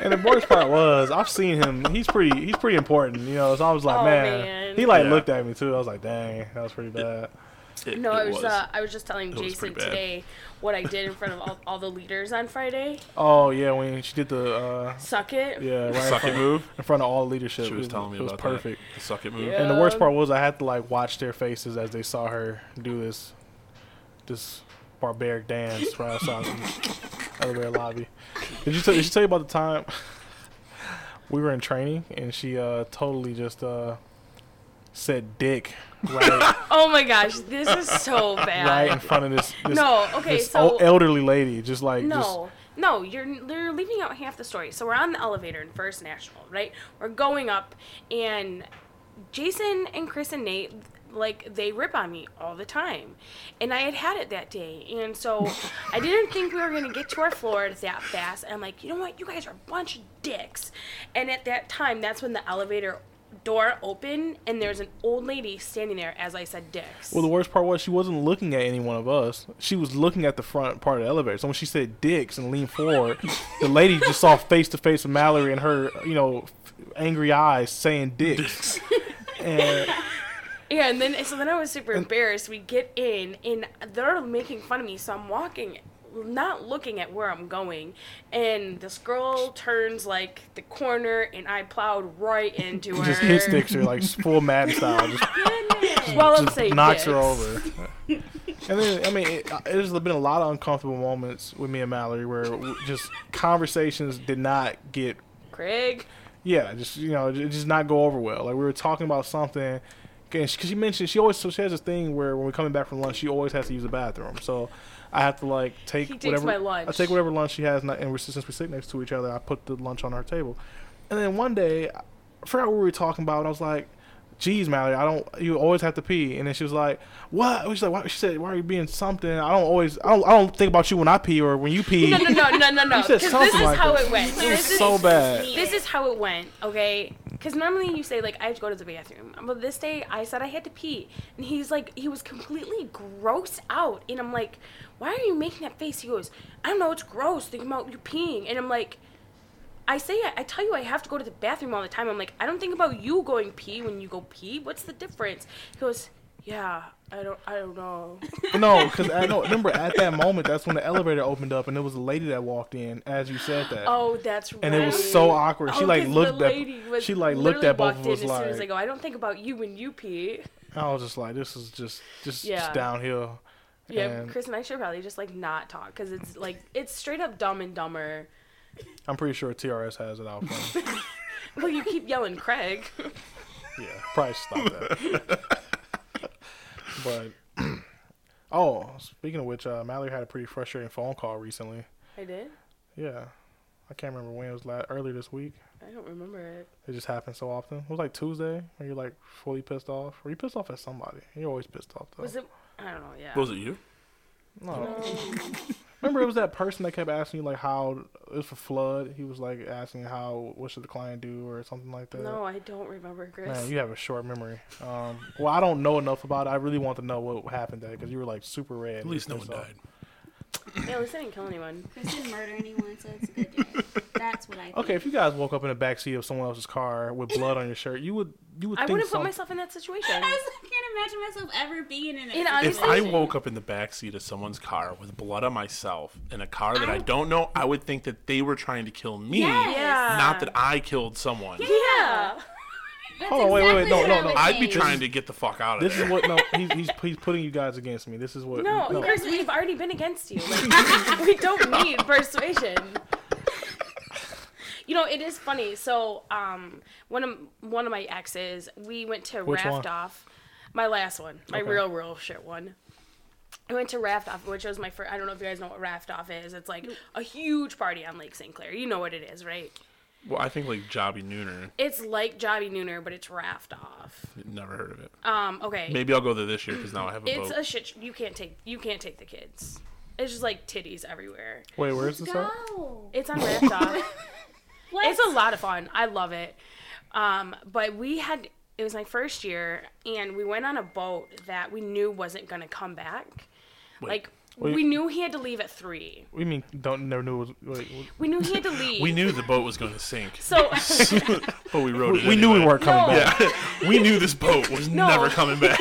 S2: And the worst part was I've seen him. He's pretty. He's pretty important. You know. So I was like,
S3: Oh,
S2: man.
S3: man.
S2: He like
S1: Yeah.
S2: looked at me too. I was like, dang, that was pretty bad.
S3: No, I was, Uh, I was just telling
S1: was
S3: Jason
S1: pretty bad.
S3: today what I did in front of all, all the leaders on Friday.
S2: Oh yeah, when she did the uh,
S3: Suck it.
S2: yeah right in,
S1: Suck it
S2: front,
S1: move.
S2: in front of all leadership.
S1: She was
S2: it,
S1: telling me
S2: it was
S1: about
S2: perfect.
S1: That. The suck it move.
S3: Yeah.
S2: And the worst
S3: Um,
S2: part was I had to like watch their faces as they saw her do this, this barbaric dance right outside the elevator lobby. Did you tell, did she tell you about the time we were in training and she uh totally just uh said dick right
S3: Oh my gosh, this is so bad.
S2: right in front of this, this
S3: No, okay,
S2: this
S3: so-
S2: el- elderly lady just like just
S3: No, no, you're you're leaving out half the story. So we're on the elevator in First National, right? We're going up, and Jason and Chris and Nate, like they rip on me all the time, and I had had it that day, and so I didn't think we were gonna get to our floor that fast. And I'm like, you know what? You guys are a bunch of dicks. And at that time, that's when the elevator door opened, and there's an old lady standing there as I said dicks.
S2: well the worst part was she wasn't looking at any one of us she was looking at the front part of the elevator so when she said dicks and leaned forward the lady just saw face to face with mallory and her you know f- angry eyes saying dicks and
S3: Yeah, and then so then I was super embarrassed. We get in, and they're making fun of me. So I'm walking, not looking at where I'm going, and this girl turns like the corner, and I plowed right into her.
S2: just hit sticks her like full mad style just,
S5: Goodness.
S3: Well, I'm
S2: just
S3: saying
S2: knocks her
S3: dicks.
S2: over and then i mean it, uh, there's been a lot of uncomfortable moments with me and mallory where w- just conversations did not get
S3: Craig,
S2: yeah, just you know, it just not go over well. Like we were talking about something, because she, 'cause she mentioned she always so she has this thing where when we're coming back from lunch, she always has to use the bathroom. So I have to like take
S3: He takes
S2: whatever
S3: my lunch.
S2: I take whatever lunch she has, and, I- and we're, since we sit next to each other, I put the lunch on her table. And then one day, I forgot what we were talking about, and I was like, "Geez, Mallory, I don't. You always have to pee." And then she was like, "What?" She's like, why? "She said, why are you being something? I don't always. I don't. I don't think about you when I pee or when you pee."
S3: No, no, no, no, no, no.
S2: You said
S3: Because this
S2: something
S3: is
S2: like
S3: how
S2: this.
S3: it went.
S2: It was
S3: This is-
S2: so bad.
S3: This is how it went, okay? Because normally you say like I have to go to the bathroom, but this day I said I had to pee, and he's like he was completely grossed out, and I'm like, why are you making that face? He goes, I don't know, it's gross thinking about you peeing, and I'm like, I say I tell you I have to go to the bathroom all the time. I'm like, I don't think about you going pee when you go pee. What's the difference? He goes, yeah, I don't, I don't know.
S2: No, because I know. Remember, at that moment, that's when the elevator opened up, and there was a lady that walked in. As you said that,
S3: Oh, that's right.
S2: and it was so awkward. She
S3: Oh,
S2: like
S3: 'cause
S2: looked
S3: the lady
S2: at
S3: was
S2: she like looked
S3: literally
S2: at both
S3: walked
S2: of us
S3: in As soon as I
S2: like
S3: go, I don't think about you when you pee.
S2: I was just like, this is just just,
S3: Yeah.
S2: just downhill.
S3: Yeah,
S2: And
S3: Chris and I should probably just like not talk because it's like it's straight up dumb and dumber.
S2: I'm pretty sure TRS has it out. for him.
S3: Well, you keep yelling, Craig.
S2: yeah, probably stop that. but oh, speaking of which, uh, Mallory had a pretty frustrating phone call recently.
S3: I did.
S2: Yeah, I can't remember when it was la- earlier this week.
S3: I don't remember it.
S2: It just happens so often. It was like Tuesday, where you're like fully pissed off, or you pissed off at somebody. You're always pissed off though.
S3: Was it? I don't know. Yeah.
S1: Was it you?
S2: No. Remember, it was that person that kept asking you like how it was for flood. He was like asking how what should the client do or something like that.
S3: No, I don't remember, Chris.
S2: Man, you have a short memory. Um, well, I don't know enough about it. I really want to know what happened there because you were like super red.
S1: At least no one died.
S3: yeah, at least I didn't kill anyone.
S5: Chris didn't murder anyone, so it's a good day. That's what I think.
S2: Okay, if you guys woke up in the backseat of someone else's car with blood on your shirt, you would you would
S3: I
S2: think
S3: wouldn't put
S2: something-
S3: myself in that situation.
S5: I just can't imagine myself ever being in it.
S3: And honestly,
S1: If I woke up in the backseat of someone's car with blood on myself in a car that I,
S5: I-
S1: don't know, I would think that they were trying to kill me,
S5: Yes.
S3: Yeah.
S1: not that I killed someone.
S3: yeah.
S2: Hold on, wait, wait, wait, no, no, no.
S1: I'd be trying to get the fuck out of
S2: This
S1: there.
S2: is what no, he's, he's he's putting you guys against me. This is what
S3: No, Chris, we've already been against you. Like, we don't need persuasion. You know, it is funny. So, um, one of one of my exes, we went to
S2: Which
S3: raft
S2: one?
S3: off. My last one, my
S2: Okay.
S3: real, real shit one. I went to raft off, which was my first. I don't know if you guys know what raft off is. It's like a huge party on Lake St. Clair. You know what it is, right?
S1: Well, I think like Jobby Nooner.
S3: It's like Jobby Nooner, but it's raft off.
S1: Never heard of it.
S3: Um, okay.
S1: Maybe I'll go there this year because now I have a
S3: it's
S1: boat.
S3: a shit. sh- You can't take. You can't take the kids. It's just like titties everywhere.
S2: Wait, where is this at?
S5: Go.
S3: It's on Raptor. it's a lot of fun. I love it. Um, but we had it was my first year, and we went on a boat that we knew wasn't gonna come back. Like
S2: Wait.
S3: we knew he had to leave at three.
S2: We mean don't never knew it was. Wait, we-
S3: We knew he had to leave.
S1: we knew the boat was going to sink,
S3: So
S1: but we rode it.
S2: we knew we
S1: anyway.
S2: weren't coming
S3: No.
S2: back.
S1: Yeah, we knew this boat was
S3: No.
S1: never coming back.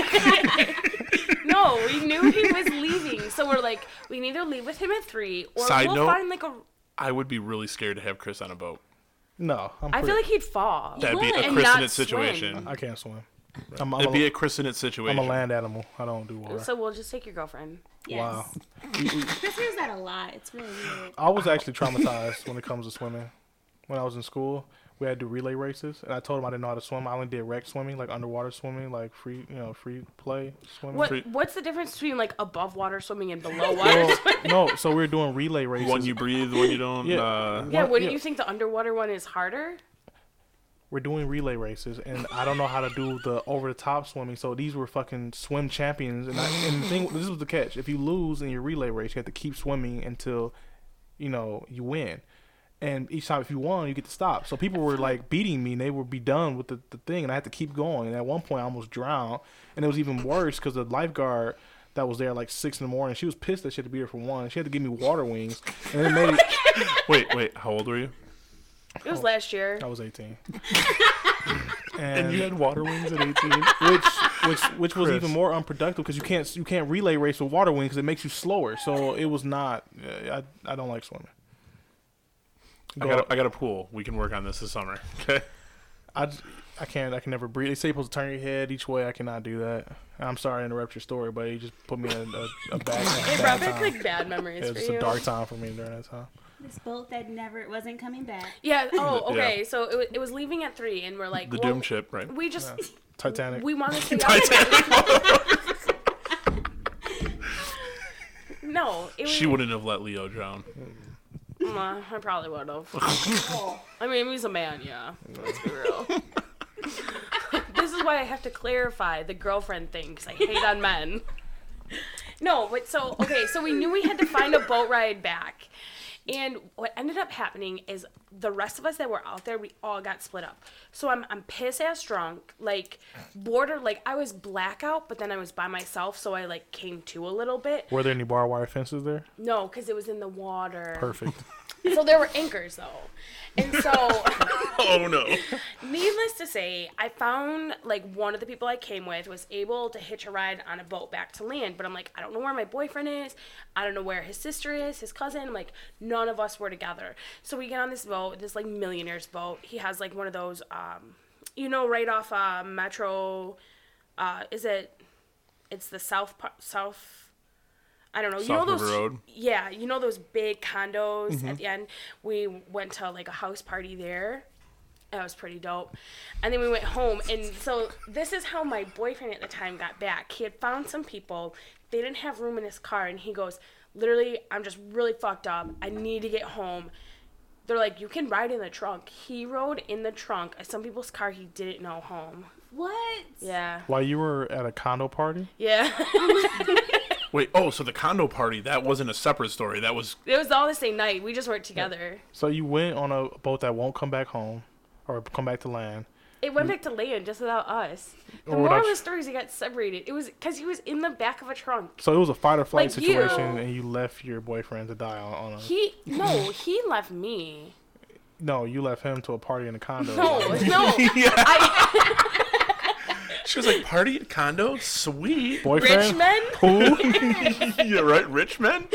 S3: no, we knew he was leaving. So we're like, we can either leave with him at three, or
S1: Side
S3: we'll
S1: note.
S3: find like a.
S1: I would be really scared to have Chris on a boat.
S2: No, I'm
S3: I
S2: pretty,
S3: feel like he'd fall.
S1: That'd be
S5: would,
S1: a
S5: and
S1: Chris in
S3: not
S1: it situation.
S3: swim.
S2: I can't swim. I'm, I'm,
S1: It'd be
S2: a,
S1: a Chris in it situation.
S2: I'm a land animal. I don't do water.
S3: So we'll just take your girlfriend.
S5: Yes.
S2: Wow.
S5: Chris hears that a lot. It's really weird.
S2: I was actually traumatized when it comes to swimming. When I was in school, we had to do relay races, and I told them I didn't know how to swim. I only did wreck swimming, like underwater swimming, like free, you know, free play swimming.
S3: What?
S1: Free-
S3: What's the difference between like above water swimming and below water?
S2: Well, no, so we were doing relay races.
S1: One you breathe, one you don't.
S2: Yeah.
S1: Uh,
S3: Yeah,
S2: One-
S3: wouldn't you think the underwater one is harder?
S2: we're doing relay races, and I don't know how to do the over the top swimming. So these were fucking swim champions, and, I, and the thing, this was the catch: if you lose in your relay race, you have to keep swimming until you know you win. And each time, if you won, you get to stop. So people were like beating me, and they would be done with the, the thing, and I had to keep going. And at one point, I almost drowned, and it was even worse because the lifeguard that was there at like six in the morning, she was pissed that she had to be there for one. She had to give me water wings, and it made it,
S1: wait, wait. How old were you?
S3: It
S2: Oh.
S3: was last year.
S2: I was eighteen.
S1: And you had water wings at 18.
S2: which which which was
S1: Chris.
S2: even more unproductive because you can't you can't relay race with water wing because it makes you slower. So it was not. I I don't like swimming.
S1: I
S2: Go
S1: got,
S2: up.
S1: a, I got a pool. We can work on this this summer. Okay.
S2: I, j- I can't I can never breathe. They say you're supposed to turn your head each way. I cannot do that. I'm sorry to interrupt your story, but you just put me in a, a, a bad,
S3: It
S2: a bad
S3: brought back
S2: time.
S3: like bad memories
S2: It was
S3: for
S2: just
S3: you.
S2: a dark time for me during that time.
S5: This boat that never it wasn't coming back.
S3: Yeah. Oh,
S1: Yeah.
S3: okay. So it was, it was leaving at three, and we're like
S1: The
S3: well,
S1: doom ship, right?
S3: We just
S2: Titanic.
S3: we want to stay out. no, it was.
S1: She wouldn't have let Leo drown.
S3: Uh, I probably would have. I mean, he's a man, yeah. Let's be real. this is why I have to clarify the girlfriend thing because I hate on men. No, but so okay, so we knew we had to find a boat ride back. And what ended up happening is the rest of us that were out there, we all got split up. So I'm I'm piss ass drunk, like border like I was blackout, but then I was by myself, so I like came to a little bit.
S2: Were there any barbed wire fences there?
S3: No, because it was in the water.
S2: Perfect.
S3: So there were anchors though. And so
S1: Oh no.
S3: Needless to say, I found like one of the people I came with was able to hitch a ride on a boat back to land, but I'm like, I don't know where my boyfriend is. I don't know where his sister is, his cousin. I'm like, none of us were together. So we get on this boat, this like millionaire's boat. He has like one of those, um, you know, right off uh, Metro. Uh, is it? It's the South par- South. I don't know. you know
S1: South
S3: those
S1: River Road. Mm-hmm.
S3: yeah, you know those big condos at the end? We went to like a house party there. That was pretty dope. And then we went home. And so this is how my boyfriend at the time got back. He had found some people. They didn't have room in his car. And he goes, literally, I'm just really fucked up. I need to get home. They're like, you can ride in the trunk. He rode in the trunk of some people's car he didn't know home.
S5: What?
S3: Yeah.
S2: While you were at a condo party,
S3: Yeah.
S1: Wait. Oh, so the condo party that wasn't a separate story. That was
S3: it was all the same night. We just weren't together.
S2: so you went on a boat that won't come back home or come back to land.
S3: It
S2: Mm.
S3: went back to land just without us. The
S2: Or
S3: moral
S2: without
S3: of
S2: you.
S3: the story is he got separated. It was because he was in the back of a trunk.
S2: So it was a fight or flight
S3: Like you.
S2: situation, and you left your boyfriend to die on, on a.
S3: He no, he left me.
S2: no, you left him to a party in a condo.
S3: No, no. I,
S1: she was like party at condo. Sweet.
S3: rich
S2: Boyfriend?
S3: men?
S2: Who?
S1: yeah, right. Rich men.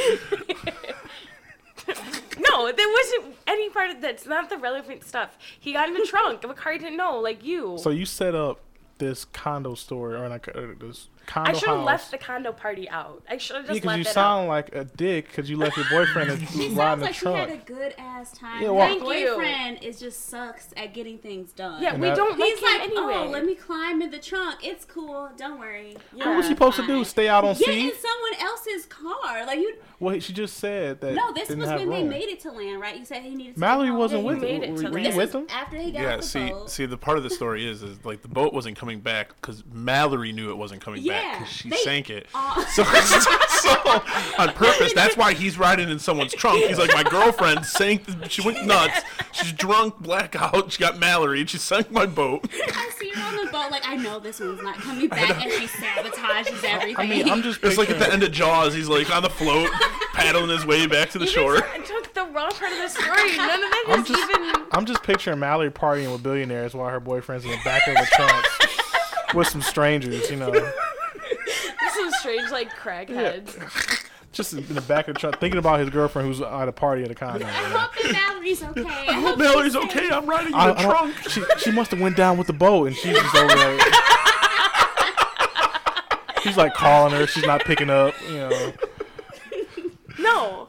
S3: No, there wasn't any part of that's not the relevant stuff. He got in the trunk of a car he didn't know, like you.
S2: so you set up this condo store or like uh, this condo
S3: I should have
S2: house.
S3: left the condo party out. I should have just
S2: because
S3: left
S2: you
S3: it
S2: sound like a dick because you left your boyfriend to ride
S5: She
S2: in
S5: sounds
S2: the
S5: like she
S2: trunk.
S5: had a good ass time.
S2: Yeah,
S5: Yeah,
S2: well-
S5: My
S3: Thank you.
S5: boyfriend is just sucks at getting things done.
S3: out. Yeah,
S2: And
S3: we
S2: that-
S3: don't like
S5: He's like,
S3: him anyway.
S5: oh, let me climb in the trunk. It's cool. Don't worry.
S2: What was
S3: Yeah.
S2: he supposed to do? Stay out on
S5: Get
S2: sea?
S5: in someone else's car. Like you.
S2: Well, she just said that.
S5: No, this
S2: didn't
S5: was
S2: have
S5: when they
S2: room.
S5: made it to land, right? You said he needed. To
S2: Mallory
S5: go home.
S2: wasn't
S3: he
S2: with
S3: made it
S2: him.
S3: to
S2: Were, were you
S3: land.
S5: This
S2: with
S5: is
S2: him?
S5: After he got
S1: Yeah.
S5: off the
S1: See,
S5: boat.
S1: see, the part of the story is, is like the boat wasn't coming back because Mallory knew it wasn't coming back
S5: Yeah,
S1: because she
S5: they-
S1: sank it.
S5: Aw.
S1: So, so on purpose. That's why he's riding in someone's trunk. He's like, my girlfriend sank. The, she went nuts. She's drunk, blackout. She got Mallory, and she sank my boat.
S5: I see her on the boat. Like I know this one's not coming back, and she sabotages everything.
S2: I mean, I'm just.
S1: It's like at the
S2: picturing-
S1: end of Jaws. He's like on the float, paddling his way back to the
S3: You
S1: shore.
S3: just took the wrong part of the story. None of that
S2: I'm
S3: is
S2: just-
S3: even.
S2: I'm just picturing Mallory partying with billionaires while her boyfriend's in the back of the trunk with some strangers, you know,
S3: This is strange, like crackheads.
S2: just in the back of the trunk thinking about his girlfriend who's at a party at a condo.
S5: I hope that Mallory's okay. I
S1: Hope
S5: hope
S1: Mallory's
S5: she's
S1: okay.
S5: safe.
S1: I'm riding in
S2: I,
S1: the
S2: I don't,
S1: trunk.
S2: she she must have went down with the boat and she's just over there. He's like calling her, she's not picking up, you know.
S3: No.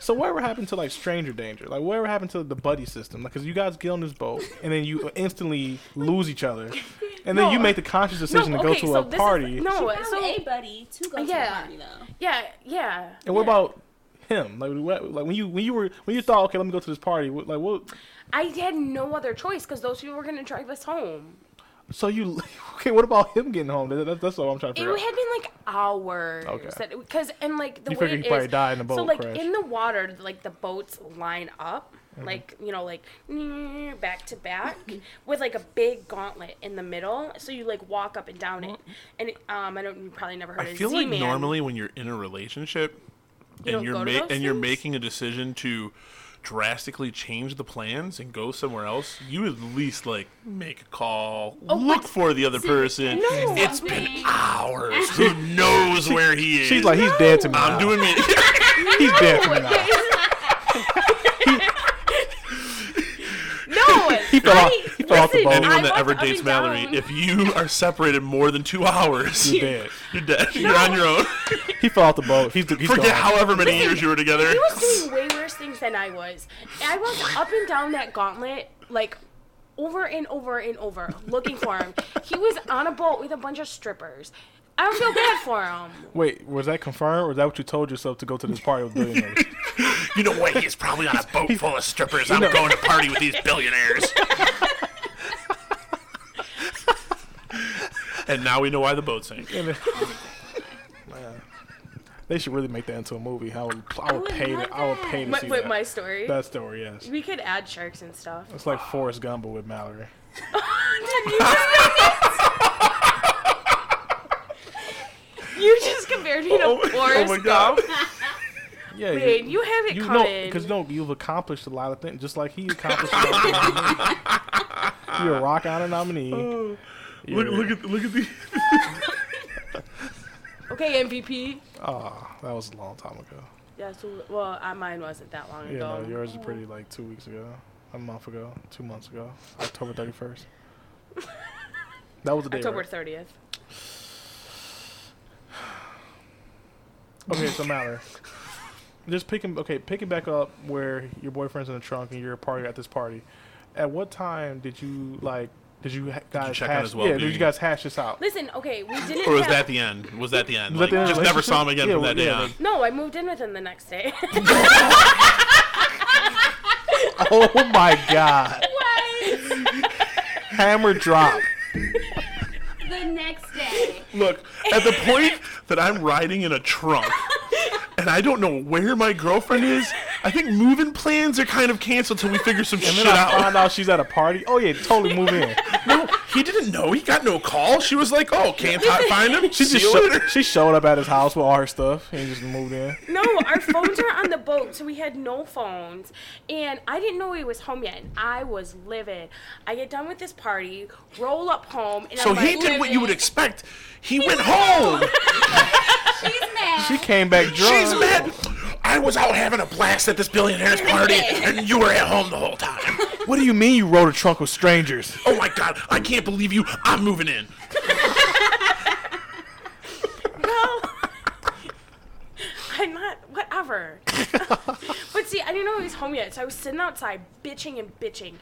S2: So whatever happened to like stranger danger? Like whatever happened to the buddy system? Like, cause you guys get on this boat and then you instantly lose each other, and then you
S3: No.
S2: make the conscious decision
S3: no,
S2: to go
S3: okay,
S2: to
S3: so
S2: a
S3: this is-
S2: party.
S5: She
S3: no,
S5: found
S3: so
S5: a buddy to go to the
S3: Yeah.
S5: party though.
S3: yeah, yeah.
S2: And what about him? Like, what, like when you when you were when you thought, okay, let me go to this party. What, like, what?
S3: I had no other choice because those people were going to drive us home.
S2: So you okay? What about him getting home? That, that, that's what I'm trying to
S3: It
S2: figure
S3: had
S2: out.
S3: been like hours.
S2: Okay.
S3: Because and like the
S2: You
S3: way
S2: figure
S3: it
S2: he probably
S3: is-
S2: died in a
S3: so
S2: boat
S3: like
S2: crash. Mm-hmm.
S3: in the water, like the boats line up, like you know, like back to back with like a big gauntlet in the middle. So you like walk up and down it, and it, um, I don't you probably never heard
S1: I
S3: of
S1: feel like
S3: Z-Man.
S1: normally when you're in a relationship
S3: don't
S1: and you're
S3: go
S1: ma-
S3: to
S1: and
S3: those
S1: you're
S3: things?
S1: making a decision to drastically change the plans and go somewhere else, you at least like make a call, look for the other person.
S3: Oh, no.
S1: It's been
S5: Wait.
S1: hours. Who knows where he is?
S2: She's like, he's dead to me.
S1: I'm
S2: now.
S1: doing me.
S2: He's dead to me. Now.
S3: No,
S2: He fell off.
S3: I-
S2: He fell off the
S3: listen,
S2: boat.
S3: I-
S1: Anyone that
S3: walked
S1: ever
S3: up and
S1: dates Mallory,
S3: down.
S1: if you are separated more than two hours,
S2: He's dead.
S1: you're dead. You're on your own.
S2: He fell off the boat. He's, he's
S1: Forget
S2: gone.
S1: however many years you were together.
S3: He was doing way worse things than I was. I was up and down that gauntlet, like over and over and over, looking for him. He was on a boat with a bunch of strippers. I don't feel bad for him.
S2: Wait, was that confirmed, or is that what you told yourself to go to this party with billionaires?
S1: You know what? He's probably on a boat full of strippers. I'm
S2: No.
S1: going to party with these billionaires. and now we know why the boat sank.
S2: And it- Man. They should really make that into a movie. I would, I would
S5: would
S2: pay
S5: love
S2: to, I would pay to
S3: My,
S2: see
S3: wait,
S2: that.
S3: my story.
S2: that story, yes.
S3: we could add sharks and stuff.
S2: It's like Forrest Gump but with Mallory.
S3: you, just, you just compared me to
S1: Oh, oh
S3: Forrest
S1: my god.
S3: Gump.
S2: Yeah,
S3: Wait, you have it
S2: you know,
S3: coming.
S2: because no, you've accomplished a lot of things, just like he accomplished. a lot of things. You're a Rock Honor nominee.
S1: Look,
S2: You're-
S1: Oh. look at look at the
S3: Okay, MVP.
S2: Oh, that was a long time ago.
S3: Yeah, so, well, uh, mine wasn't that long
S2: Yeah,
S3: ago.
S2: no, yours is pretty like two weeks ago, a month ago, two months ago, October thirty first. That was the day.
S3: October
S2: right?
S3: 30th.
S2: Okay, so Mallory, just picking okay, picking back up where your boyfriend's in the trunk and you're a party at this party. At what time did you like? Did you ha- guys
S1: check on
S2: hash?
S1: his well-being?
S2: Yeah, did you guys hash this out?
S3: Listen, okay, we didn't.
S1: Or was
S3: have-
S1: that the end? Was that the end?
S2: Was
S1: Like,
S2: that the end of
S1: just
S2: the
S1: never saw him again
S2: relationship? Yeah,
S1: from
S2: well,
S1: that day
S2: yeah,
S1: on.
S2: like-
S3: No, I moved in with him the next day.
S2: Oh my god!
S5: What?
S2: Hammer drop.
S5: the next day.
S1: Look, at the point that I'm riding in a trunk and I don't know where my girlfriend is, I think moving plans are kind of canceled till we figure some
S2: And
S1: shit
S2: then I
S1: out.
S2: find out she's at a party. Oh yeah, totally move in.
S1: No, he didn't know. He got no call. She was like, "Oh, can't I find him."
S2: She
S1: She
S2: just
S1: just
S2: sho- she showed up at his house with all her stuff and just moved in.
S3: no, our phones are on the boat, so we had no phones. And I didn't know he was home yet, and I was livid. I get done with this party, roll up home, and
S1: So
S3: I'm like,
S1: he did what you would
S3: livid.
S1: expect. He went home.
S5: She's mad.
S2: She came back drunk.
S1: She's mad. I was out having a blast at this billionaire's party, and you were at home the whole time.
S2: What do you mean you rode a trunk with strangers?
S1: Oh my god, I can't believe you. I'm moving in.
S3: No. I'm not, whatever. but see, I didn't know he was home yet, so I was sitting outside bitching and bitching.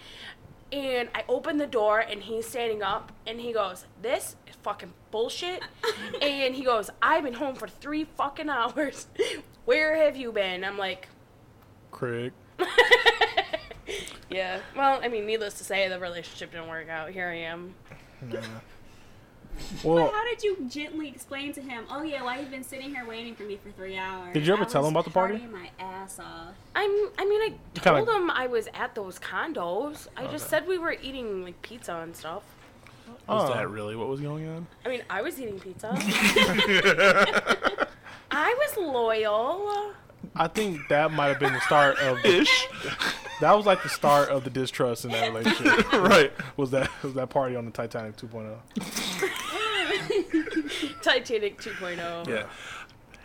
S3: And I open the door, and he's standing up, and he goes, This is fucking bullshit. and he goes, I've been home for three fucking hours. Where have you been? I'm like,
S2: Craig.
S3: Yeah. Well, I mean, needless to say, the relationship didn't work out. Here I am.
S2: Well,
S5: How did you gently explain to him? Oh yeah, why you've been sitting here waiting for me for three hours?
S2: Did you ever
S5: I
S2: tell him
S5: was
S2: about the party?
S5: partying My ass off.
S3: I'm, I mean, I
S2: You kinda-
S3: told him I was at those condos. I just said we were eating, like, pizza and stuff.
S2: Was that
S1: really what was going on?
S3: I mean, I was eating pizza. I was loyal.
S2: I think that might have been the start of ish. That was like the start of the distrust in that relationship.
S1: Right.
S2: Was that was that party on the Titanic oh? 2.0?
S3: Titanic oh. 2.0.
S1: Yeah.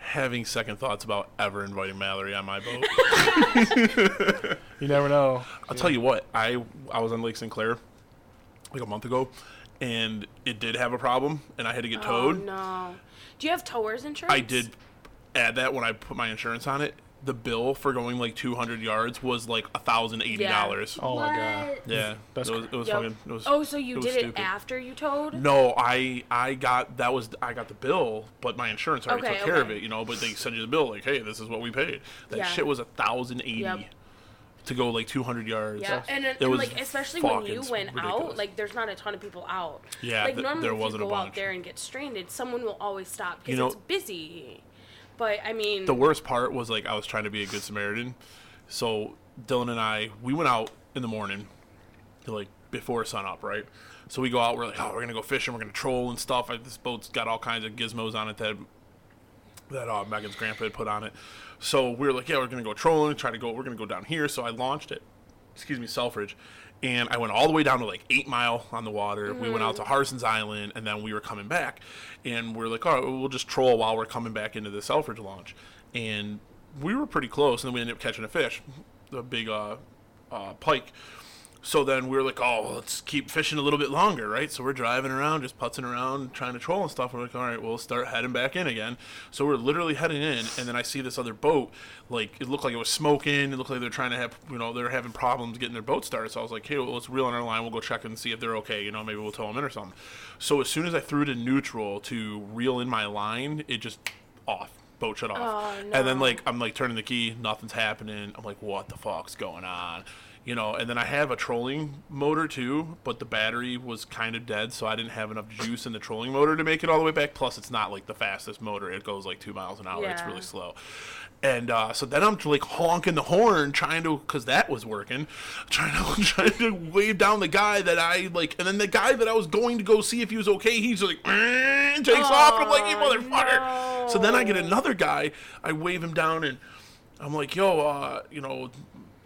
S1: Having second thoughts about ever inviting Mallory on my boat.
S2: You never know.
S1: I'll tell you what, I I was on Lake Sinclair like a month ago and it did have a problem and I had to get
S3: Oh,
S1: towed.
S3: no. Do you have towers insurance?
S1: I did add that when I put my insurance on it. The bill for going like 200 yards was like $1,080.
S3: Yeah.
S2: Oh
S5: what?
S2: my god.
S1: Yeah,
S2: That's
S1: it was, it was
S3: Yep.
S1: fucking. It was,
S3: Oh, so you
S1: was
S3: did it
S1: stupid.
S3: after you towed?
S1: No, I I got that was I got the bill, but my insurance already
S3: Okay,
S1: took care of
S3: okay.
S1: it, you know. But they send you the bill like, hey, this is what we paid. That
S3: Yeah.
S1: shit was a thousand eighty
S3: Yep.
S1: to go like two hundred yards.
S3: Yeah, and, and,
S1: It was
S3: like especially when
S1: fucking
S3: you went out,
S1: ridiculous.
S3: like there's not a ton of people out.
S1: Yeah,
S3: like
S1: th-
S3: normally
S1: there
S3: if
S1: wasn't a
S3: you go
S1: bunch.
S3: out there and get stranded, someone will always stop because
S1: You know-
S3: it's busy. But I mean,
S1: the worst part was like I was trying to be a good Samaritan. So Dylan and I, we went out in the morning, to, like before sun up, right? So we go out. We're like, oh, we're gonna go fishing. We're gonna troll and stuff. Like, this boat's got all kinds of gizmos on it that that uh, Megan's grandpa had put on it. So we were like, yeah, we're gonna go trolling. Try to go. We're gonna go down here. So I launched it. Excuse me, Selfridge. And I went all the way down to like eight mile on the water. We went out to Harson's Island, and then we were coming back. And we are like, all right, we'll just troll while we're coming back into the Selfridge launch. And we were pretty close, and then we ended up catching a fish, a big uh, uh, pike. So then we were like, oh, well, let's keep fishing a little bit longer, right? So we're driving around, just putzing around, trying to troll and stuff. We're like, all right, we'll start heading back in again. So we're literally heading in, and then I see this other boat. Like, it looked like it was smoking. It looked like they're trying to have, you know, they're having problems getting their boat started. So I was like, hey, well, let's reel on our line. We'll go check and see if they're okay. You know, maybe we'll tow them in or something. So as soon as I threw to neutral to reel in my line, it just off. Boat shut off.
S3: Oh,
S1: And then,
S3: no.
S1: like, I'm like turning the key, nothing's happening. I'm like, what the fuck's going on? you know, and then I have a trolling motor too, but the battery was kind of dead, so I didn't have enough juice in the trolling motor to make it all the way back. Plus, it's not like the fastest motor; it goes like two miles an hour. It's
S3: Yeah.
S1: really slow. And uh, so then I'm like honking the horn, trying to, cause that was working, trying to trying to wave down the guy that I like, and then the guy that I was going to go see if he was okay, he's like "Mm," takes off, and I'm like, you
S3: Aw,
S1: motherfucker. So then I get
S3: Oh, no.
S1: another guy, I wave him down, and I'm like, yo, uh, you know,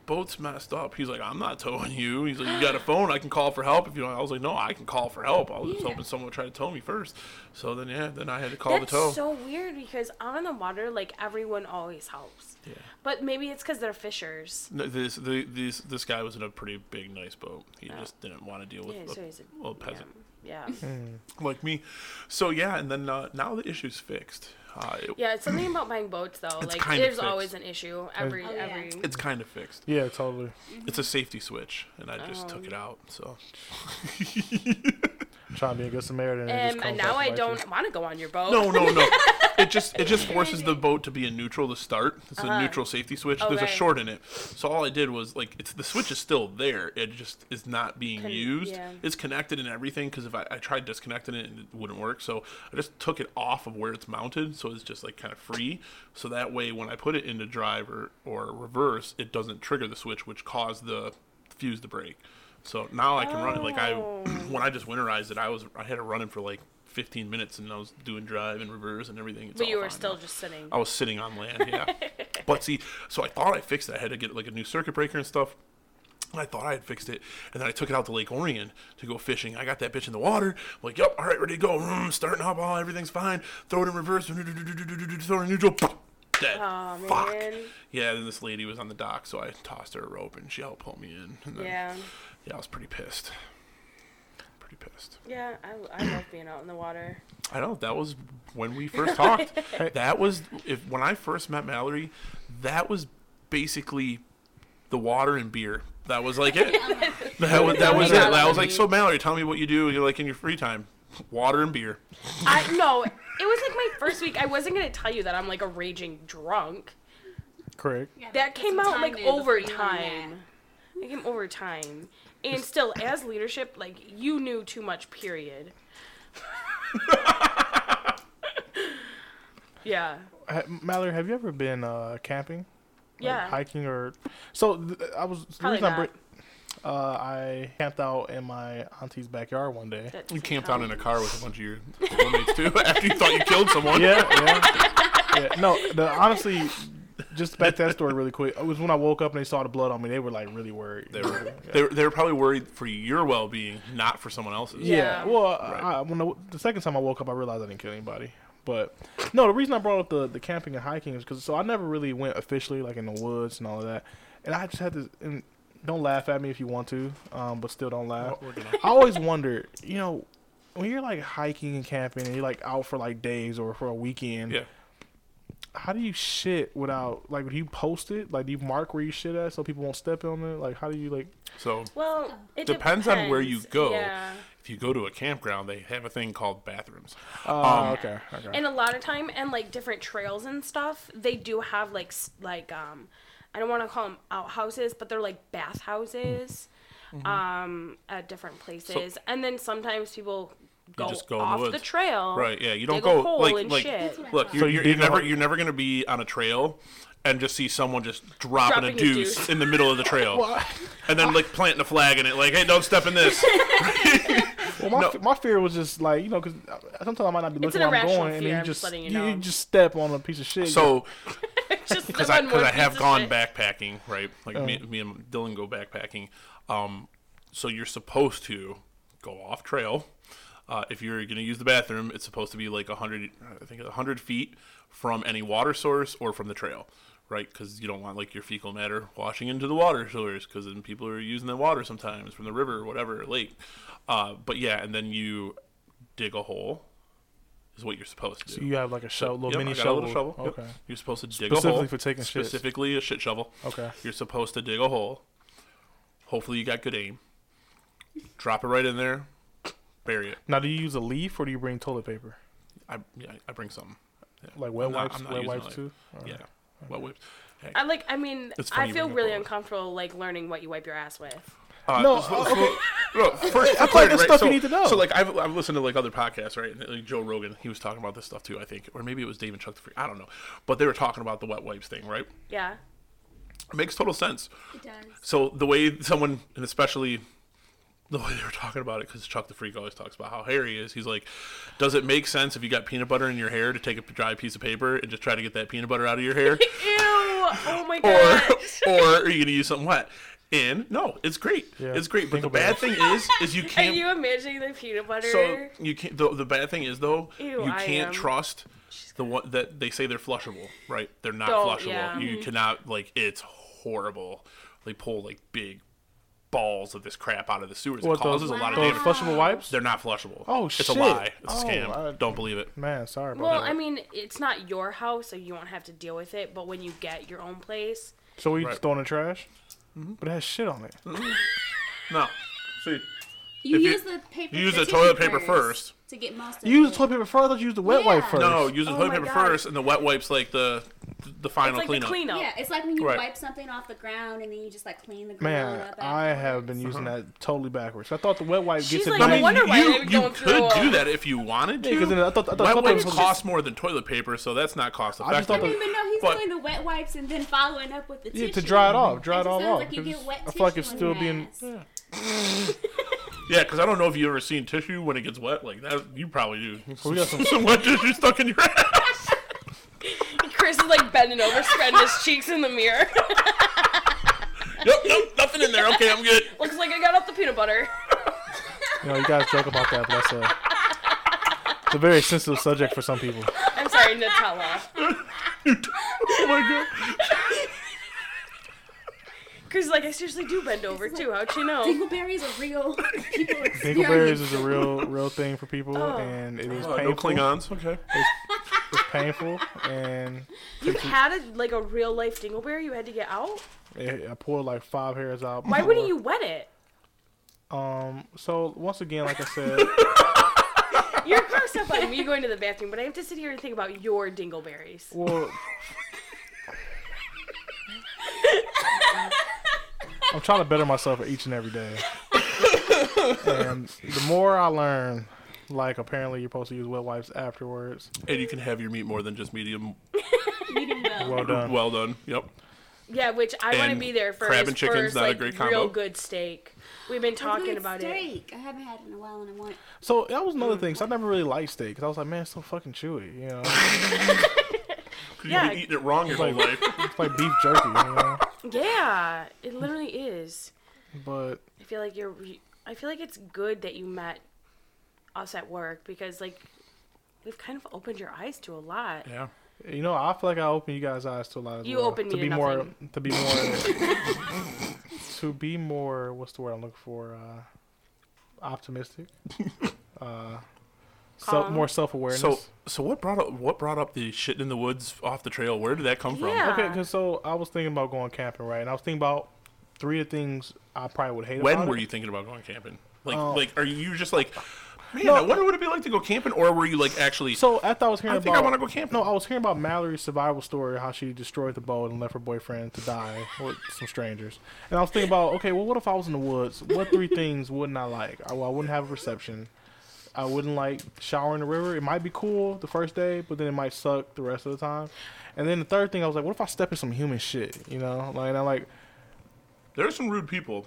S1: boat's messed up. He's like, I'm not towing you. He's like, you got a phone? I can call for help if you. want. I was like, no, I can call for help. I was just
S5: Yeah.
S1: hoping someone would try to tow me first. So then, yeah, then I had to call
S3: That's
S1: the tow.
S3: so weird because on the water, like everyone always helps. Yeah. But maybe it's because they're fishers.
S1: No, this the, this this guy was in a pretty big nice boat. He just didn't want to deal with
S3: Oh. Yeah,
S1: a,
S3: so he's a
S1: little peasant
S3: Yeah.
S5: Hmm.
S1: like me. So yeah, and then uh, now the issue's fixed. Uh, it-
S3: Yeah, it's something about buying boats though.
S1: It's
S3: like
S1: kind of
S3: there's
S1: fixed.
S3: always an issue every
S5: Oh, yeah.
S3: every.
S1: It's kind of fixed.
S2: Yeah, totally.
S1: It's a safety switch, and I
S3: Oh,
S1: just took it out. So
S2: Trying to be a good Samaritan. And, it just
S3: Um, and
S2: comes back
S3: now I
S2: to bite you.
S3: don't want to go on your boat.
S1: no, no, no. It just it just forces the boat to be in neutral to start. It's
S3: Uh-huh.
S1: a neutral safety switch. There's a
S3: Okay.
S1: short in it. So all I did was like it's the switch is still there. It just is not being
S3: Con-
S1: used.
S3: yeah.
S1: It's connected and everything because if I, I tried disconnecting it and it wouldn't work. So I just took it off of where it's mounted. So it's just like kind of free. So that way when I put it into drive or, or reverse, it doesn't trigger the switch, which caused the fuse to break. So now I can run it like I
S3: Oh.
S1: when I just winterized it, I was I had it running for like 15 minutes, and I was doing drive and reverse and everything. It's
S3: But
S1: all
S3: you were
S1: fine Oh,
S3: still
S1: now.
S3: just sitting.
S1: I was sitting on land, yeah. but see, so I thought I fixed it. I had to get like a new circuit breaker and stuff. And I thought I had fixed it, and then I took it out to Lake Orion to go fishing. I got that bitch in the water. I'm like, yep, all right, ready to go. Mm, starting up, all everything's fine. Throw it in reverse. Throw it in neutral. Dead.
S3: Aw,
S1: Fuck.
S3: man.
S1: Yeah. Then this lady was on the dock, so I tossed her a rope, and she helped pull me in. And then,
S3: Yeah.
S1: Yeah, I was pretty pissed. Pretty pissed.
S3: Yeah, I, I love being out in the water.
S1: I know that was when we first talked. that was if when I first met Mallory, that was basically the water and beer. That was like it. that was that was it. That was like so Mallory, tell me what you do. You're like in your free time, water and beer.
S3: I no, it was like my first week. I wasn't gonna tell you that I'm like a raging drunk.
S2: Correct.
S3: That came out like over
S5: over
S3: time. It came over time, and still as leadership, like you knew too much. Period. yeah.
S2: Ha- Mallory, have you ever been uh, camping? Like,
S3: Yeah.
S2: hiking or so th- I was the
S3: Probably
S2: reason I
S3: not.
S2: br- uh, I camped out in my auntie's backyard one day.
S3: That
S1: You
S3: doesn't
S1: camped out
S3: count.
S1: in a car with a bunch of your roommates too after you thought you killed someone.
S2: yeah, yeah, yeah. No, the, honestly, just back to that story really quick. It was when I woke up and they saw the blood on me. They were like really worried.
S1: They were, they, were, they were probably worried for your well being, not for someone else's.
S2: Yeah.
S3: Yeah.
S2: Well, I, I- when I, the second time I woke up, I realized I didn't kill anybody. But no, the reason I brought up the, the camping and hiking is because so I never really went officially like in the woods and all of that, and I just had to. And don't laugh at me if you want to, um, but still don't laugh.
S1: We're gonna-
S2: I always wonder, you know, when you're like hiking and camping and you're like out for like days or for a weekend,
S1: yeah.
S2: how do you shit without like do you post it? Like do you mark where you shit at so people won't step on it? Like how do you like
S1: So
S3: Well, it
S1: depends on where you
S3: depends.
S1: go.
S3: Yeah.
S1: if you go to a campground, they have a thing called bathrooms.
S2: Oh,
S1: Um,
S2: okay, okay.
S3: And a lot of time and like different trails and stuff, they do have like s- like um I don't want to call them outhouses, but they're like bathhouses um at different places. and then sometimes people go,
S1: just go in the
S3: off the,
S1: woods.
S3: trail.
S1: Right, yeah. You don't
S3: dig a
S1: go
S3: hole
S1: like
S3: and
S1: like
S3: shit.
S1: look, you're,
S2: So you
S1: you're, you're
S2: dig a
S1: never
S2: hole.
S1: you're never gonna be on a trail and just see someone just dropping,
S3: Dropping
S1: a,
S3: a
S1: deuce
S3: deuce.
S1: in the middle of the trail. and then like planting a flag in it, like, hey, don't step in this.
S2: Well, my,
S1: No.
S2: f my fear was just like you know because sometimes I might not be
S3: It's
S2: looking
S3: an
S2: where I'm
S3: irrational
S2: going, and
S3: fear,
S2: then
S3: I'm
S2: you
S3: just
S2: just
S3: letting you
S2: you, you
S3: know.
S2: just step on a piece of shit.
S1: so
S3: Just the
S1: because I,
S3: one
S1: cause
S3: word
S1: I have
S3: piece of
S1: gone
S3: shit.
S1: backpacking, right? Like me, me and Dylan go backpacking. Um, so you're supposed to go off trail. Uh, if you're going to use the bathroom, it's supposed to be like 100, I think 100 feet from any water source or from the trail, right? Because you don't want like your fecal matter washing into the water source because then people are using the water sometimes from the river or whatever, lake. Uh, but yeah, and then you dig a hole is what you're supposed to do.
S2: you have like a shovel, little
S1: Yep,
S2: mini
S1: I got
S2: shovel.
S1: A little shovel. Yep.
S2: Okay.
S1: You're supposed to dig a
S2: Specifically
S1: hole.
S2: for taking shits.
S1: Specifically a shit shovel.
S2: Okay.
S1: You're supposed to dig a hole. Hopefully you got good aim. Drop it right in there. Bury it.
S2: Now, do you use a leaf or do you bring toilet paper?
S1: I yeah, I bring something. Yeah.
S2: Like wet
S1: I'm not-
S2: wipes,
S1: I'm not
S2: wet
S1: using
S2: wipes
S1: like-
S2: too. Or-
S1: Yeah. Wet wipes. Hey.
S3: I like. I mean,
S1: It's funny
S3: I
S1: you
S3: feel
S1: bring up
S3: really
S1: all that.
S3: uncomfortable like learning what you wipe your ass with.
S1: Uh,
S2: No,
S1: so-
S2: uh,
S1: so- no, first, for clarity,
S2: like that's
S1: right,
S2: stuff you
S1: so-
S2: need to know.
S1: So, like, I've, I've listened to like other podcasts, right? and, Like Joe Rogan, he was talking about this stuff too, I think, or maybe it was Dave and Chuck the Freak. I don't know, but they were talking about the wet wipes thing, right?
S3: Yeah.
S1: It makes total sense.
S5: It does.
S1: So the way someone, and especially the way they were talking about it, because Chuck the Freak always talks about how hair he is. He's like, does it make sense if you got peanut butter in your hair to take a dry piece of paper and just try to get that peanut butter out of your hair?
S3: Ew! Oh my
S1: or
S3: god.
S1: or are you gonna use something wet? And no, it's great.
S2: Yeah.
S1: It's great. But
S2: Think
S1: the
S2: about
S1: bad thing is, is you
S3: Are
S1: can't.
S3: you imagining the peanut butter?
S1: so you can't. The, the bad thing is though,
S3: Ew,
S1: you
S3: I
S1: can't
S3: am.
S1: trust the one that they say they're flushable. Right? They're not
S3: Don't-
S1: flushable.
S3: yeah. Mm-hmm.
S1: You cannot like. It's horrible. They pull like big balls of this crap out of the sewers.
S2: What
S1: it causes
S2: those,
S1: a lot of
S2: those
S1: damage.
S2: flushable wipes?
S1: they're not flushable.
S2: Oh,
S1: it's
S2: shit.
S1: a lie. It's
S2: Oh,
S1: a scam.
S2: I-
S1: Don't believe it.
S2: Man, sorry about
S3: well,
S2: that.
S3: I mean, it's not your house, so you won't have to deal with it. But when you get your own place,
S2: so we
S1: Right. Mm-hmm. Mm.
S2: just throw it in the trash? But it has shit on it.
S1: No. See,
S5: You
S1: If you-
S5: use the paper.
S1: you use the
S5: tissue
S1: toilet paper first.
S5: to get most of
S2: You use
S5: it.
S2: the toilet paper first. I thought you used the wet
S5: Yeah.
S2: wipe first.
S1: no. Use the
S3: Oh
S1: toilet
S3: my
S1: paper
S3: God.
S1: first, and the wet wipes like the the
S3: it's
S1: final
S3: like the cleanup.
S5: Yeah, it's like when you
S1: Right.
S5: wipe something off the ground and then you just like clean the ground
S2: Man,
S5: up.
S2: I
S5: afterwards.
S2: have been using that totally backwards. I thought the wet wipe
S3: She's
S2: gets it
S3: like,
S1: I
S3: No
S1: mean,
S2: done.
S3: wonder
S1: Uh-huh. you,
S3: why they
S1: you,
S3: were
S1: you
S3: going through
S1: could
S3: a-
S1: do that if you wanted to.
S2: 'cause then I thought- I thought toilet
S1: wet wipes
S2: paper was-
S1: cost more than toilet paper, so that's not cost
S2: I just
S1: effective.
S2: thought
S5: I didn't even know he's
S1: But-
S5: doing the wet wipes and then following up with the
S2: Yeah,
S5: tissue.
S2: to dry it off. Dry it
S5: just
S2: all
S5: sounds
S2: off.
S5: like you
S2: because
S5: get wet
S2: I feel like it's
S5: tissue
S2: still
S5: on your
S2: being.
S5: ass.
S2: Yeah.
S1: yeah, because I don't know if you've ever seen tissue when it gets wet like that. You probably do.
S2: We got some.
S1: Some wet tissue stuck in your ass.
S3: Chris is like bending over, spreading his cheeks in the mirror.
S1: Nope, nope, nothing in there. Okay, I'm good.
S3: Looks like I got off the peanut butter.
S2: You know, you guys joke about that, but that's a, it's a very sensitive subject for some people.
S3: I'm sorry, Nutella.
S1: Oh my god.
S3: Chris is like, I seriously do bend over too. How'd you know?
S5: Dingleberries are real. People
S2: Dingleberries
S5: experience.
S2: is a real, real thing for people,
S3: Oh.
S2: and it is
S1: Oh, no
S2: painful.
S1: Klingons. Okay.
S2: It's painful, and
S3: You had a, like a real life dingleberry you had to get out?
S2: it, I poured like five hairs out.
S3: Why wouldn't you
S2: before.
S3: wet it?
S2: Um. So once again, like I said,
S3: You're close up on me going to the bathroom, but I have to sit here and think about your dingleberries.
S2: well, I'm trying to better myself each and every day. And the more I learn, like apparently you're supposed to use wet wipes afterwards.
S1: And you can have your meat more than just medium.
S5: Medium well.
S2: Well done.
S1: Well done. Yep.
S3: Yeah, which I want to
S1: And
S3: be there for.
S1: crab
S3: his
S1: and chicken's
S3: first,
S1: not a
S3: like,
S1: great
S3: Real
S1: combo.
S3: good steak. We've been talking about it.
S5: I haven't had it in a while and I want.
S2: So that was another thing. 'cause I never really liked steak. 'cause I was like, man, it's so fucking chewy. You know,
S1: 'Cause
S3: Yeah.
S1: You've been eating it wrong your whole life.
S2: it's like beef jerky. You know,
S3: Yeah, it literally is.
S2: but
S3: I feel like you're. re- I feel like it's good that you met us at work because like we've kind of opened your eyes to a lot.
S1: Yeah.
S2: you know, I feel like I opened you guys' eyes to a lot. As
S3: You
S2: well.
S3: opened
S2: to
S3: me
S2: be
S3: to
S2: more.
S3: nothing.
S2: To be more. to be more. What's the word I'm looking for? Uh, optimistic. Uh, self,
S3: Calm.
S2: more self awareness.
S1: So, so what brought up what brought up the shitting in the woods off the trail? Where did that come from?
S3: Yeah.
S2: okay, because so I was thinking about going camping, right? And I was thinking about three of the things I probably would hate.
S1: When
S2: about
S1: were
S2: it.
S1: you thinking about going camping? Like,
S2: Oh.
S1: like, are you just like, man,
S2: No.
S1: I wonder what it'd be like to go camping, or were you like actually?
S2: So after I was hearing
S1: I
S2: about,
S1: think I wanna go camping.
S2: No, I was hearing about Mallory's survival story, how she destroyed the boat and left her boyfriend to die with some strangers. And I was thinking about, okay, well, what if I was in the woods? What three things wouldn't I like? I, well, I wouldn't have a reception. I wouldn't like shower in the river. It might be cool the first day, but then it might suck the rest of the time. And then the third thing, I was like, what if I step in some human shit? You know, like and I'm like,
S1: there are some rude people.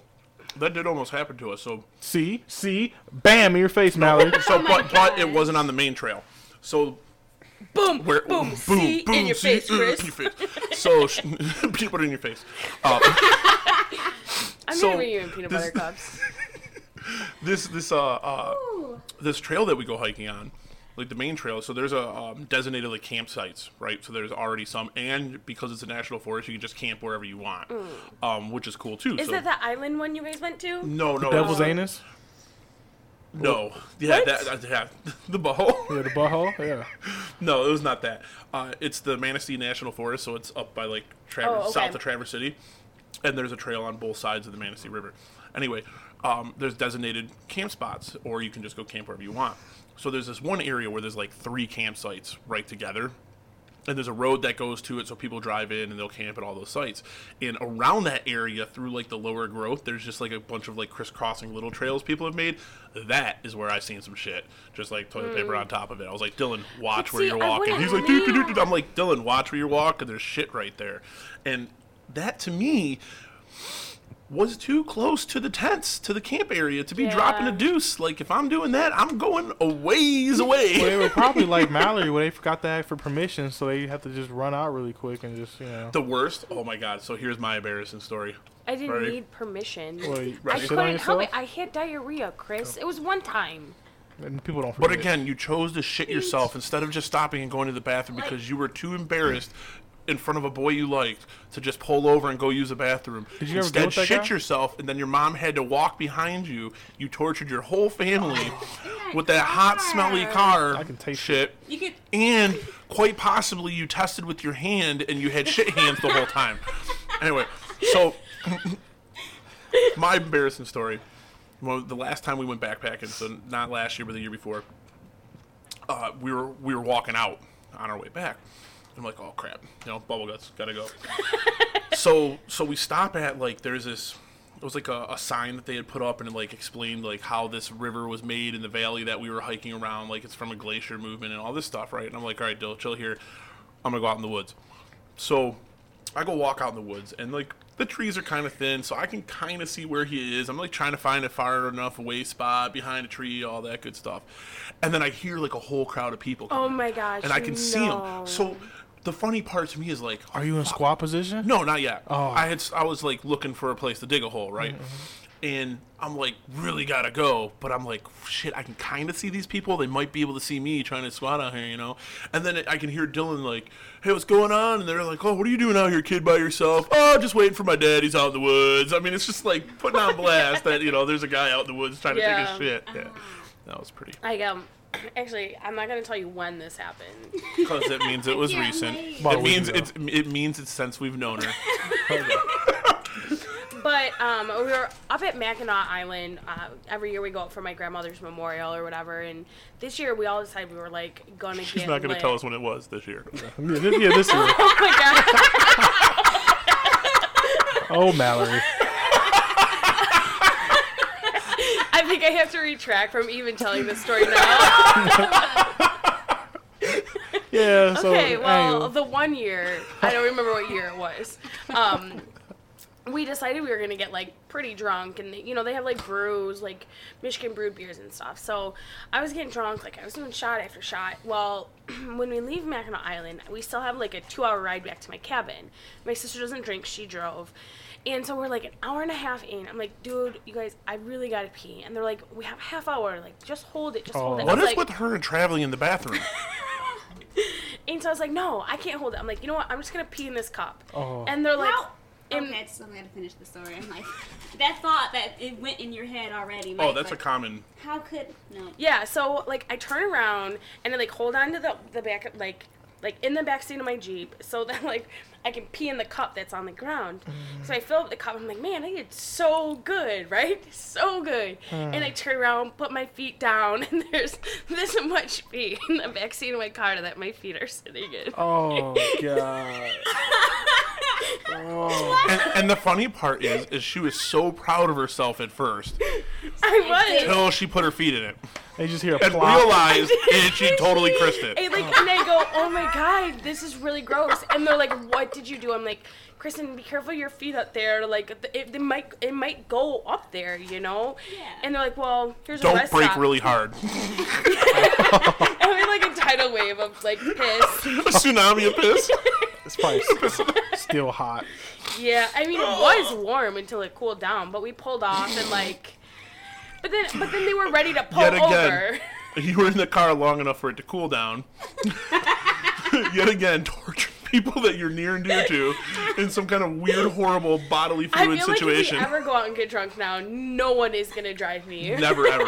S1: That did almost happen to us. So,
S2: see, see, bam in your face, Mallory.
S3: Oh
S1: so,
S5: my
S1: but, but it
S5: God.
S1: wasn't on the main trail. So,
S3: Boom,
S1: where,
S3: boom, see in your
S1: see,
S3: face,
S1: uh,
S3: Chris.
S1: in your face. So, sh- peanut butter in your face. Uh,
S3: I'm
S1: so
S3: gonna bring you in peanut
S1: this-
S3: butter cups.
S1: this, this, uh, uh,
S5: Ooh.
S1: this trail that we go hiking on, like the main trail, so there's a um, designated like campsites, right? So there's already some, and because it's a national forest, you can just camp wherever you want, um, which is cool too.
S3: Mm. Is
S1: so.
S3: that the island one you guys went to?
S1: no, no,
S2: Devil's
S1: uh,
S2: anus,
S1: No, yeah,
S3: What?
S1: that, that- yeah, the butthole.
S2: yeah, the butthole, yeah.
S1: no, it was not that. Uh, it's the Manistee National Forest, so it's up by like Traverse,
S3: Oh, okay.
S1: south of Traverse City, and there's a trail on both sides of the Manistee River. Anyway, um, there's designated camp spots, or you can just go camp wherever you want. So there's this one area where there's like three campsites right together, and there's a road that goes to it so people drive in and they'll camp at all those sites and around that area through like the lower growth there's just like a bunch of like crisscrossing little trails people have made that is where i've seen some shit just like toilet paper on top of it i was like dylan watch
S3: Hmm. But
S1: where
S3: see,
S1: you're
S3: I
S1: walking
S3: wouldn't
S1: he's like
S3: know.
S1: "Doo, doo, doo, doo." i'm like dylan watch where you're walking there's shit right there and that to me was too close to the tents to the camp area to be
S3: Yeah.
S1: dropping a deuce like if i'm doing that i'm going a ways away
S2: Well, they were probably like Mallory, where they forgot to ask for permission, so they had to just run out really quick and just you know.
S1: The worst? Oh my god. So here's my embarrassing story.
S3: I didn't
S1: Right.
S3: need permission.
S2: Wait,
S3: I
S2: shit on
S3: couldn't help it.
S2: yourself?
S3: I had diarrhea,
S1: Oh.
S3: Chris. It was one time.
S2: And people don't.
S1: But
S2: forget.
S1: again, you chose to shit yourself instead of just stopping and going to the bathroom because you were too embarrassed in front of a boy you liked to just pull over and go use the bathroom.
S2: Did you ever
S1: Instead,
S2: deal with that
S1: shit
S2: guy?
S1: yourself, and then your mom had to walk behind you. You tortured your whole family with that hot, smelly car
S2: I can taste
S1: shit.
S5: You could.
S1: And quite possibly you tested with your hand and you had shit hands the whole time. Anyway, so my embarrassing story. Well, the last time we went backpacking, so not last year, but the year before, uh, we were we were walking out on our way back. I'm like, oh crap, you know, bubble guts, gotta go. so so we stop at like there's this. It was like a, a sign that they had put up and it like explained like how this river was made in the valley that we were hiking around, like it's from a glacier movement and all this stuff, right? And I'm like, all right, Dill, chill here. I'm gonna go out in the woods. So I go walk out in the woods and like the trees are kind of thin, so I can kind of see where he is. I'm like trying to find a far enough away spot behind a tree, all that good stuff. And then I hear like a whole crowd of people.
S3: Oh
S1: coming,
S3: my gosh.
S1: And I can see
S3: no.
S1: them. So the funny part to me is like,
S2: are you in squat position?
S1: no, not yet.
S2: Oh. Mm-hmm.
S1: I had I was like looking for a place to dig a hole, right? And I'm like, really gotta go. But I'm like, shit, I can kind of see these people. They might be able to see me trying to squat out here, you know. And then I can hear Dylan like, hey, what's going on? And they're like, oh, what are you doing out here, kid, by yourself? Oh, just waiting for my dad. He's out in the woods. I mean, it's just like putting on blast that you know there's a guy out in the woods trying to
S3: Yeah.
S1: take a shit.
S5: Uh-huh.
S1: Yeah, that was pretty.
S3: I um, actually, I'm not gonna tell you when this happened.
S1: Because it means it was
S5: Yeah,
S1: recent.
S5: right.
S2: About a
S1: It
S2: week
S1: means
S2: ago.
S1: it's it means it's since we've known her.
S3: But um, we were up at Mackinac Island. Uh, every year we go up for my grandmother's memorial or whatever. And this year we all decided we were like gonna get.
S1: She's not gonna
S3: lit.
S1: tell us when it was this year.
S2: Yeah, this- yeah, this is.
S3: Oh my god!
S2: Oh, Mallory.
S3: I think I have to retract from even telling this story now.
S2: Yeah. So
S3: okay, well,
S2: anyway.
S3: the one year I don't remember what year it was. Um, we decided we were gonna get like pretty drunk, and you know they have like brews, like Michigan brewed beers and stuff. So I was getting drunk, like I was doing shot after shot. Well, when we leave Mackinac Island, we still have like a two-hour ride back to my cabin. My sister doesn't drink; she drove. And so we're like an hour and a half in. I'm like, dude, you guys, I really gotta pee. And they're like, we have a half hour. Like, just hold it, just hold it. I
S1: What
S3: was
S1: is
S3: like,
S1: with her and traveling in the bathroom?
S3: And so I was like, no, I can't hold it. I'm like, you know what? I'm just gonna pee in this cup.
S2: Oh.
S3: And they're like,
S5: How-
S3: and-
S5: okay, I just I'm gonna finish the story. I'm like, that thought that it went in your head already.
S1: oh,
S5: like,
S1: that's a
S5: like,
S1: common.
S5: How could no?
S3: yeah. So like, I turn around and I like hold on to the the back of- like like in the back seat of my jeep so that like I can pee in the cup that's on the ground.
S2: Mm.
S3: So I fill up the cup. I'm like, man, I did so good, right? So good.
S2: Hmm.
S3: And I turn around, put my feet down, and there's this much pee in the back seat of my car that my feet are sitting in.
S2: Oh God. Oh.
S1: And, and the funny part is, is she was so proud of herself at first
S3: I was.
S1: until she put her feet in it
S2: They just hear a
S1: and
S2: plop.
S1: realized and she totally crissed it.
S3: And like, and I go, oh my god, this is really gross. And they're like, what did you do? I'm like, Kristen, be careful of your feet up there. Like, th- it, they might, it might go up there, you know.
S5: Yeah.
S3: And they're like, well, here's a
S1: Don't
S3: rest
S1: break
S3: stop.
S1: really hard.
S3: And we had, like a tidal wave of like piss.
S1: a tsunami of piss.
S2: It's probably s- still hot.
S3: Yeah, I mean, it
S1: Oh.
S3: was warm until it cooled down, but we pulled off and like, but then, but then they were ready to pull
S1: Yet again.
S3: over.
S1: You were in the car long enough for it to cool down. Yet again, torture people that you're near and dear to in some kind of weird, horrible bodily
S3: I
S1: fluid
S3: feel
S1: situation.
S3: like if we ever go out and get drunk now, no one is gonna drive me.
S1: Never ever.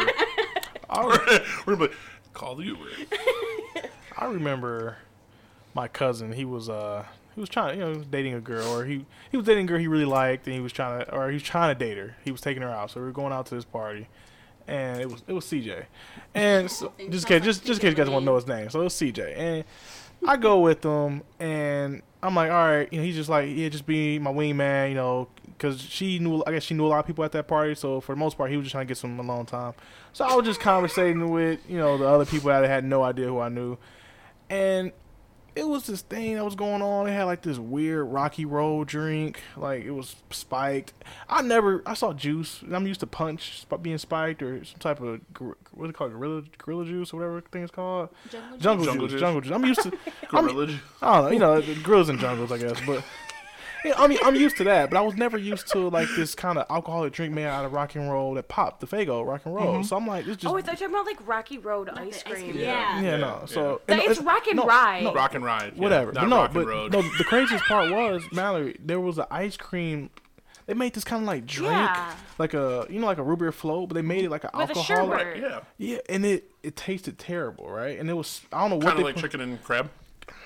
S2: I, re-
S1: We're gonna be like, call the Uber.
S2: I remember my cousin. He was uh he was trying you know he was dating a girl or he he was dating a girl he really liked and he was trying to or he was trying to date her. He was taking her out, so we were going out to this party. And it was it was CJ, and so, just in case just just in case you guys want to know his name, so it was CJ, and I go with him, and I'm like, all right, you know, he's just like, yeah, just be my wingman, you know, because she knew, I guess she knew a lot of people at that party, so for the most part, he was just trying to get some alone time. So I was just conversating with, you know, the other people that had no idea who I knew, and it was this thing that was going on. They had like this weird rocky road drink, like it was spiked. I never, I saw juice. and I'm used to punch sp- being spiked or some type of gor- what's it called, gorilla gorilla juice or whatever thing it's called.
S5: Jungle
S2: Jungle,
S1: Jungle
S2: juice,
S1: juice.
S2: jungle juice. I'm used to. I'm,
S1: Gorilla Ju-
S2: I don't know, you know, the grills and jungles, I guess. But yeah, I mean, I'm used to that, but I was never used to like this kind of alcoholic drink made out of rock and roll that popped the Fago rock and
S1: Mm-hmm.
S2: roll. So I'm like, it's just
S3: Oh, I thought you were talking about like Rocky Road
S5: the
S3: ice
S5: ice cream.
S3: cream.
S5: Yeah.
S2: yeah, no.
S1: Yeah,
S2: So
S3: That
S2: no,
S3: it's rock and
S2: no,
S3: ride.
S2: no,
S1: Rock and Ride. yeah,
S2: whatever.
S1: not
S2: but no,
S1: Rock
S2: but
S1: and Road.
S2: no. The craziest part was Mallory. There was an ice cream. They made this kind of like drink,
S3: Yeah.
S2: like a you know like a root beer float, but they made it like an
S3: With a
S2: alcoholic.
S3: sherbet.
S1: yeah.
S2: Yeah, and it it tasted terrible, right? And it was I don't know what
S1: Kind
S2: they
S1: of like chicken and crab.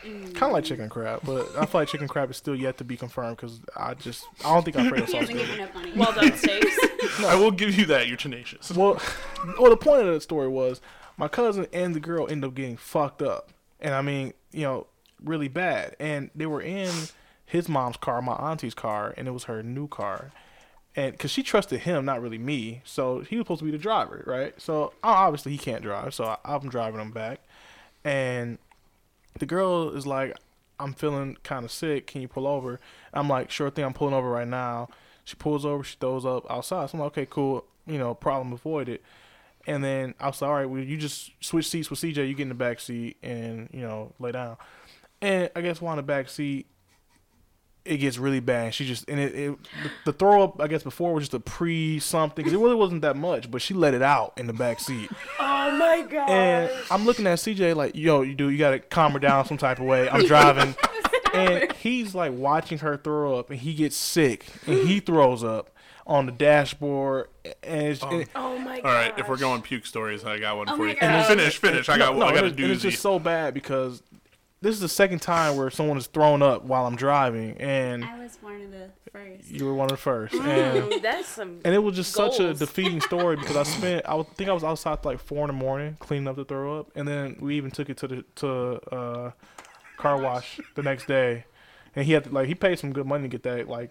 S2: kind of like chicken crab, but I feel like chicken crab is still yet to be confirmed because I just I don't think I prayed
S5: He
S2: sauce.
S5: hasn't given up on it.
S3: Well done, Stace.
S1: I will give you that. You're tenacious.
S2: Well, well, the point of the story was my cousin and the girl ended up getting fucked up, and I mean, you know, really bad. And they were in his mom's car, my auntie's car, and it was her new car, and because she trusted him, not really me, so he was supposed to be the driver, right? So o- obviously he can't drive, so I, I'm driving him back, and the girl is like, I'm feeling kind of sick. Can you pull over? I'm like, sure thing. I'm pulling over right now. She pulls over. She throws up outside. So I'm like, okay, cool. You know, problem avoided. And then I was like, all right, well, you just switch seats with CJ. You get in the back seat and, you know, lay down. And I guess while in the back seat, it gets really bad. She just, and it, it the, the throw up, I guess, before was just a pre something. 'cause It really wasn't that much, but she let it out in the back seat.
S3: oh my god.
S2: And I'm looking at CJ like, yo, you do, you gotta calm her down some type of way. I'm driving. and he's like watching her throw up and he gets sick and he throws up on the dashboard. And it's, and-
S3: oh my god.
S1: All right, if we're going puke stories, I got one
S5: Oh
S1: for
S5: my
S1: you.
S5: God.
S1: Finish, finish. I got,
S2: no,
S1: I got
S2: and
S1: a
S2: it's- and it's
S1: doozy.
S2: just so bad because this is the second time where someone is thrown up while I'm driving and
S5: I was one of the first.
S2: you were one of the first. And
S3: That's some.
S2: and it was just such a
S3: Goals.
S2: defeating story because I spent I would- think I was outside till, like four in the morning cleaning up the throw up, and then we even took it to the to uh, car wash the next day, and he had to, like he paid some good money to get that like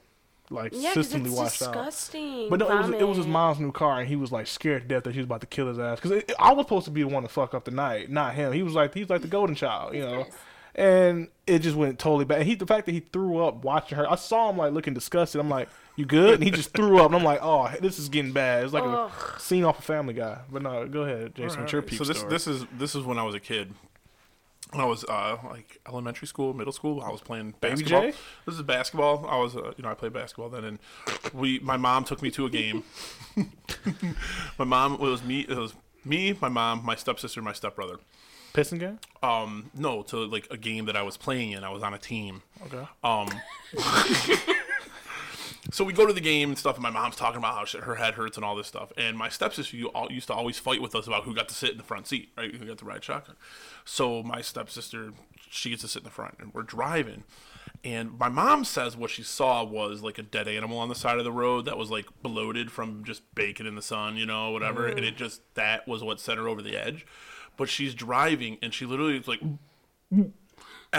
S2: like
S3: yeah, 'cause
S2: systemly
S3: it's
S2: washed out.
S3: disgusting.
S2: But no, it was, it was his
S3: Vomit.
S2: mom's new car, and he was like scared to death that she was about to kill his ass. Because I was supposed to be the one to fuck up the night, not him. He was like he was like the golden child, you know. And it just went totally bad. And he the fact that he threw up watching her, I saw him like looking disgusted. I'm like, you good? And he just threw up, and I'm like, oh, this is getting bad. It's like a scene off a Family Guy. But no, go ahead, Jason. What's your
S1: Alright,
S2: peep
S1: so this
S2: story?
S1: this is this is when I was a kid. When I was uh, like elementary school, middle school, I was playing
S2: Baby
S1: basketball.
S2: J?
S1: This is basketball. I was uh, you know I played basketball then, and we my mom took me to a game. my mom it was me it was me my mom my stepsister and my stepbrother.
S2: pissing game?
S1: Um no to like a game that I was playing in. I was on a team.
S2: Okay.
S1: Um, so we go to the game and stuff, and my mom's talking about how shit, her head hurts and all this stuff. And my stepsister you all, used to always fight with us about who got to sit in the front seat, right? Who got to ride shotgun. So my stepsister, she gets to sit in the front, and we're driving. And my mom says what she saw was like a dead animal on the side of the road that was like bloated from just baking in the sun, you know, whatever. And it just, that was what sent her over the edge. But she's driving and she literally is like, and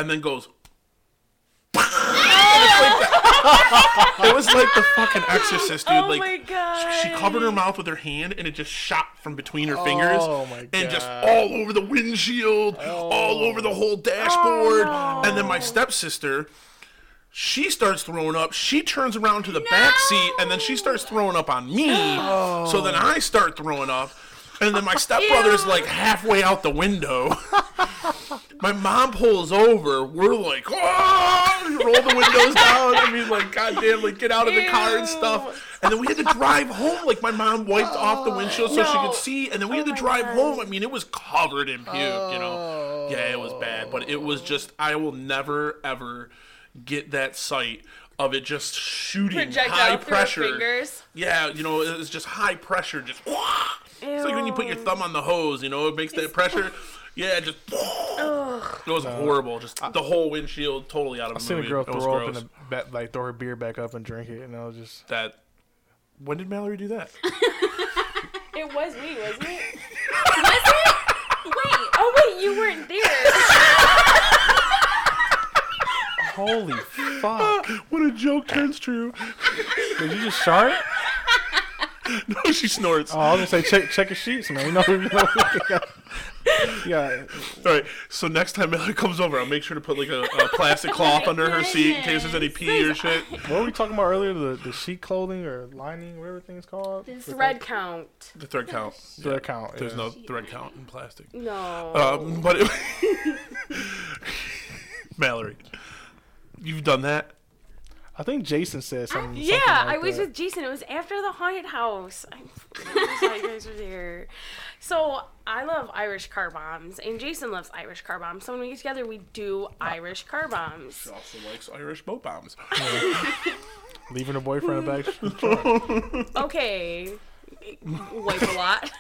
S1: then goes, It was like the fucking Exorcist, dude.
S3: Oh
S1: like
S3: my God.
S1: she covered her mouth with her hand, and it just shot from between her fingers,
S2: Oh my
S1: and just
S2: God. Oh.
S1: all over the windshield, all over the whole dashboard. And then my stepsister, she starts throwing up. She turns around to the back seat, and then she starts throwing up on me. So then
S2: Oh.
S1: I start throwing up, and then my stepbrother's like halfway out the window. My mom pulls over. We're like, oh! We roll the windows down. I mean, like, goddamn, like, get out of the car and stuff. And then we had to drive home. Like, my mom wiped off the windshield so she
S3: No. Oh
S1: could see. And then we had to
S3: my
S1: drive
S3: God.
S1: home. I mean, it was covered in puke, you
S3: Oh.
S1: know? Yeah, it was bad. But it was just, I will never, ever get that sight of it just shooting
S3: Projectile
S1: high
S3: through her
S1: pressure.
S3: fingers.
S1: Yeah, you know, it was just high pressure. Just, it's like when you put your
S3: Ew.
S1: thumb on the hose, you know, it makes that pressure. Yeah, just. It was horrible.
S3: uh,
S1: Just the whole windshield totally out of the
S2: I Uh, seen a
S1: movie.
S2: girl
S1: It was
S2: throw up
S1: gross.
S2: and the ba- like throw her beer back up and drink it, and I was just
S1: that. When did Mallory do that?
S3: It was me, wasn't it?
S5: Wait,
S3: Oh wait, you weren't there.
S2: Holy fuck!
S1: When a joke turns true.
S2: Did you just shart?
S1: No, she snorts.
S2: Oh, I was gonna say check check your sheets, man. You know, you know. yeah,
S1: All right. So next time Mallory comes over, I'll make sure to put like a, a plastic cloth under her seat in case there's any pee or shit.
S2: what were we talking about earlier? The the sheet clothing or lining, whatever thing's called.
S5: This
S3: Thread count.
S1: The thread count.
S2: Thread count.
S1: There's
S2: yeah.
S1: no thread count in plastic.
S3: No.
S1: Um, but it, Mallory, you've done that.
S2: I think Jason said something.
S3: yeah,
S2: something like
S3: I was
S2: that.
S3: with Jason. It was after the haunted house. I wish that you guys were there. So I love Irish car bombs, and Jason loves Irish car bombs. So when we get together, we do Irish car bombs.
S1: She also likes Irish boat bombs.
S2: leaving her boyfriend back.
S3: Okay, wipe a lot.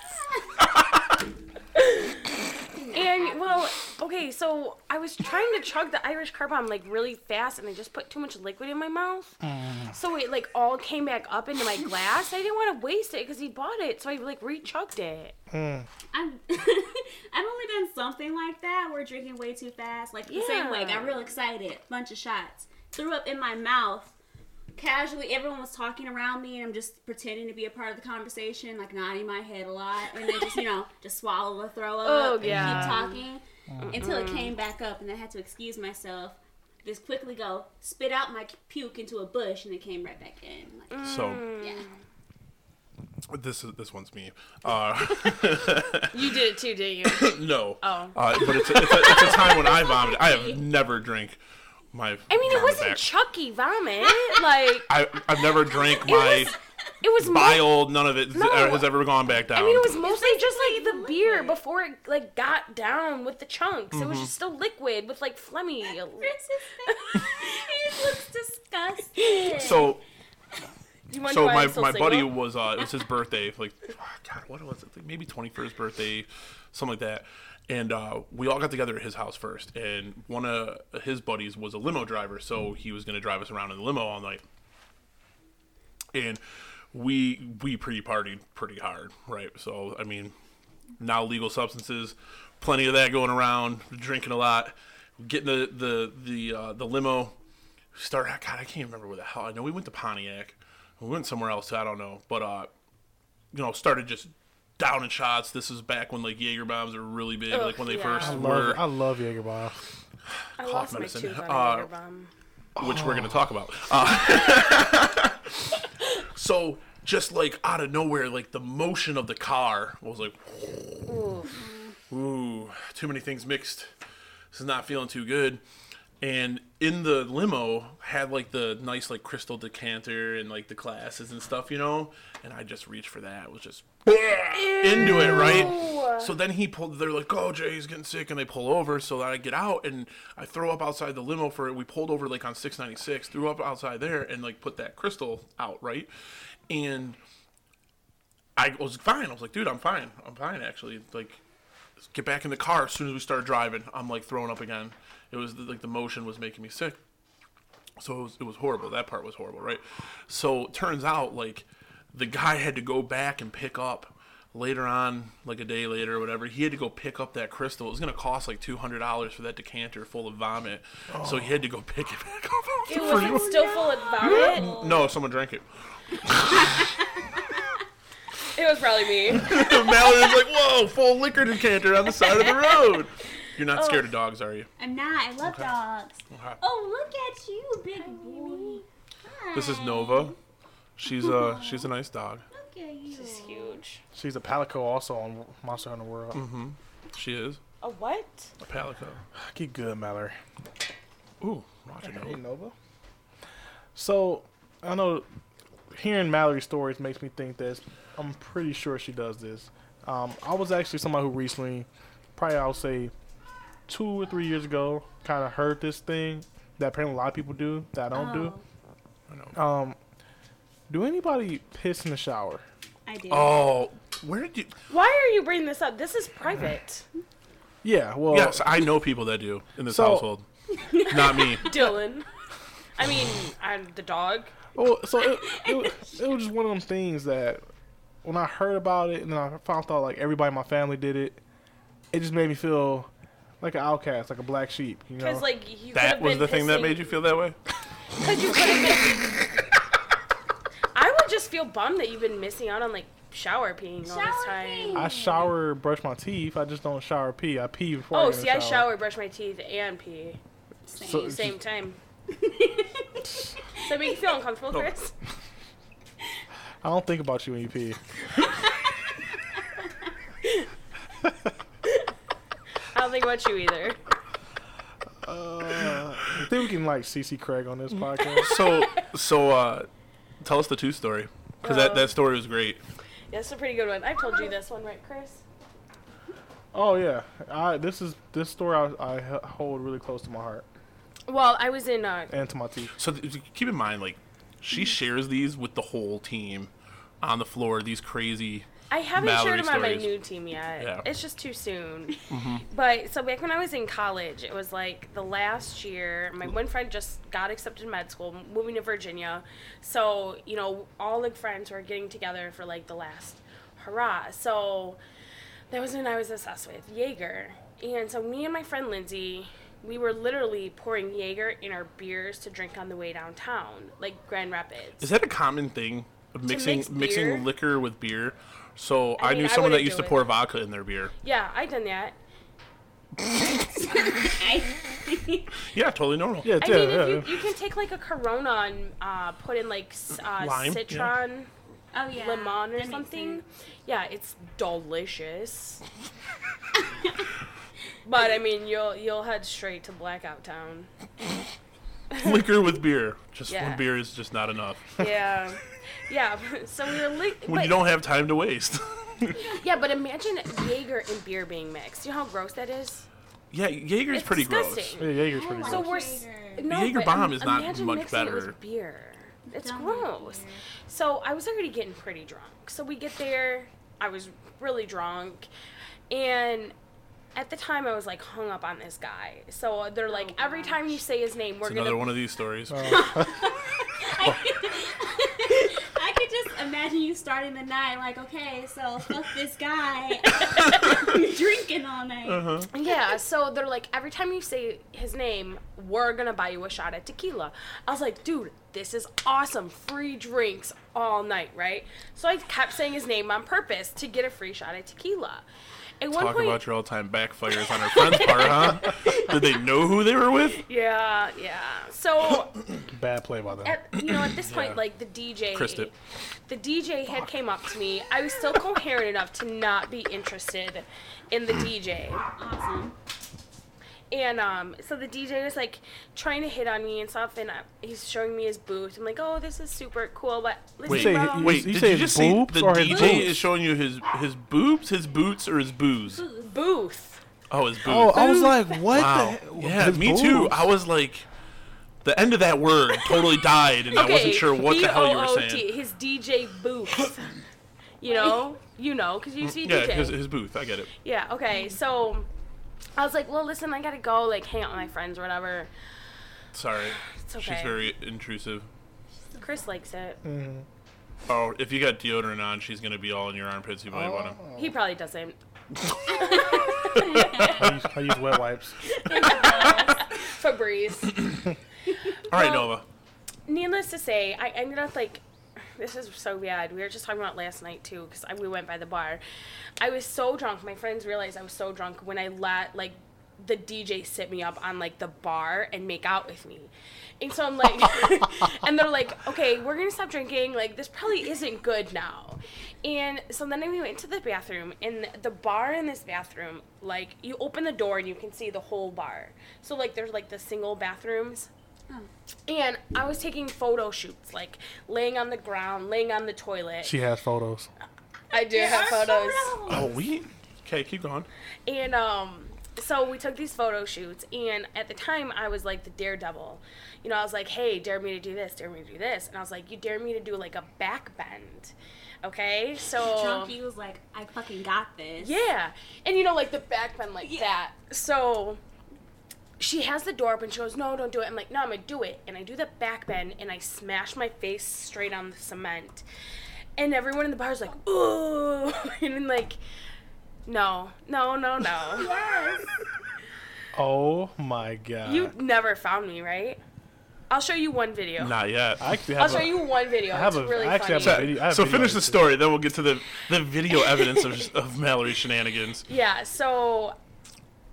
S3: and well, okay, so I was trying to chug the Irish car bomb like really fast, and I just put too much liquid in my mouth,
S1: Mm.
S3: so it like all came back up into my glass. I didn't want to waste it because he bought it, so I like re-chugged it.
S5: I'm I've only done something like that. We're drinking way too fast. Like the same way,
S3: Yeah.
S5: got real excited, bunch of shots, threw up in my mouth. Casually, everyone was talking around me, and I'm just pretending to be a part of the conversation, like nodding my head a lot, and then just you know just swallow the throw up
S3: Oh,
S5: and
S3: yeah.
S5: keep talking until it came back up, and I had to excuse myself. Just quickly go spit out my puke into a bush, and it came right back in. Like,
S3: Hmm.
S1: So
S3: Mm.
S5: Yeah.
S1: this is this one's me. Uh,
S3: You did it too, didn't you?
S1: no.
S3: Oh.
S1: Uh, but it's a, it's, a, it's a time when I vomit. I have never drank my.
S3: I mean, it
S1: vomit
S3: wasn't
S1: back.
S3: Chucky vomit. Like
S1: I I've never drank my
S3: was- it was mo-
S1: bile. None of it
S3: No.
S1: has ever gone back down.
S3: I mean, it was mostly just like the beer before it like got down with the chunks. It was
S1: Mm-hmm.
S3: just still liquid with like phlegmy.
S5: Chris's face. he looks disgusted.
S1: so
S3: You wonder
S1: so
S3: why
S1: my,
S3: I'm still
S1: my buddy
S3: single?
S1: was uh it was his birthday like oh, god what was it like maybe 21st birthday something like that and uh, we all got together at his house first and one of his buddies was a limo driver so he was going to drive us around in the limo all night and we we pre-partied pretty hard right so i mean now legal substances plenty of that going around drinking a lot getting the the the, uh, the limo start god i can't remember where the hell i know we went to pontiac we went somewhere else i don't know but uh you know started just down in shots this is back when like jaeger bombs were really big like when they
S3: yeah.
S1: first
S3: I
S1: were
S2: Love, I love Jaeger Bob.
S3: I lost my
S1: medicine.
S3: tooth on
S1: Uh,
S3: a Jaeger bomb.
S1: which we're going to talk about. Uh, so just like out of nowhere, like the motion of the car I was like, ooh, too many things mixed. This is not feeling too good. And in the limo had like the nice like crystal decanter and like the glasses and stuff, you know. And I just reached for that. It was just into it, right? So then he pulled. They're like, "Oh, Jay's getting sick," and they pull over. So then I get out and I throw up outside the limo for it. We pulled over like on 696, threw up outside there, and like put that crystal out, right? And I was fine. I was like, "Dude, I'm fine. I'm fine actually." Like, get back in the car as soon as we started driving. I'm like throwing up again. It was like the motion was making me sick. So it was, it was horrible. That part was horrible, right? So it turns out like the guy had to go back and pick up later on, like a day later or whatever. He had to go pick up that crystal. It was gonna cost like two hundred dollars for that decanter full of vomit. So he had to go pick it back up.
S3: It was like, still full of vomit.
S1: No, someone drank it.
S3: It was probably me.
S1: Mallory's like, "Whoa, full liquor decanter on the side of the road." You're not scared of dogs, are you?
S5: I'm not. I love dogs.
S1: Okay.
S5: Oh, look at you, big boy. Hi.
S1: This is Nova. She's a she's a nice dog.
S5: Look at you.
S3: It's huge.
S2: She's a palico also on Monster Hunter World.
S1: Mm-hmm. She is
S3: A what?
S1: a palico.
S2: Get good, Mallory.
S1: Ooh, Roger Nova.
S2: Nova. So I know hearing Mallory's stories makes me think that I'm pretty sure she does this. Um, I was actually somebody who recently, probably I'll say two or three years ago, kind of heard this thing that apparently a lot of people do that I don't do.
S1: I know.
S2: Um, do anybody piss in the shower?
S5: I do.
S1: Oh, where did you?
S3: Why are you bringing this up? This is private.
S2: Yeah, well,
S1: Yes, I know people that do in this
S2: Oh. So-
S1: household. Not me.
S3: Dylan. I mean, I'm the dog.
S2: Well, Oh, so it, it, was- it was just one of them things that when I heard about it and then I found out like everybody in my family did it, it just made me feel like an outcast, like a black sheep. You know,
S3: Because like you
S1: That
S3: could've
S1: was
S3: been
S1: the thing that
S3: pissing-
S1: made you feel that way.
S3: Because you could have been. I would just feel bummed that you've been missing out on like shower peeing all this
S5: Shower
S3: time.
S5: peeing.
S2: I shower, brush my teeth. I just don't shower, pee. I pee before.
S3: Oh,
S2: I get in
S3: see,
S2: the
S3: I shower, brush my teeth, and pee
S1: Oh,
S2: So-
S3: at the same time. Does that make you feel uncomfortable, Chris?
S2: I don't think about you when you pee.
S3: I don't think about you either.
S2: I think we can like CC Craig on this podcast.
S1: So, so uh, tell us the two story because that,
S3: Uh,
S1: that story was great.
S3: That's a pretty good one. I've told you this one, right, Chris?
S2: oh yeah, I, this is this story I, I h- hold really close to my heart
S3: Well, I was in. Uh,
S2: and to my teeth.
S1: So th- keep in mind, like she shares these with the whole team on the floor. These crazy.
S3: I haven't
S1: Mallory
S3: shared them on my
S1: stories.
S3: new team yet.
S1: Yeah.
S3: It's just too soon. But so back when I was in college, it was like the last year. My one friend just got accepted to med school, moving to Virginia. So you know, all the friends were getting together for like the last hurrah. So that was when I was obsessed with Jaeger. And so me and my friend Lindsay, we were literally pouring Jaeger in our beers to drink on the way downtown, like Grand Rapids.
S1: Is that a common thing of mixing
S3: mix beer?
S1: mixing liquor with beer? So I,
S3: mean,
S1: knew
S3: I
S1: someone that
S3: wouldn't
S1: used
S3: do
S1: to
S3: it.
S1: pour vodka in their beer.
S3: Yeah, I done that.
S5: I-
S1: Yeah, totally normal.
S2: Yeah,
S3: I
S2: yeah,
S3: mean,
S2: yeah.
S3: if you, you can take like a Corona and uh, put in like s- uh,
S1: Lime, yeah.
S3: citron
S5: oh yeah,
S3: lemon
S5: that
S3: or
S5: makes
S3: something.
S5: sense.
S3: Yeah, it's delicious. but I mean, you'll you'll head straight to Blackout Town.
S1: liquor with beer. Just
S3: Yeah.
S1: one beer is just not enough
S3: Yeah, yeah. So we were li-
S1: when
S3: but,
S1: you don't have time to waste.
S3: Yeah, but imagine Jaeger and beer being mixed. You know how gross that is.
S1: yeah, Jaeger's
S3: It's
S1: pretty
S3: disgusting.
S2: yeah, Jaeger's pretty
S5: So
S2: good.
S3: So we're s-
S5: Jaeger.
S3: no,
S1: The Jaeger
S3: but
S1: bomb
S3: im-
S1: is not
S3: imagine
S1: much
S3: mixing It
S1: better.
S3: with beer. It's
S5: Don't like
S3: gross. So I was already getting pretty drunk. So we get there, I was really drunk, and at the time I was like hung up on this guy. So they're like, every time you say his name, we're
S1: gross.
S3: gonna.
S1: Another one of these stories.
S5: I could just imagine you starting the night like, okay, so fuck this guy. drinking all night.
S3: Yeah, so they're like, every time you say his name, we're gonna buy you a shot at tequila. I was like, dude, this is awesome. Free drinks all night, right? So I kept saying his name on purpose to get a free shot at tequila. At one
S1: Talk
S3: point,
S1: about your all-time backfires on our friend's part, huh? Did they know who they were with?
S3: yeah, yeah. So
S2: Bad play by them.
S3: at you know at this point
S1: Yeah.
S3: like the DJ
S1: Chrised it.
S3: the DJ had came up to me. I was still coherent enough to not be interested in the DJ.
S5: Awesome.
S3: And um, so the DJ was like trying to hit on me and stuff, and I, he's showing me his booth. I'm like, oh, this is super cool, but listen, um,
S1: Wait,
S2: say
S3: bro.
S2: he-
S1: wait,
S2: you
S1: did
S2: say
S1: you
S2: his
S1: just
S2: boobs
S1: see the
S2: or his
S1: DJ
S2: boots?
S1: is showing you his his boobs, his boots, or his booze?
S3: booth.
S1: Oh, his boots.
S2: oh, I was like, what?
S1: wow.
S2: The he-
S1: yeah,
S2: his
S1: me too.
S2: boobs?
S1: I was like, the end of that word totally died, and I wasn't sure what the hell you were
S3: B-O-O-T,
S1: saying.
S3: His DJ booth. you know, you know, because you see
S1: Yeah,
S3: DJ.
S1: his, his booth. I get it.
S3: Yeah, okay. So I was like, well, listen, I gotta go, like, hang out with my friends or whatever.
S1: Sorry,
S3: It's
S1: she's
S3: okay.
S1: very intrusive.
S3: Chris likes it.
S1: Oh, if you got deodorant on, she's gonna be all in your armpits. You might want to.
S3: He probably doesn't.
S2: I use, I use wet wipes.
S3: Febreze.
S1: All right,
S3: Well-
S1: Nova.
S3: Needless to say, I ended up like, this is so bad. We were just talking about last night too, because we went by the bar. I was so drunk. My friends realized I was so drunk when I let like the DJ sit me up on like the bar and make out with me. And so I'm like, and they're like, okay, we're gonna stop drinking. Like this probably isn't good now. And so then we went to the bathroom, and the bar in this bathroom, like you open the door and you can see the whole bar. So like there's like the single bathrooms. Oh. And I was taking photo shoots, like laying on the ground, laying on the toilet.
S2: She has photos.
S3: I do have photos.
S1: Oh, we. Okay, keep going.
S3: And um, so we took these photo shoots, and at the time I was like the daredevil. You know, I was like, hey, dare me to do this, dare me to do this. And I was like, you dare me to do like a back bend. Okay, so.
S5: Junkie was like, I fucking got this.
S3: Yeah. And you know, like the back bend like
S5: Yeah.
S3: that. So she has the door open. She goes, No, don't do it. I'm like, No, I'm going to do it. And I do the back bend and I smash my face straight on the cement. And everyone in the bar is like, Ooh. And I'm like, No, no, no, no.
S2: Oh my god.
S3: You never found me, right? I'll show you one video.
S1: Not yet.
S2: I actually
S3: I'll
S2: have
S3: show
S2: a-
S3: you one video.
S2: I have
S3: it's
S2: a-
S3: really
S2: I actually
S3: funny.
S2: have a video- I have
S1: so
S2: video
S1: finish the
S2: evidence.
S1: story, then we'll get to the the video evidence of, of Mallory's shenanigans.
S3: Yeah, so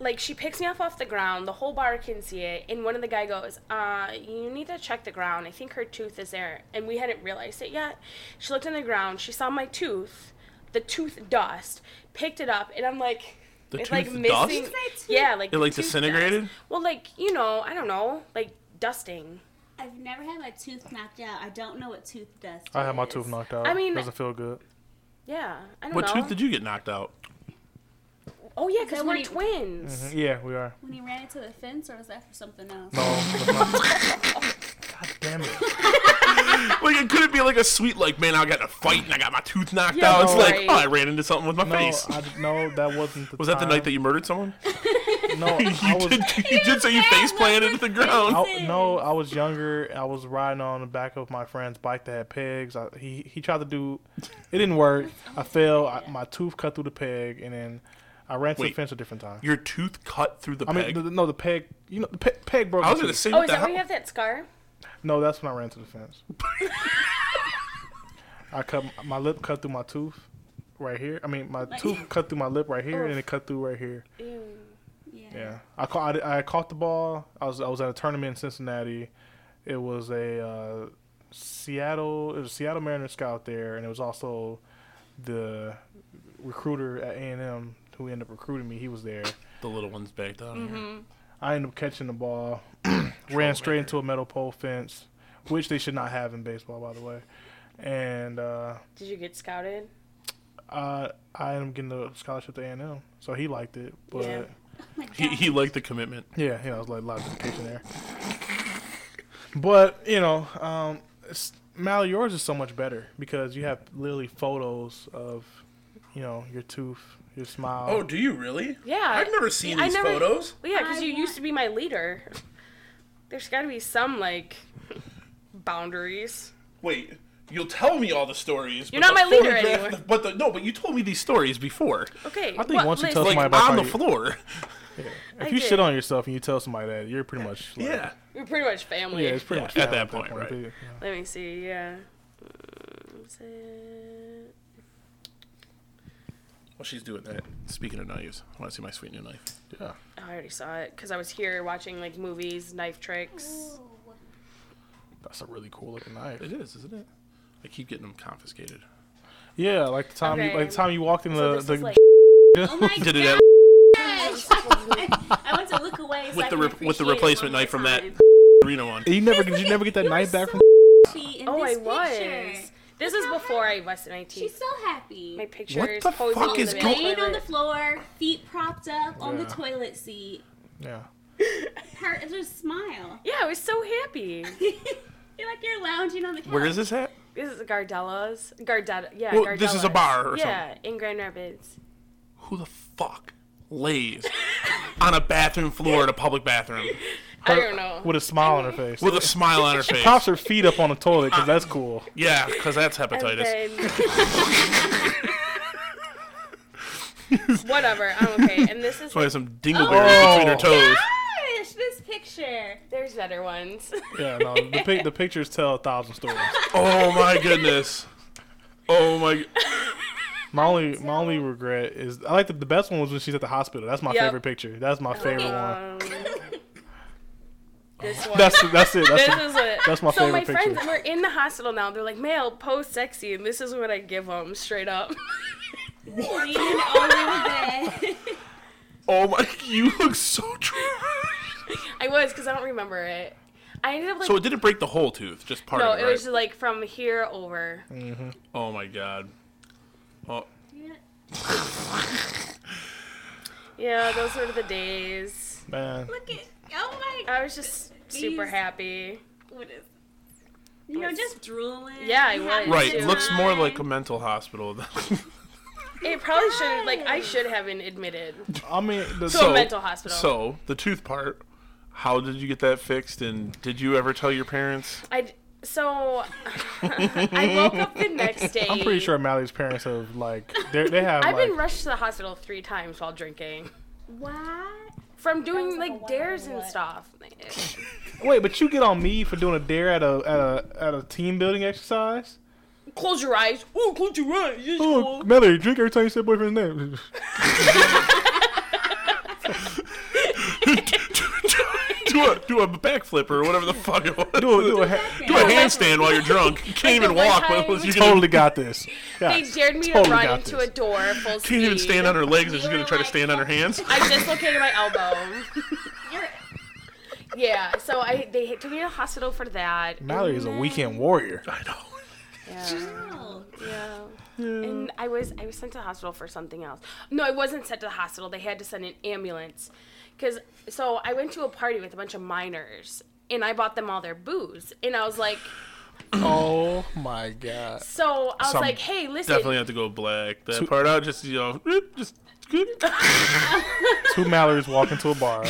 S3: like she picks me up off the ground, the whole bar can see it, and one of the guy goes, uh, you need to check the ground. I think her tooth is there and we hadn't realized it yet. She looked in the ground, she saw my tooth, the tooth dust, picked it up, and I'm like
S1: The
S3: it's like
S1: tooth dust?
S3: missing
S1: Did
S5: you say tooth?
S3: Yeah, like
S1: It, like,
S3: the tooth
S1: disintegrated?
S3: dust. Well like, you know, I don't know, like dusting.
S5: I've never had my tooth knocked out. I don't know what tooth does.
S2: I had my tooth knocked out.
S3: I mean-
S2: doesn't feel good.
S3: Yeah. I don't
S1: What
S3: know.
S1: tooth did you get knocked out?
S3: oh yeah,
S5: Is that
S3: because
S5: when
S3: we're
S5: you-
S3: twins.
S2: Yeah, we are.
S5: When he ran into the fence, or was that for something else?
S2: God damn it.
S1: Like it couldn't be like a sweet like man I got in a fight and I got my tooth knocked
S3: Yeah,
S1: out. It's like
S3: right.
S1: oh I ran into something with my
S2: No,
S1: face.
S2: I, d- no, that wasn't the
S1: was that the
S2: time.
S1: night that you murdered someone?
S2: you No, I
S1: you
S2: was
S1: did, you did say you face planted into the ground.
S2: I, no, I was younger. I was riding on the back of my friend's bike that had pegs. I, he he tried to do, it didn't work. I fell. I, my tooth cut through the peg, and then I ran to the
S1: Wait.
S2: fence a different time.
S1: Your tooth cut through the
S2: I
S1: peg.
S2: mean, the, the- no, the peg. You know, the pe- peg broke.
S1: I
S2: the
S1: was gonna
S2: tooth.
S1: say
S3: Oh,
S1: what
S3: is
S1: the
S3: that why
S1: hell.
S3: you have that scar?
S2: No, that's when I ran to the fence. I cut my lip cut through my tooth, right here. I mean, my tooth cut through my lip right here, and it cut through right here.
S3: Ew.
S5: Yeah.
S2: Yeah, I caught I, I caught the ball. I was I was at a tournament in Cincinnati. It was a uh, Seattle it was a Seattle Mariners scout there, and it was also the recruiter at A and M who ended up recruiting me. He was there.
S1: the little ones back down here.
S2: I ended up catching the ball, ran straight into a metal pole fence, which they should not have in baseball, by the way. And uh,
S3: Did you get scouted?
S2: I I ended up getting a scholarship to A and M, so he liked it. But
S3: Yeah.
S2: yeah,
S1: He, he liked the commitment.
S2: yeah you know, it was like a lot of dedication there. But you know, um, it's, Mal, yours is so much better because you have literally photos of, you know, your tooth, your smile.
S1: Oh, do you really?
S3: Yeah. I never- Well, yeah, because
S5: I
S3: you
S5: want-
S3: used to be my leader. There's got to be some like boundaries.
S1: Wait, you'll tell me all the stories.
S3: You're
S1: but
S3: not my
S1: the
S3: leader
S1: photograph-
S3: anymore.
S1: But the, no, but you told me these stories before,
S3: Okay.
S2: I think once you tell
S1: like
S2: somebody
S3: listen,
S2: about
S1: on
S2: how
S1: the
S2: you-
S1: floor.
S2: if
S3: I
S2: you
S3: did.
S2: shit on yourself and you tell somebody that, you're pretty much like,
S1: Yeah.
S3: we're pretty much family.
S2: yeah, it's pretty
S1: Yeah,
S2: much
S1: at
S2: family
S1: that point, right.
S2: yeah.
S3: Let me see. Yeah. Mm, is it-
S1: Well, she's doing that. Speaking of knives, I want to see my sweet new knife.
S2: Yeah.
S3: Oh, I already saw it because I was here watching like movies, knife tricks.
S2: That's a really cool looking knife.
S1: It is, isn't it? I keep getting them confiscated.
S2: Yeah, like the time you
S3: Okay.
S2: like the time you walked in the,
S3: So this
S2: Uh, the
S3: is like
S5: Oh my
S1: Did it
S5: god!
S1: at,
S5: I went to look away so
S1: with
S5: I
S1: the
S5: could
S1: re- with the
S5: appreciate it
S1: replacement
S5: one
S1: knife
S5: more
S1: from that
S5: time.
S1: arena one.
S2: you never did you never get that
S5: You were
S2: knife back
S5: so
S2: from
S5: happy in
S3: Oh, I
S5: this
S3: was.
S5: picture.
S3: This
S5: Look
S3: is
S5: how
S3: before
S5: happy-
S3: I busted my
S5: She's
S3: teeth.
S5: so happy.
S3: My pictures.
S1: the
S3: posing
S1: fuck
S3: in
S1: is
S3: the
S1: going-
S5: Laying on the
S3: toilet.
S5: floor, feet propped up on the
S2: Yeah.
S5: toilet seat.
S2: Yeah.
S5: Her just smile.
S3: Yeah, I was so happy.
S5: you're like you're lounging on the couch.
S1: Where is this at?
S3: This is Gardella's. Gardella. Yeah.
S1: Well, this is a
S3: Gardella's.
S1: bar or
S3: yeah, in Grand Rapids.
S1: Who the fuck lays on a bathroom floor in a public bathroom
S3: I don't know.
S2: With a smile on her face.
S1: with a smile on her face?
S2: Pops her feet up on the toilet because that's cool.
S1: Yeah, because that's
S3: And
S1: hepatitis.
S3: then- whatever. I'm okay. And this is
S1: Probably have some dingleberries
S2: Oh.
S1: between her toes.
S5: Gosh, this picture.
S3: there's better ones.
S2: Yeah, no, the pic, the pictures tell a thousand stories.
S1: Oh my goodness. Oh my.
S2: My only my only regret is I like the, the best one was when she's at the hospital. That's my
S3: Yep.
S2: favorite picture. That's my favorite one.
S3: Um, this one.
S2: That's that's it. That's
S3: this
S2: it.
S3: is it.
S2: that's my
S3: so my
S2: favorite picture.
S3: friends were in the hospital now. They're like, "Male, post sexy," and this is what I give them straight up.
S5: Leaning over the bed.
S1: Oh my. You look so true.
S3: I was because I don't remember it. I ended up like
S1: So it didn't break the whole tooth, just part
S3: no,
S1: of it.
S3: it was
S1: right?
S3: just like from here over.
S2: Mm.
S1: Oh my god. Oh,
S3: Yeah, those were the days.
S2: Man,
S5: Look at. Oh my.
S3: I was just super
S5: These-
S3: happy.
S5: What is? You know, just drooling.
S3: Yeah, I was.
S5: having a
S1: right.
S5: good
S1: Looks more
S5: time.
S1: like a mental hospital. than-
S3: It probably should have like I should have been admitted.
S2: I mean, the,
S3: So- mental hospital.
S1: So the tooth part. How did you get that fixed? And did you ever tell your parents?
S3: I d- so I woke up the next day.
S2: I'm pretty sure Mallory's parents have like they they have
S3: I've
S2: like
S3: been rushed to the hospital three times while drinking.
S5: What?
S3: from doing
S6: was like a
S3: like
S6: one
S3: dares
S6: on
S3: and
S6: what?
S3: stuff.
S2: Wait, but you get on me for doing a dare at a at a at a team building exercise?
S3: close your eyes. Oh, close your eyes. Yes,
S2: Oh,
S3: cool.
S2: Melody, drink every time you say boyfriend's name.
S1: do a do a backflip or whatever the fuck it was.
S2: Do a, do a ha-
S1: Do a handstand while you're drunk. You can't even
S3: the one
S1: walk.
S3: time
S1: but
S3: we
S1: you're gonna-
S2: totally got this.
S3: They
S2: Guys,
S3: dared me to
S2: totally
S3: run
S2: got
S3: into
S2: this.
S3: a door full speed.
S1: can't even stand on her legs. They're just
S5: You
S1: gonna
S5: were
S1: try to
S5: like-
S1: stand on her hands.
S3: I dislocated my elbow.
S5: You're,
S3: Yeah, so I they took me to the hospital for that.
S2: Mallory is a weekend warrior.
S1: I know.
S3: Yeah.
S5: oh,
S3: yeah. And I was I was sent to the hospital for something else. No, I wasn't sent to the hospital. They had to send an ambulance. Cuz so I went to a party with a bunch of minors and I bought them all their booze. And I was like,
S2: Oh my god.
S3: so I was
S2: Some-
S3: like, "Hey, listen.
S1: Definitely have to go black that part out. Just you know, whoop, just.
S2: Two Mallory's walk into a bar.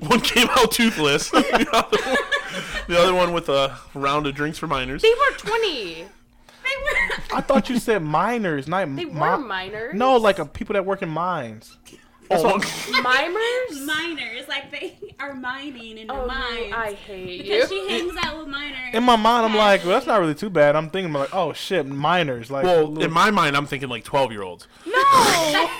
S1: One came out toothless. the, other one, the other one with a round of drinks for minors.
S3: They were 20.
S2: I thought you said minors, not
S3: They were
S2: mi-
S3: minors.
S2: No, like a, people that work in mines.
S1: Oh,
S3: mimers?
S5: minors, like they are mining in
S3: Oh,
S5: her
S3: you-
S5: mind.
S3: I hate you.
S5: Because she hangs out with minors.
S2: In my mind, I'm like, well, that's not really too bad. I'm thinking like, oh shit, minors. Like,
S1: well,
S2: little-
S1: in my mind, I'm thinking like 12 year olds.
S3: No.
S5: yeah.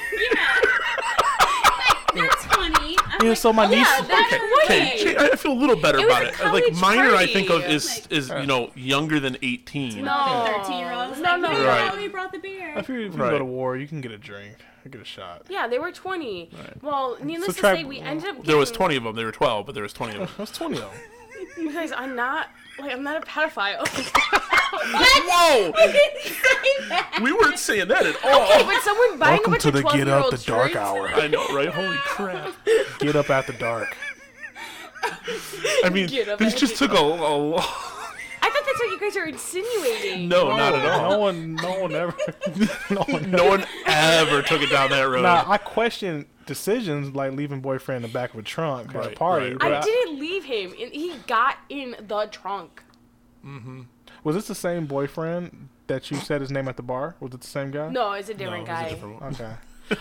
S5: like, they're 20. I'm
S2: yeah,
S5: like,
S2: so my
S5: oh,
S2: niece.
S3: yeah, that's
S1: Okay,
S3: right.
S1: gee, I I feel a little better
S3: It was
S1: about
S3: a
S1: it. Like
S3: college
S1: minor, I
S3: party.
S1: think of is
S5: Like-
S1: is you know younger than 18.
S3: No.
S5: the 13 year old.
S3: No,
S5: like,
S3: no,
S5: "Hey,
S1: no.
S5: Mommy brought the beer.
S2: If you, if you
S1: Right.
S2: go to war, you can get a drink, you get a shot.
S3: Yeah, they were 20. Well, needless
S2: try-
S3: to say, we ended up getting,
S1: There was 20 of them. There were 12, but there was 20 of them.
S2: That's twenty of them.
S3: You guys, I'm not like I'm not a pedophile.
S1: Whoa! we weren't saying that at all.
S3: but someone buying a bunch of 12 year olds
S1: I know, right? Holy crap!
S2: Get up after dark.
S1: I mean,
S3: Get up
S1: this
S3: and
S1: just took a, a long.
S3: I thought that's what you guys are insinuating.
S1: No, not at all.
S2: No one, no one ever. no one.
S1: No one ever took it down that road.
S2: Now I question decisions like leaving boyfriend in the back of a trunk at a
S1: Right,
S2: party.
S1: right,
S2: but
S3: I didn't leave him, and he got in the trunk.
S2: was this the same boyfriend that you said his name at the bar? Was it the same guy?
S3: No, it's a
S1: No,
S3: different
S1: it was a
S3: guy.
S1: different one.
S2: Okay.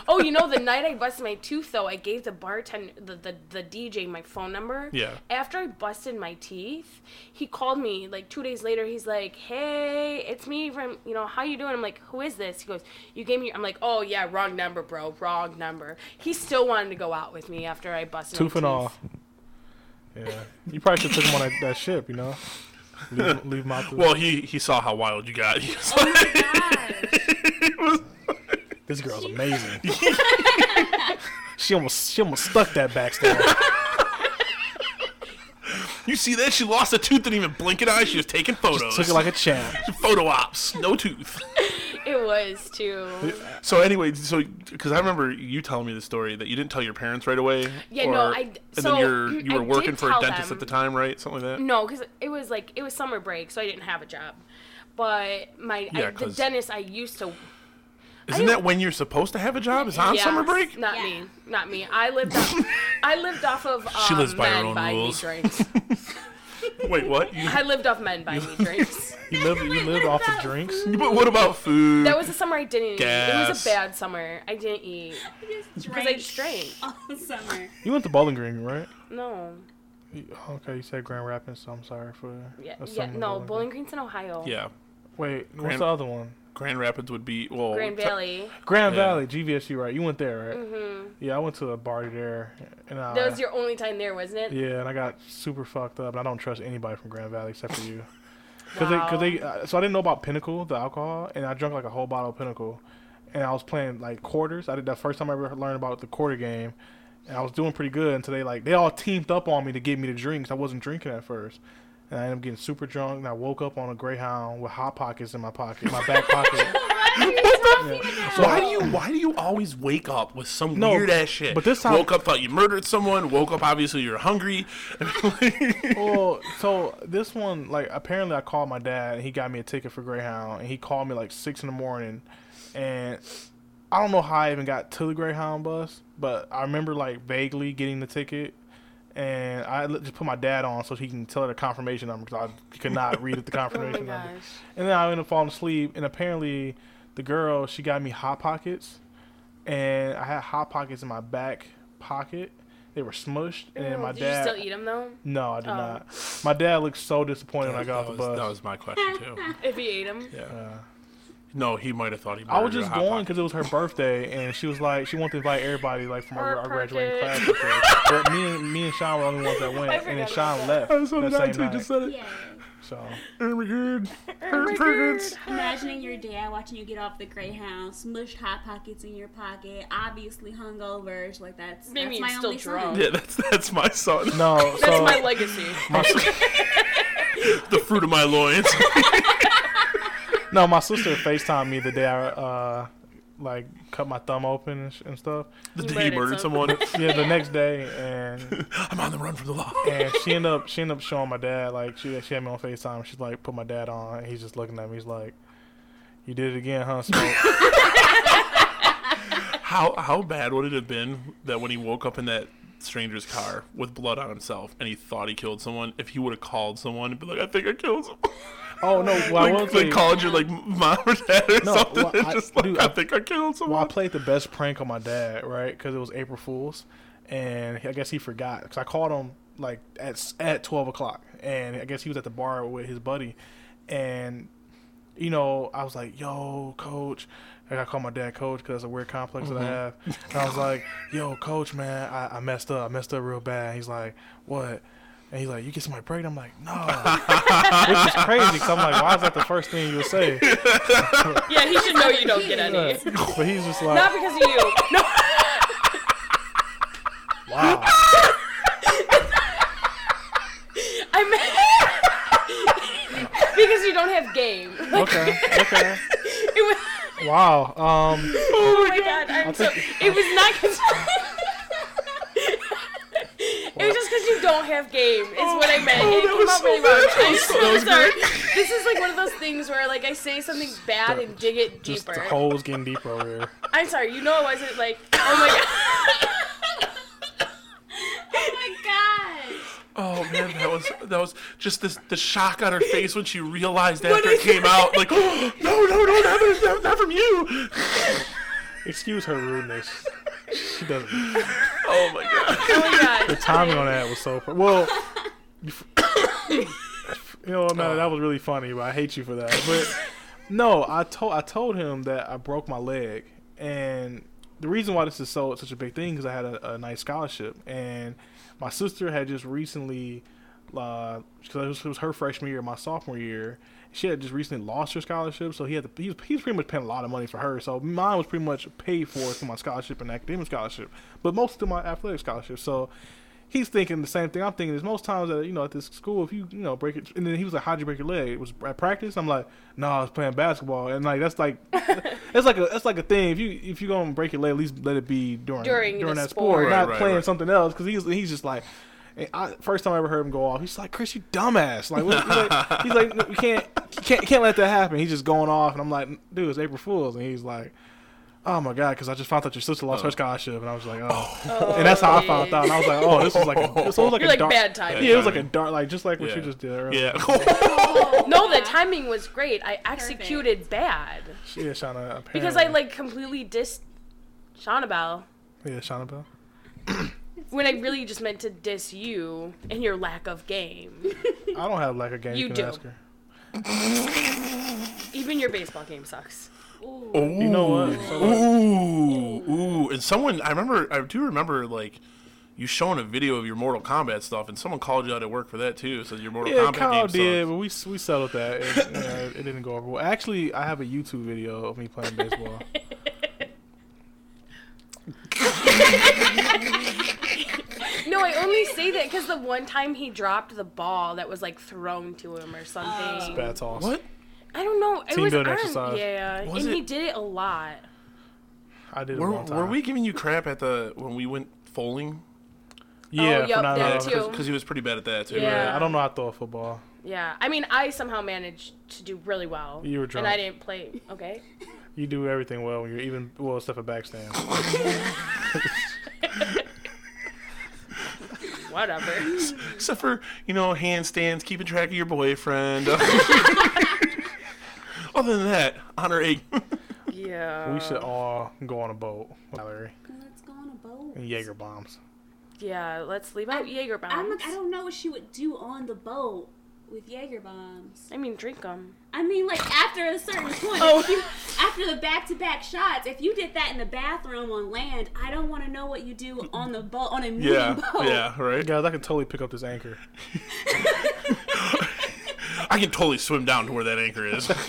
S3: oh, you know, the night I busted my tooth, though, I gave the bartender, the, the, the DJ, my phone number.
S1: Yeah.
S3: After I busted my teeth, he called me like two days later. He's like, "Hey, it's me from you know how you doing?" I'm like, "Who is this?" He goes, "You gave me." your-" I'm like, "Oh yeah, wrong number, bro, wrong number." He still wanted to go out with me after I busted my
S2: Tooth and all. Yeah. You probably should have took him on that, that ship, you know? Leave, leave him out the-
S1: Well, he he saw how wild you got. He was
S5: Oh my god.
S2: This girl's amazing. she almost she almost stuck that backstab.
S1: You see that? She lost a tooth, didn't even blink an eye. She was taking photos.
S2: Took it like a champ.
S1: photo ops, no tooth.
S3: It was too.
S1: so anyway, so because I remember you telling me the story that you didn't tell your parents right away.
S3: Yeah, no, I-
S1: And
S3: so, mm,
S1: then you're you
S3: I
S1: were
S3: did
S1: working for a
S3: tell
S1: dentist
S3: them.
S1: at the time, right? Something like that.
S3: No, because it was like it was summer break, so I didn't have a job. But my
S1: Yeah,
S3: I, the
S1: 'cause-
S3: dentist I used to
S1: Isn't that when you're supposed to have a job? Is on
S3: Yeah,
S1: summer break?
S3: Not
S5: Yeah.
S3: me, not me. I lived off, I lived off of um,
S1: She lives by her
S3: men
S1: own
S3: buying
S1: rules.
S3: me drinks.
S1: Wait, what? You,
S3: I lived off men buying me drinks.
S2: You lived you lived off the drinks.
S1: but what about food?
S3: That was the summer I didn't eat. It was
S1: Gas.
S3: a bad summer. I didn't eat
S5: Just
S3: because I
S5: drank
S3: drank.
S5: all summer.
S2: You went to Bowling Green, right?
S3: No,
S2: You- Okay, you said Grand Rapids, so I'm sorry for
S3: yeah, yeah,
S2: assuming
S3: no. Bowling Green's in Ohio.
S1: yeah.
S2: Wait, what's
S1: Grand-
S2: the other one?
S1: Grand Rapids would be well.
S3: Grand
S1: te-
S3: Valley.
S2: Grand
S1: Yeah.
S2: Valley, GVSU, right? You went there, right? Mm-hmm. Yeah, I went to a party there, and I,
S3: That was your only time there, wasn't it?
S2: yeah, and I got super fucked up. And I don't trust anybody from Grand Valley except for you, because
S3: Wow.
S2: they, uh, so I didn't know about Pinnacle, the alcohol, and I drank like a whole bottle of Pinnacle, and I was playing like quarters. I did that first time I ever learned about the quarter game, and I was doing pretty good until they like they all teamed up on me to give me the drinks. I wasn't drinking at first. And I ended up getting super drunk, and I woke up on a Greyhound with hot pockets in my pocket, my back pocket. So
S1: Why do you Why do you always wake up with some
S2: No,
S1: weird ass shit?
S2: but this time-
S1: woke up thought you murdered someone. Woke up obviously you're hungry.
S2: well, so this one, like, apparently I called my dad and he got me a ticket for Greyhound, and he called me like six in the morning, and I don't know how I even got to the Greyhound bus, but I remember like vaguely getting the ticket, and I li- just put my dad on so he can tell her the confirmation number because I could not read it the
S3: Oh my
S2: confirmation number,
S3: gosh.
S2: and then I ended up falling asleep, and apparently the girl she got me hot pockets, and I had hot pockets in my back pocket. They were smushed, and then my
S3: Did
S2: dad.
S3: you still eat them though?
S2: No, I did
S3: Oh.
S2: not. My dad looked so disappointed when I got off
S1: that,
S2: the
S1: was,
S2: bus.
S1: that was my question too.
S3: If he ate them,
S1: Yeah. no, he might have thought he.
S2: I was
S1: murdered a
S2: just
S1: Hot
S2: going
S1: Pocket.
S2: because it was her birthday, and she was like, she wanted to invite everybody like from our,
S3: Her
S2: our graduating class.
S3: perfect.
S2: with her. But me and me and Sean were the only ones that went,
S3: I
S2: and then
S3: forgot
S2: Sean
S3: about
S2: left
S1: I was so
S2: that
S1: glad
S2: same
S1: you
S2: night.
S1: just said it.
S5: Yeah.
S2: So
S1: Oh my god.
S5: Imagining your dad watching you get off the Greyhound, smushed hot pockets in your pocket, obviously hungover. She's Like that's
S3: Maybe
S5: that's
S3: he's
S5: my
S3: still
S5: only
S3: drunk.
S5: son.
S1: Yeah, that's that's my son.
S2: no,
S3: that's
S2: so
S3: my legacy.
S2: my si-
S1: the fruit of my loins.
S2: no, my sister Facetimed me the day I uh like cut my thumb open and, sh- and stuff.
S1: the
S3: You
S1: day he
S3: murdered
S1: murdered
S3: someone.
S1: someone.
S2: Yeah, the next day, and
S1: I'm on the run from the law.
S2: and she ended up she ended up showing my dad like she she had me on Facetime. She's like put my dad on. And he's just looking at me. He's like, "You did it again, huh?" Smoke?"
S1: How how bad would it have been that when he woke up in that stranger's car with blood on himself and he thought he killed someone, if he would have called someone and be like, I think I killed someone.
S2: oh no! Well, I
S1: Like,
S2: will
S1: like
S2: tell you-
S1: called your like mom or dad or
S2: No,
S1: something
S2: well,
S1: and
S2: I-
S1: just like
S2: dude,
S1: I,
S2: I-
S1: think I killed someone.
S2: Well, I played the best prank on my dad, right? Because it was April Fool's, and I guess he forgot. Because I called him like at s- at twelve o'clock, and I guess he was at the bar with his buddy, and you know I was like, "Yo, coach." I gotta call my dad coach because that's a weird complex that I have. And I was like, yo, coach, man, I, I messed up. I messed up real bad. He's like, what? And he's like, you get somebody pregnant? I'm like, no. Which is crazy because I'm like, why is that the first thing you would say?
S3: Yeah, he should know you don't get any.
S2: But he's just like,
S3: Not because of you. No,
S2: wow.
S3: I meant because you don't have game. Like,
S2: Okay, okay.
S3: it was,
S2: Wow. Um,
S3: oh my god, I'm so. It was not because. It was just because you don't have game, is what I meant. it came out really wrong. I'm so sorry. This is like one of those things where, like, I say something bad and dig it
S2: just
S3: deeper.
S2: the hole's getting deeper over here.
S3: I'm sorry. You know, it wasn't like, oh my god.
S5: Oh my gosh.
S1: Oh man, that was that was just this the shock on her face when she realized after it came out, like, oh, no, no, no, not, not, not from you.
S2: Excuse her rudeness. She doesn't.
S1: Oh my god.
S3: Oh my god.
S2: Timing on that was so. per- Well, you know,
S1: Oh.
S2: no, that was really funny, but I hate you for that. But no, I told I told him that I broke my leg, and the reason why this is so such a big thing because I had a, a nice scholarship, and my sister had just recently, because it, was, it was her freshman year, my sophomore year, she had just recently lost her scholarship, so he had to, he was, he was pretty much paying a lot of money for her. So mine was pretty much paid for through my scholarship and academic scholarship, but most through my athletic scholarship. So he's thinking the same thing I'm thinking. Is most times that you know at this school, if you you know break it, and then he was like, "How'd you break your leg?" It was at practice. I'm like, "No, I was playing basketball," and like that's like that's like a that's like a thing. If you if you gonna break your leg, at least let it be during
S3: During
S2: during,
S3: the
S2: that
S3: sport.
S2: sport,
S1: Right,
S2: not
S1: right,
S2: playing
S1: right.
S2: something else. Because he's he's just like. and I, first time I ever heard him go off, he's like, "Chris, you dumbass!" Like, what, he's like, he's like, "No, "You can't, you can't, you can't let that happen." He's just going off, and I'm like, "Dude, it's April Fools," and he's like, "Oh my god!" Because I just found out your sister lost
S1: Oh.
S2: her scholarship, and I was like, "Oh." and that's how I found out. And I was like, oh, this is like a, this was like
S3: You're
S2: a
S3: like
S2: dark.
S3: bad timing.
S2: Yeah, it was like a dark, like just like what
S1: Yeah.
S2: you just did. Earlier.
S1: Yeah.
S3: No, the timing was great. I executed bad
S2: Yeah, Shauna. Apparently.
S3: because I like completely dissed Shauna Bell
S2: Yeah, Shauna Bell.
S3: when I really just meant to diss you and your lack of game.
S2: I don't have like a game. You,
S3: You
S2: can
S3: do.
S2: ask her.
S3: Even your baseball game sucks.
S1: Ooh.
S2: You know what? So, like,
S1: Ooh, ooh, and someone I remember, I do remember like you showing a video of your Mortal Kombat stuff, and someone called you out at work for that too. So your Mortal
S2: yeah,
S1: Kombat game
S2: Kyle did,
S1: sucks.
S2: but we we settled that. It, you know, it didn't go over well. Actually, I have a YouTube video of me playing baseball.
S3: No, I only say that because the one time he dropped the ball that was like thrown to him or something.
S2: Bad toss.
S1: What?
S3: Oh. I don't know. It
S2: Team
S3: was
S2: building
S3: arm-
S2: exercise.
S3: Yeah,
S1: Was
S3: and he
S1: it-
S3: did it a lot.
S2: I did. it
S1: Were,
S2: one time.
S1: were we giving you crap at the when we went bowling?
S2: Yeah,
S3: Oh, yup,
S2: for not
S3: that
S2: knowing-
S3: too.
S1: Because he was pretty bad at that too.
S3: Yeah.
S2: Uh, Yeah, I don't know how to throw a football.
S3: Yeah, I mean, I somehow managed to do really well.
S2: You were drunk.
S3: and I didn't play. Okay.
S2: You do everything well when you're even well, except for backstand.
S3: Whatever.
S1: Except for you know handstands, keeping track of your boyfriend. Other than that, honor eight.
S3: yeah. Uh.
S2: we should all go on a boat, Valerie.
S5: Let's go on a boat.
S2: and Jaeger bombs.
S3: Yeah, let's leave out Jaeger bombs.
S5: I'm, like, I don't know what she would do on the boat with Jaeger bombs.
S3: I mean, drink them.
S5: I mean, like after a certain point,
S1: Oh.
S5: if you, after the back-to-back shots, if you did that in the bathroom on land, I don't want to know what you do on the boat on a moving
S1: Yeah,
S5: boat.
S1: yeah, right.
S2: Guys, I can totally pick up this anchor.
S1: I can totally swim down to where that anchor is.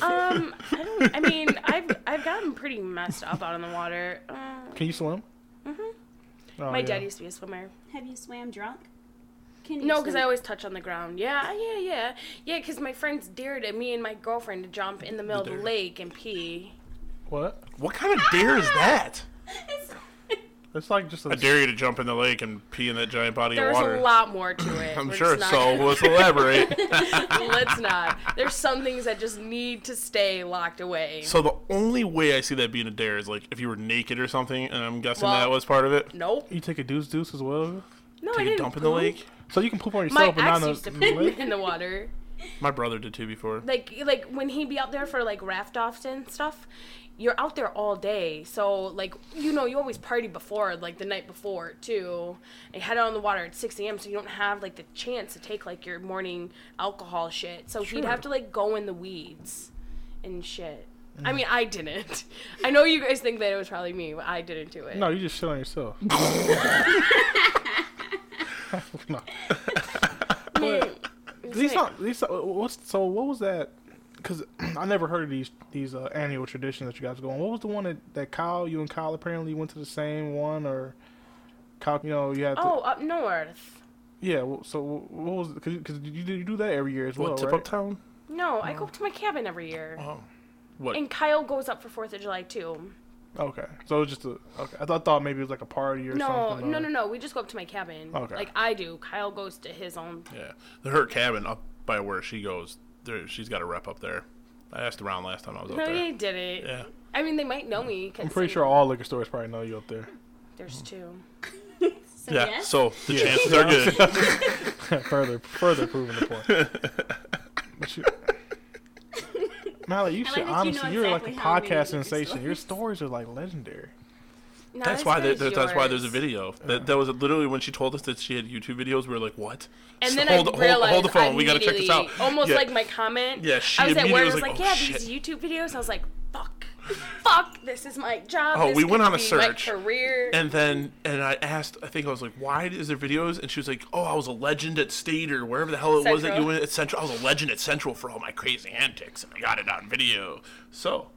S3: Um, I don't. I mean, I've I've gotten pretty messed up out on the water. Uh,
S2: Can you swim? Oh,
S3: Mm-hmm. my
S2: yeah.
S3: dad used to be a swimmer.
S5: Have you swam drunk? Can you
S3: No, because I
S5: swim?
S3: always touch on the ground. Yeah, yeah, yeah, yeah. Because my friends dared at me and my girlfriend to jump in the middle of the
S1: Dare.
S3: lake and pee.
S2: What?
S1: what kind of dare is that?
S2: It's like just a
S1: I dare you to jump in the lake and pee in that giant body
S3: There
S1: of
S3: was
S1: water.
S3: a lot more to it.
S1: I'm
S3: We're
S1: sure.
S3: just
S1: So
S3: not-
S1: let's elaborate.
S3: let's not. There's some things that just need to stay locked away.
S1: so the only way I see that being a dare is like if you were naked or something, and I'm guessing
S3: Well-
S1: that was part of it.
S3: nope.
S2: You take a deuce deuce as well.
S3: No,
S1: Take
S3: I
S1: a
S3: didn't
S1: dump in the
S3: poop.
S1: lake.
S2: So you can poop on
S3: My
S2: yourself, but
S3: ex
S2: not
S3: used to
S2: on the
S3: poop
S2: lake.
S3: in the water.
S1: My brother did too before.
S3: like like when he be out there for like raft offs and stuff you're out there all day so like you know you always party before like the night before too and you head out on the water at 6 a.m so you don't have like the chance to take like your morning alcohol shit so he'd have to like go in the weeds and shit I mean, I didn't. I know you guys think that it was probably me, but I didn't do it.
S2: No, you just shit on yourself. no. But these
S3: like-
S2: not these. uh, What's so? What was that? Because I never heard of these these uh, annual traditions that you guys go on. What was the one that, that Kyle, you and Kyle apparently went to the same one or? Kyle, you know you had to.
S3: Oh, up north.
S2: Yeah. well, So wh- what was because you, you do that every year as well,
S1: What tip
S2: right?
S1: up town?
S3: No, I go up to my cabin every year.
S1: What?
S3: And Kyle goes up for 4th of July, too.
S2: Okay. So it was just a okay. I thought, thought maybe it was like a party or
S3: No,
S2: something.
S3: no,
S2: or-
S3: no, no. We just go up to my cabin.
S2: Okay.
S3: Like I do. Kyle goes to his own.
S1: Yeah, the her cabin up by where she goes. There, she's got a rep up there. I asked around last time I was up
S3: No,
S1: there.
S3: they did it.
S1: Yeah,
S3: I mean, they might know me.
S2: I'm pretty sure all liquor stores probably know you up there.
S3: There's two.
S1: Mm.
S5: So
S1: yeah.
S5: yes?
S1: So the chances are good.
S2: further, further proving the point. But you, Mally, you
S5: I
S2: should
S5: like that you know
S2: honestly, you are like a
S5: exactly how many liquor
S2: podcast sensation. Your stories are like legendary.
S3: Not
S1: That's
S3: as
S1: why.
S3: good
S1: There,
S3: as
S1: there- that's why there's a
S3: yours.
S1: video. That, that was literally when she told us that she had YouTube videos. We were like, what?
S3: And
S1: So
S3: then
S1: hold,
S3: I
S1: hold-
S3: realized
S1: hold the phone. We gotta check this out.
S3: immediately- Almost
S1: Yeah.
S3: like my comment.
S1: Yeah, she
S3: I was at
S1: immediately
S3: work.
S1: was
S3: I was
S1: like,
S3: like,
S1: "Oh,
S3: yeah,
S1: shit."
S3: these YouTube videos. I was like, fuck, fuck. This is my job.
S1: Oh,
S3: this
S1: we went
S3: could
S1: on a
S3: be
S1: search,
S3: My career.
S1: And then, and I asked, I think I was like, why is there videos? And she was like, oh, I was a legend at State or wherever the hell it was that you
S3: Central.
S1: went at Central. I was a legend at Central for all my crazy antics, and I got it on video. So,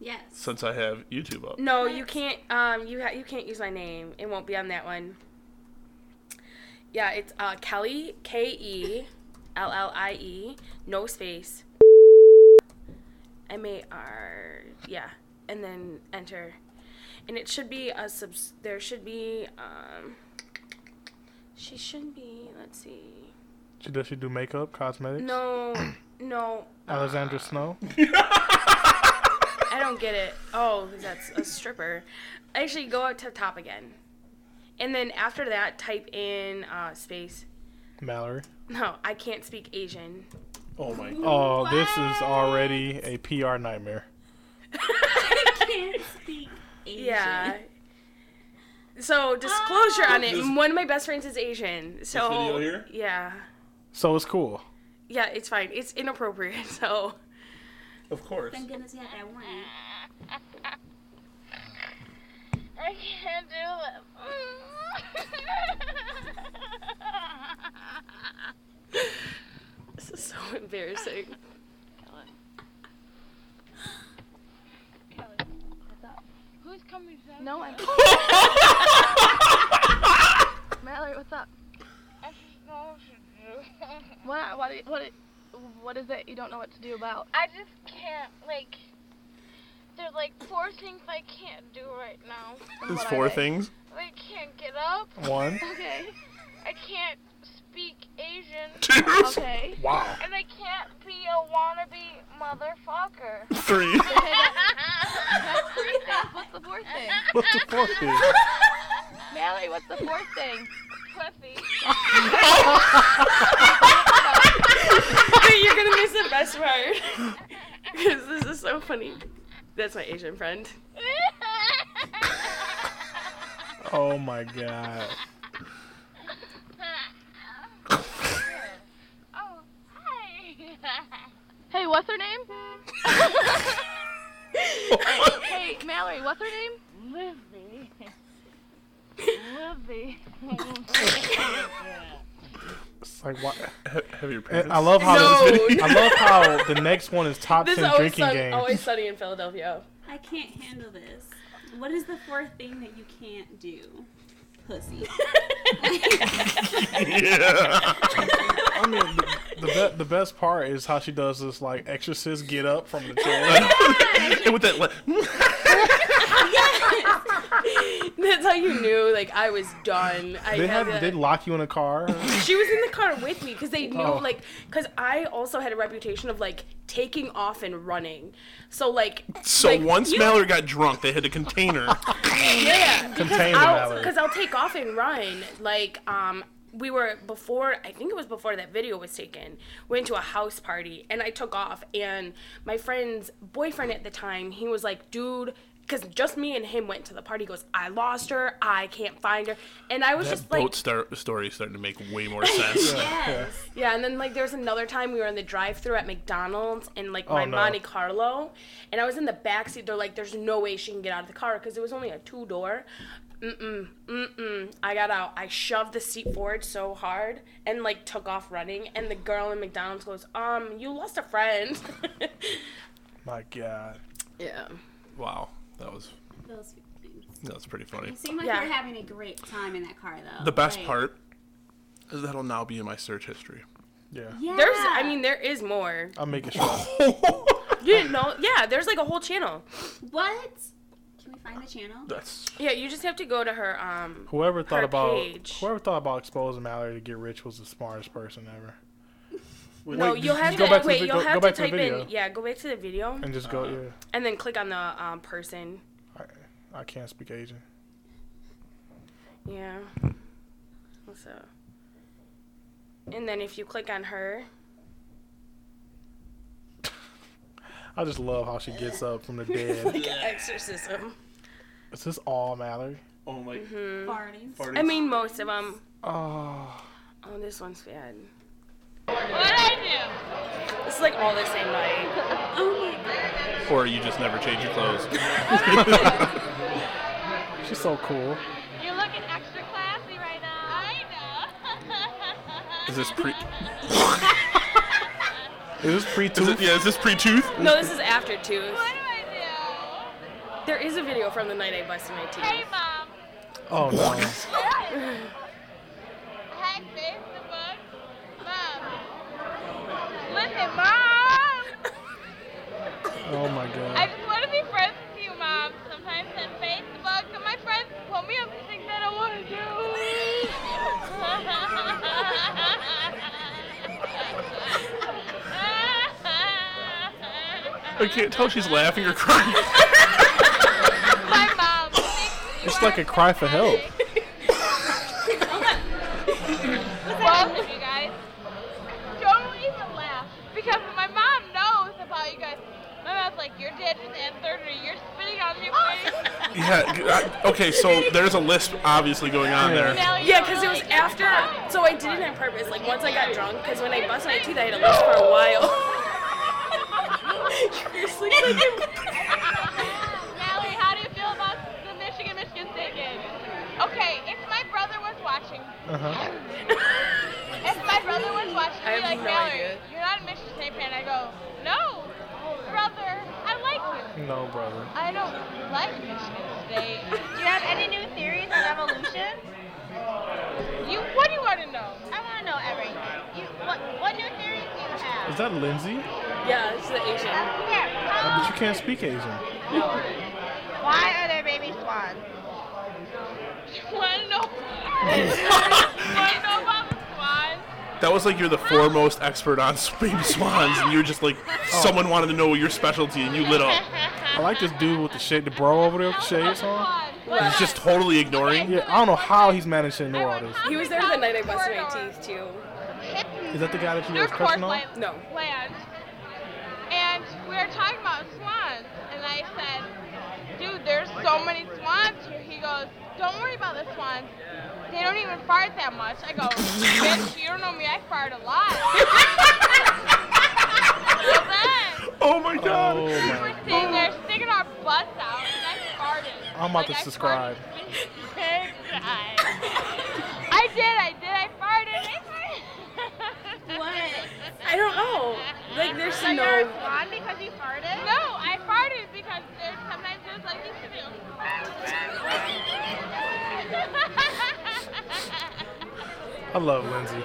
S5: Yes.
S1: since I have YouTube up,
S3: no, you can't. Um, you ha- you can't use my name. It won't be on that one. Yeah, it's uh Kelly K E L L I E no space M A R yeah, and then enter, and it should be a subs. There should be um. She should be. Let's see.
S2: She does she do makeup, cosmetics?
S3: No, no,
S2: Alexandra Snow.
S3: I don't get it. Oh, 'cause that's a stripper. Actually, go out to the top again. And then after that, type in uh, space.
S2: Mallory.
S3: No, I can't speak Asian.
S1: oh my,
S2: Oh, this is already a PR nightmare.
S5: I can't speak Oh Asian.
S3: Yeah. So disclosure on it.
S1: This-
S3: One of my best friends is Asian. So
S1: video here?
S3: yeah,
S2: So it's cool.
S3: yeah, it's fine. It's inappropriate. So
S1: of course.
S5: Thank goodness you had that one.
S6: I can't do
S3: this is so embarrassing.
S6: it. Who's coming to
S3: No, I
S6: Mallory, what's up? I just don't know what to do. Why? What? i- What? i- What is it you don't know what to do about? I just can't. Like, they're like four things I can't do right now.
S1: There's four things.
S6: I can't get up.
S2: One.
S6: Okay. I can't speak Asian.
S1: Two,
S6: Okay.
S2: Wow.
S6: And I can't be a wannabe motherfucker.
S1: three.
S6: That's three things. What's the fourth thing?
S2: What's the fourth thing?
S6: Mallory, what's the fourth thing? Pussy.
S3: You're gonna miss the best part. Because this is so funny. That's my Asian friend.
S2: Oh my god.
S6: Oh, hi. hey, what's her name? hey, Mallory, what's her name? Lizzie. Lizzie.
S2: It's like why
S1: Ha- Have your parents?
S2: And Eh, I love how
S3: No.
S2: I love how the next one is top
S3: This is
S2: ten
S3: always,
S2: drinking
S3: sun,
S2: games.
S3: always sunny in Philadelphia.
S5: I can't handle this. What is the fourth thing that you can't do? Pussy.
S1: yeah.
S2: I mean, the, the, be- the best part is how she does this like exorcist get up from the chair.
S1: and with that, la-
S3: That's how you knew, like I was done. I
S2: they
S3: had
S2: had
S3: to-
S2: they lock you in a car.
S3: she was in the car with me because they knew
S2: Oh.
S3: like because i also had a reputation of like taking off and running so like
S1: so
S3: like,
S1: once
S3: you-
S1: Mallory got drunk, they had to contain her.
S3: yeah because
S2: Contained
S3: I'll,
S2: Mallory.
S3: because I'll take off and run like um we were before i think it was before that video was taken went to a house party and i took off and my friend's boyfriend at the time he was like dude because just me and him went to the party. He goes, I lost her. I can't find her. And I was
S1: That
S3: just like,
S1: boat star- story started to make way more sense.
S5: yes.
S3: Yeah, and then like there was another time we were in the drive-through at McDonald's in like my
S2: Oh, no.
S3: Monte Carlo, and I was in the back seat. They're like, "There's no way she can get out of the car because it was only a two-door." Mm-mm, mm-mm. I got out. I shoved the seat forward so hard and like took off running. And the girl in McDonald's goes, "Um, you lost a friend."
S2: my god.
S3: yeah.
S1: Wow, that was
S5: Those few things.
S1: that was pretty funny.
S5: You seem like
S3: Yeah.
S5: you're having a great time in that car, though.
S1: The best
S5: Like-
S1: part is that'll now be in my search history.
S2: Yeah.
S5: Yeah.
S3: There's, I mean, there is more.
S2: I'm making sure.
S3: You didn't know? Yeah, there's like a whole channel.
S5: what? Can we find the channel?
S1: That's
S3: Yeah, you just have to go to her. Um,
S2: Whoever thought
S3: Her
S2: about
S3: page.
S2: whoever thought about exposing Mallory to get rich was the smartest person ever.
S3: no,
S2: Wait,
S3: you'll have
S2: go
S3: to
S2: back to
S3: wait.
S2: the-
S3: you'll
S2: go-
S3: have
S2: go
S3: to
S2: back to the
S3: type in.
S2: video.
S3: Yeah, go back to the video.
S2: And just
S1: Uh-huh.
S2: go, yeah.
S3: And then click on the um, person.
S2: I, I can't speak Asian.
S3: Yeah. So. And then if you click on her,
S2: I just love how she gets up from the dead.
S3: like exorcism.
S2: Is this all Mallory?
S1: oh my.
S5: Farting.
S3: I mean, most of them.
S2: Oh,
S3: Oh, this one's bad.
S6: What'd I
S3: This is like all the same night.
S5: Oh my god.
S1: Or you just never change your clothes.
S2: she's so cool.
S6: do? You're looking extra classy right now. I know.
S1: Is this pre?
S2: Is this pre
S1: Is
S2: tooth?
S1: it, yeah, is this pre-tooth?
S3: No, this is after tooth.
S6: what do I
S3: There is a video from the night I busted my
S6: do? Hey,
S3: teeth.
S6: Mom.
S2: Oh no.
S6: Hi, Facebook. Mom. Listen, Mom.
S2: Oh my
S6: I
S2: god.
S6: just want to be friends with you, Mom. Sometimes on Facebook, and my friends pull me up to things I don't want to do.
S1: I can't tell if she's laughing or crying.
S6: My mom. thinks you
S2: It's
S6: are
S2: like a cry for help.
S6: Well, you guys, don't even laugh because my mom knows about you guys. My mom's like, you're dead with the N30. You're spitting on me. please."
S1: Yeah. g- I- okay, so there's a lisp obviously going on there.
S6: Now you
S3: Yeah,
S6: don't
S3: because it was
S6: really get
S3: after. So I did it on purpose. Like once I got drunk, because when I busted my teeth, I had a list for a while. You're sleeping.
S6: Natalie, how do you feel about the Michigan Michigan State game? Okay, if my brother was watching,
S2: Uh-huh.
S6: if my brother was watching,
S3: I
S6: he'd be
S3: have
S6: like,
S3: no
S6: Mallory,
S3: idea.
S6: you're not a Michigan State fan. I go, no, brother, I like you.
S2: No, brother.
S6: I don't like Michigan State. do you have any new theories on evolution? You, what do you want to know? I want to know everything. You, what, what new theories do you have?
S2: Is that Lindsay?
S3: Yeah, it's the Asian.
S2: But you can't speak Asian.
S6: Why are there baby swans? Wanna know? Wanna know about the swans?
S1: That was like you're the foremost expert on baby swans, and you're just like someone wanted to know your specialty, and you lit up.
S2: I like this dude with the shade, the bro over there with the shades on.
S6: Swan. What?
S1: He's just totally ignoring.
S2: Yeah, I don't know how he's managed to ignore all this.
S3: He was there the night I busted my teeth too.
S2: Is that the guy that you
S6: They're
S2: was crushing on?
S6: cornland-
S3: No.
S6: Land. And we were talking about swans, and I said, "Dude, there's so many swans here." He goes, don't worry about the swans. They don't even fart that much. I go, bitch, you don't know me. I fart a lot. so then,
S1: Oh my god.
S2: Oh
S6: we
S2: my.
S6: were sitting there sticking our butts out, and I farted.
S2: I'm about to
S6: I farted
S2: subscribe.
S6: big time. I did, I did, I farted. I farted.
S5: What?
S3: I don't know. Like there's
S6: So you're
S3: no.
S6: a swan because you farted? No, I farted because there's sometimes there's like you should do.
S2: I love Lindsay.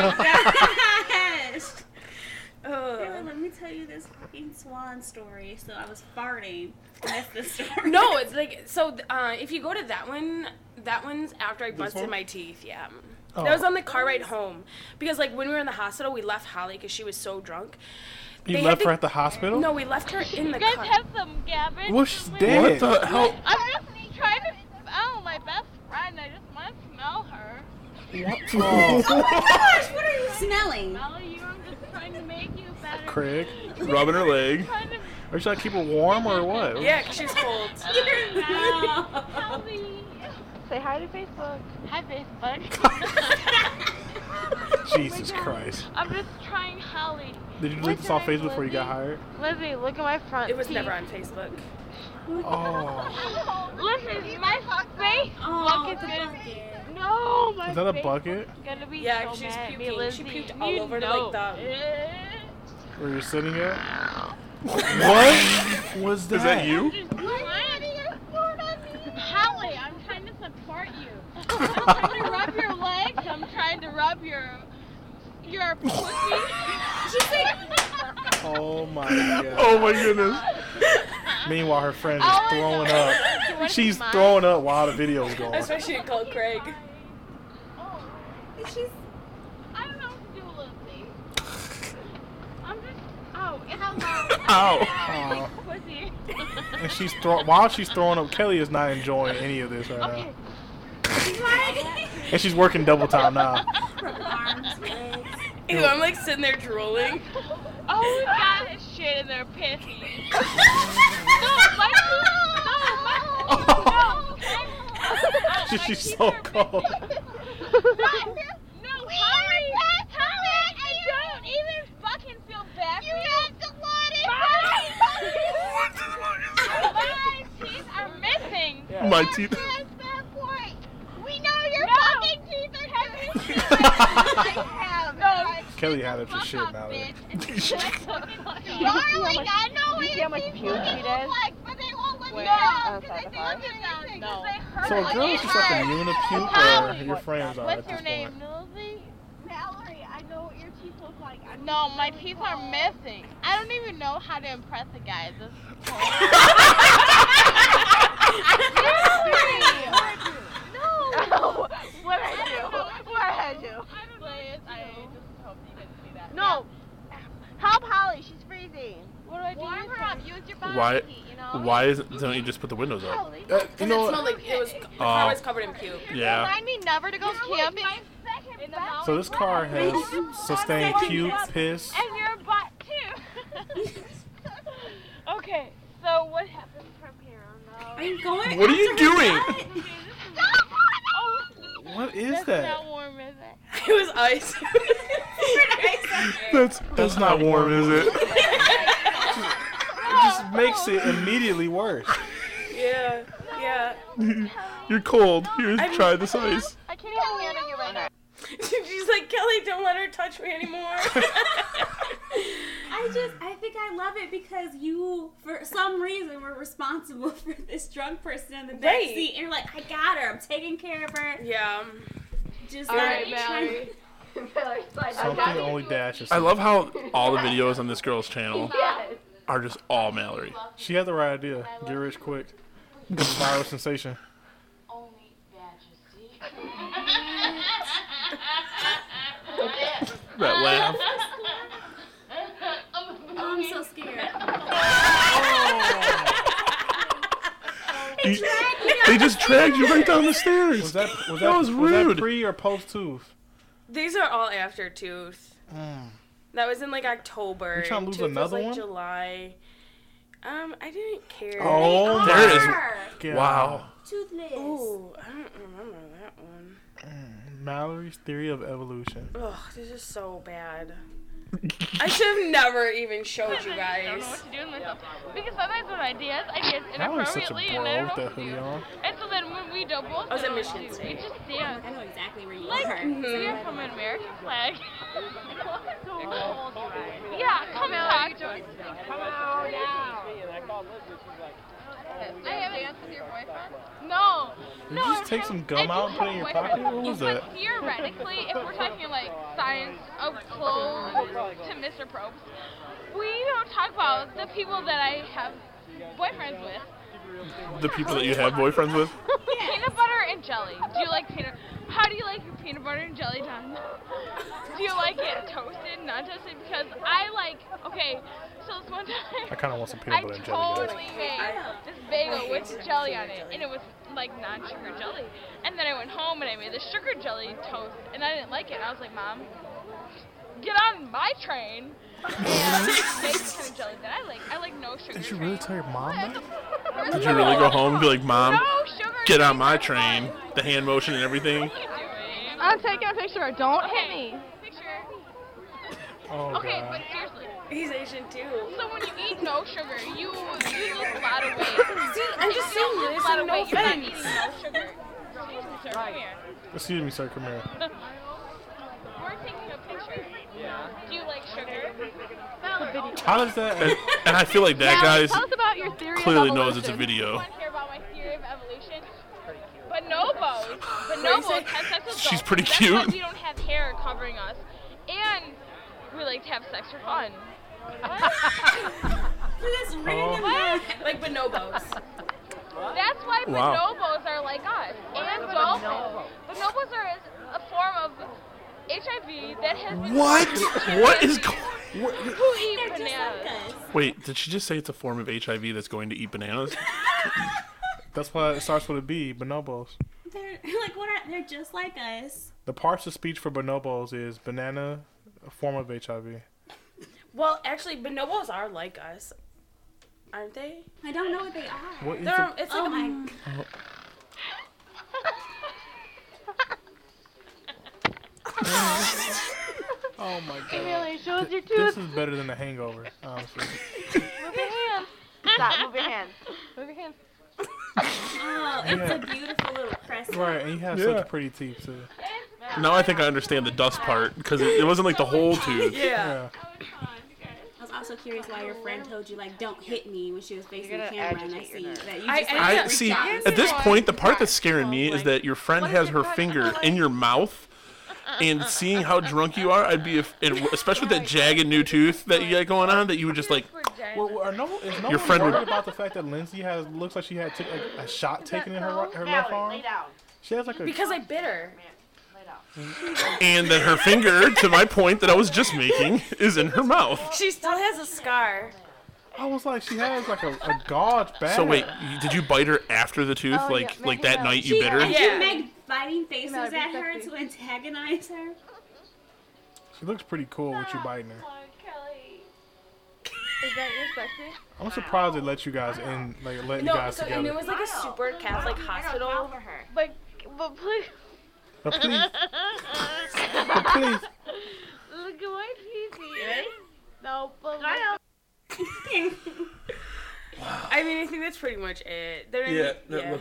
S5: Oh my gosh.
S3: Ugh.
S5: Taylor, let me tell you this fucking swan story. So I was farting. That's the story.
S3: No, it's like so. Uh, if you go to that one, that one's after I busted
S2: one?
S3: my teeth. Yeah.
S2: Oh.
S3: That was on the car ride home because like when we were in the hospital, we left Holly because she was so drunk.
S2: You
S3: They had
S2: left
S3: to-
S2: her at the hospital.
S3: No, we left her in the
S6: You guys
S3: car.
S6: have some garbage.
S2: Well, she's
S6: Wait,
S2: dead.
S1: What the hell?
S6: I'm just trying to smell my best friend. I just want to smell her.
S2: Oh.
S5: Gosh, what are you smelling?
S6: Smell you. I'm just trying to make you better.
S2: Craig,
S1: Rubbing her leg.
S6: Trying to
S2: are you trying to keep her warm or what?
S3: Yeah, 'cause she's cold.
S6: Healthy. Say hi to Facebook. Hi, Facebook.
S2: Jesus Christ.
S6: I'm just trying Holly.
S2: Did you
S6: What
S2: delete this off
S6: did I
S2: Facebook before you got hired?
S6: Lizzie, look at my front
S3: It was
S6: teeth.
S3: never on Facebook.
S2: Oh,
S6: Listen, my face.
S5: Oh,
S6: bucket's
S5: the
S6: gonna be-
S5: bucket.
S6: No, my
S2: is that a
S6: face
S2: bucket
S6: is gonna be
S3: Yeah,
S6: so
S3: 'cause she's
S6: mad at me,
S3: puking. She
S6: Lizzie.
S3: puked all
S6: you
S3: over, like,
S6: know. Eh?
S2: where you're sitting at? What was that?
S1: Is that you?
S6: Holly, I'm trying to support you. I'm trying to rub your legs. I'm trying to rub your your pussy. She's like,
S2: Oh my god.
S1: Oh my goodness.
S2: Meanwhile, her friend is
S6: Oh my
S2: throwing
S6: God. Do you
S2: up.
S6: wanna
S2: She's
S6: see mine?
S2: throwing up while the video's going.
S3: Especially she called Craig.
S5: She's
S6: Oh, I don't know what to do, Lizzie. I'm just. Oh, hello.
S2: Ow.
S6: Like pussy.
S2: And she's throw while she's throwing up. Kelly is not enjoying any of this right
S6: Okay.
S2: now, and she's working double time now.
S5: arms, legs.
S3: Ew, I'm like sitting there drooling.
S6: Oh, we got this shit in their pussy. no, my no, my no. Oh, my
S2: She's
S6: teeth
S2: so
S6: are
S2: cold.
S6: big. What? No, Holly, Holly, I don't even fucking feel bad. You have to let it. My teeth are missing.
S1: My teeth.
S6: We know your fucking teeth are missing. No,
S2: Kelly had it for
S6: Fuck
S2: shit
S6: off,
S2: now.
S6: bitch.
S7: Darling, I know you see how much puke she does?
S6: No, 'cause
S7: outside
S6: they
S7: the car?
S6: don't do nothing, 'cause they hurt
S2: So,
S6: like
S2: girls,
S6: it
S2: just like
S6: hurts.
S2: immune to puke, or
S6: Holly,
S2: your friends are at
S6: What's
S2: this
S6: your
S2: point.
S6: name, Lizzie? Mallory, I know what your teeth look like. no, my teeth are missing. I don't even know how to impress a guy at this point. No.
S7: What I do? What I do?
S6: Liz, I just hope you didn't see that.
S7: No. Help Holly, she's freezing.
S6: What do I do? Warm her up. Use your body
S1: Why?
S6: heat, you know?
S1: Why is, don't you just put the windows up?
S2: Uh, you
S3: Because
S2: know
S3: it
S2: what?
S3: smelled like it was. The car was covered in puke.
S1: Yeah.
S6: Remind me never to go camping in the mountains.
S2: So this car has sustained puke, piss.
S6: And your butt too. okay, so what happens from here on
S5: Are
S6: out?
S5: you going?
S1: What are you
S5: after her
S1: doing?
S5: butt?
S6: Oh,
S2: What is
S6: that's
S2: that?
S6: not warm, is it?
S3: It was ice.
S2: That's that's not warm, is it? It just makes it immediately worse.
S3: yeah. Yeah.
S1: You're cold. Here, try this ice.
S6: Oh, I can't even handle you right now.
S3: She's like, Kelly, don't let her touch me anymore.
S5: I just, I think I love it because you, for some reason, were responsible for this drunk person in the back
S3: Right.
S5: seat, and you're like, I got her. I'm taking care of her.
S3: yeah.
S5: Just
S6: All
S5: like,
S6: right, Mallory.
S2: Something only Dash is.
S1: I love how all the videos on this girl's channel are just all Mallory.
S2: She had the right idea. Get rich quick. Viral sensation.
S1: That laugh.
S5: Oh, I'm so scared.
S1: You- they just dragged you right down the stairs.
S2: Was that was that,
S1: That was
S2: was that
S1: rude.
S2: pre or post tooth?
S3: These are all after
S2: Mm.
S3: tooth. That was in like October.
S2: You tryna
S3: and
S2: lose
S3: tooth was,
S2: another
S3: like
S2: one?
S3: July. Um, I didn't care.
S2: Oh
S1: There it is.
S5: Arr!
S2: God.
S1: Wow.
S5: Toothless.
S3: Ooh, I don't remember that one.
S2: Mallory's theory of evolution.
S3: Ugh, this is so bad. I should have never even showed you
S6: I
S3: guys.
S6: don't know what to do with myself. Because sometimes when I dance, I dance
S2: Mallory's such a
S6: inappropriately,
S2: bro
S6: and
S2: with
S6: I don't know what
S2: that
S6: to do.
S2: hoodie on.
S6: And so then when we don't both
S3: I was
S6: know
S3: at
S6: what to
S3: Michigan
S6: do,
S3: State.
S6: we just
S5: Like,
S6: dance.
S5: I know exactly where you
S6: Like,
S5: are.
S6: we are from an American flag. yeah, come out. Come out now. I have a dance with your boyfriend? No.
S2: Did
S6: no,
S2: you just
S6: I
S2: take
S6: have-
S2: some gum
S6: I do
S2: out and
S6: have
S2: put it in
S6: a
S2: your
S6: boyfriend.
S2: pocket? What was
S6: But
S2: that?
S6: theoretically, if we're talking like science of clothes to Mr. Probes, we don't talk about the people that I have boyfriends with.
S1: The people that you have boyfriends with?
S6: Peanut butter and jelly. Do you like peanut? How do you like your peanut butter and jelly done? Do you like it toasted, not toasted? Because I like. Okay, so this one time.
S2: I kinda want some peanut butter and jelly,
S6: I
S2: guys.
S6: totally made this bagel with jelly on it, and it was like non-sugar jelly. And then I went home and I made the sugar jelly toast, and I didn't like it. And I was like, Mom, get on my train. And make the kind of jelly that I like. I like no sugar.
S2: Did you really tell
S6: train.
S2: your mom that?
S1: Did you really go home and be like, Mom,
S6: No sugar.
S1: get on
S6: train,
S1: my
S6: that's
S1: train?
S6: fine."
S1: The hand motion and everything.
S6: What are you doing?
S7: I'm taking a picture. Don't hit me.
S6: Picture.
S2: Oh
S6: Okay, but
S2: god.
S6: seriously.
S3: He's Asian too.
S6: So when you eat no sugar, you you lose a lot of weight.
S3: See, I'm just saying
S6: You lose
S3: this.
S6: a lot of
S3: No
S6: weight. You're not eating
S3: offense.
S6: no sugar. Excuse me, sir. Come here.
S2: Excuse me, sir. Come here.
S6: We're taking a picture. Do you like sugar? Mallory.
S2: How does
S1: And,
S2: that?
S1: and I feel like that
S7: Now,
S1: guy's
S7: tell us about your theory
S1: clearly
S7: of
S1: knows it's a
S7: evolution.
S6: I
S1: video.
S6: want to hear about my theory of evolution. Bonobos. Bonobos have sex with
S1: She's
S6: dolphins.
S1: pretty
S6: That's
S1: cute.
S6: why we don't have hair covering us, and we like to have sex for fun.
S5: This random
S6: What?
S3: Like bonobos.
S6: That's why
S1: Wow.
S6: bonobos are like us and dolphins. Bonobos are as a form of HIV that has been
S1: What? What is going?
S6: who eat
S5: They're just like
S6: bananas.
S5: us.
S1: Wait, did she just say it's a form of HIV that's going to eat bananas?
S2: That's why it starts with a B. Bonobos.
S5: They're like what are they're just like us.
S2: The parts of speech for bonobos is banana, a form of HIV.
S3: well, actually, bonobos are like us, aren't they?
S5: I don't know what they are.
S2: What is
S3: They're
S2: it?
S3: it's
S5: Oh
S3: like
S5: my
S2: Oh my god.
S7: Really shows your
S2: This
S7: tooth.
S2: is better than the hangover, honestly.
S7: Move your hands. Stop. Move your hands. Move your hands.
S5: Oh, it's a beautiful little crest.
S2: Right, and you have
S1: Yeah.
S2: such pretty teeth too.
S1: Now I think I understand the dust part because it, it wasn't like the whole tooth.
S3: yeah.
S2: Yeah.
S5: I was also curious why your friend told you like don't hit me when she was facing the
S7: gonna
S5: camera and I
S7: agitate
S5: see
S7: your nerves.
S5: that you
S3: I-
S5: just
S3: I-
S5: like,
S1: I
S3: Yeah.
S1: see.
S5: Yeah.
S1: At this point, the part that's scaring me is that your friend has her finger in your mouth, and seeing how drunk you are, I'd be, if, and especially with that jagged new tooth that you got going on, that you would just like.
S2: Well, well, are no, is no
S1: Your
S2: one
S1: friend would-
S2: worried about the fact that Lindsay has looks like she had took a, a shot taken in her ri- her left
S7: Mallory,
S2: arm?
S7: lay down.
S2: She has like a
S3: Because I bit her.
S7: Lay down.
S1: And that her finger, to my point that I was just making, is in her mouth.
S3: She still has a scar.
S2: I was like she has like a, a gauge bag.
S1: So wait, you- did you bite her after the tooth?
S7: Oh,
S1: Like
S7: yeah,
S1: like
S7: maybe
S1: that
S7: no.
S1: night you bit her?
S3: yeah.
S5: you make biting faces
S7: No, it'd be
S5: at her
S7: sexy.
S5: to antagonize her.
S2: she looks pretty cool with you biting her.
S6: Is that your sexy?
S2: I'm surprised they let you guys in, like let you
S3: No,
S2: guys
S3: so and
S2: together.
S3: it was like a super Catholic hospital.
S7: her.
S6: But but please
S2: But please, but please,
S6: look at my pee No, but
S3: I mean, I think that's pretty much it. There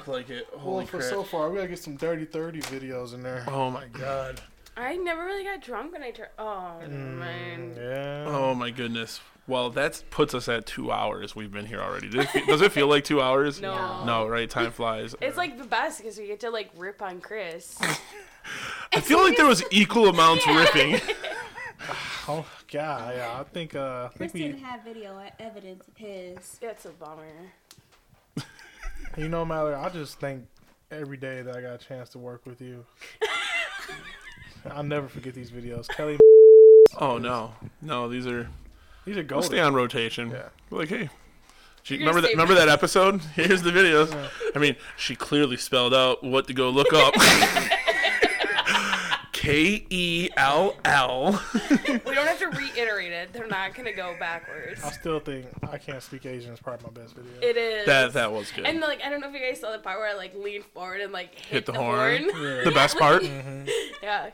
S1: like it. Holy
S2: well, for so far, we gotta get some dirty thirty videos in there.
S1: Oh my god.
S3: I never really got drunk when I turned. Oh man.
S2: Yeah.
S1: Oh my goodness. Well, that puts us at two hours. We've been here already. Does it, fe- does it feel like two hours?
S3: No.
S1: No, right? Time flies.
S3: It's like the best because we get to like rip on Chris.
S1: I feel like there was equal amounts ripping.
S2: Oh god, yeah. I think uh, I
S5: Chris
S2: think we.
S5: didn't have video evidence of his.
S3: That's a bummer.
S2: You know, Mallory, I just think every day that I got a chance to work with you. I'll never forget these videos. Kelly,
S1: Oh no, no, these are
S2: these are
S1: we'll
S2: golden.
S1: stay on rotation.
S2: Yeah.
S1: Like hey, she,
S3: You're
S1: remember that?
S3: gonna
S1: Remember that episode? Here's the videos. I mean, she clearly spelled out what to go look up. K E L L.
S3: We don't have to reiterate it. They're not gonna go backwards.
S2: I still think I can't speak Asian is probably my best video.
S3: It is.
S1: That that was good.
S3: and like I don't know if you guys saw the part where I like leaned forward and like hit,
S1: Hit the, horn.
S2: Yeah.
S1: The best part.
S3: Yeah. yeah,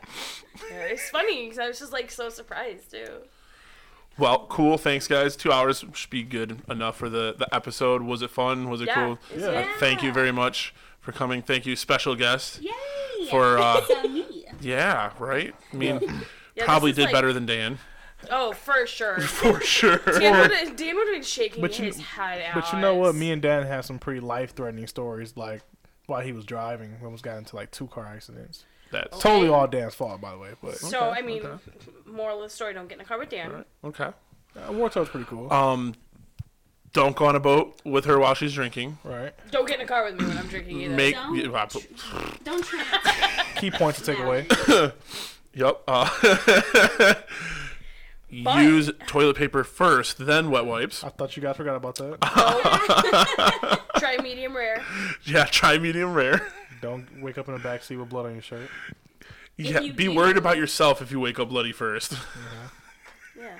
S3: it's funny because I was just like so surprised too.
S1: Well, cool. Thanks, guys. Two hours should be good enough for the, the episode. Was it fun? Was it
S3: Yeah.
S1: cool?
S2: Yeah.
S1: Uh, thank you very much for coming. Thank you, special guest. Yeah,
S5: Yay!
S1: For, uh,
S5: so me.
S1: right? I mean,
S3: Yeah,
S1: probably
S3: this
S1: did
S3: is, like-
S1: better than Dan.
S3: Oh, for sure.
S1: For sure.
S3: Dan would have been shaking
S2: But you-
S3: his head out.
S2: But you know what? Me and Dan had some pretty life threatening stories, like while he was driving, we almost got into like two car accidents.
S1: That's
S2: Totally all Dan's fault, by the way. But
S3: So
S1: Okay,
S3: I mean,
S1: okay.
S3: moral of the story: don't get in a car with Dan.
S1: okay.
S2: uh, War Toad's pretty cool,
S1: Um, don't go on a boat with her while she's drinking.
S2: right?
S3: Don't get in a car with me when I'm drinking either.
S1: Make
S5: Don't.
S1: yeah, I put-
S5: Don't try.
S2: Key points to take away.
S1: yep. Uh, use toilet paper first, then wet wipes.
S3: Oh,
S2: I thought you guys forgot about that.
S3: Try medium rare.
S1: Yeah, try medium rare.
S2: Don't wake up in the backseat with blood on your shirt.
S1: Yeah,
S5: you
S1: be
S5: do-
S1: worried about yourself if you wake up bloody first.
S3: Yeah.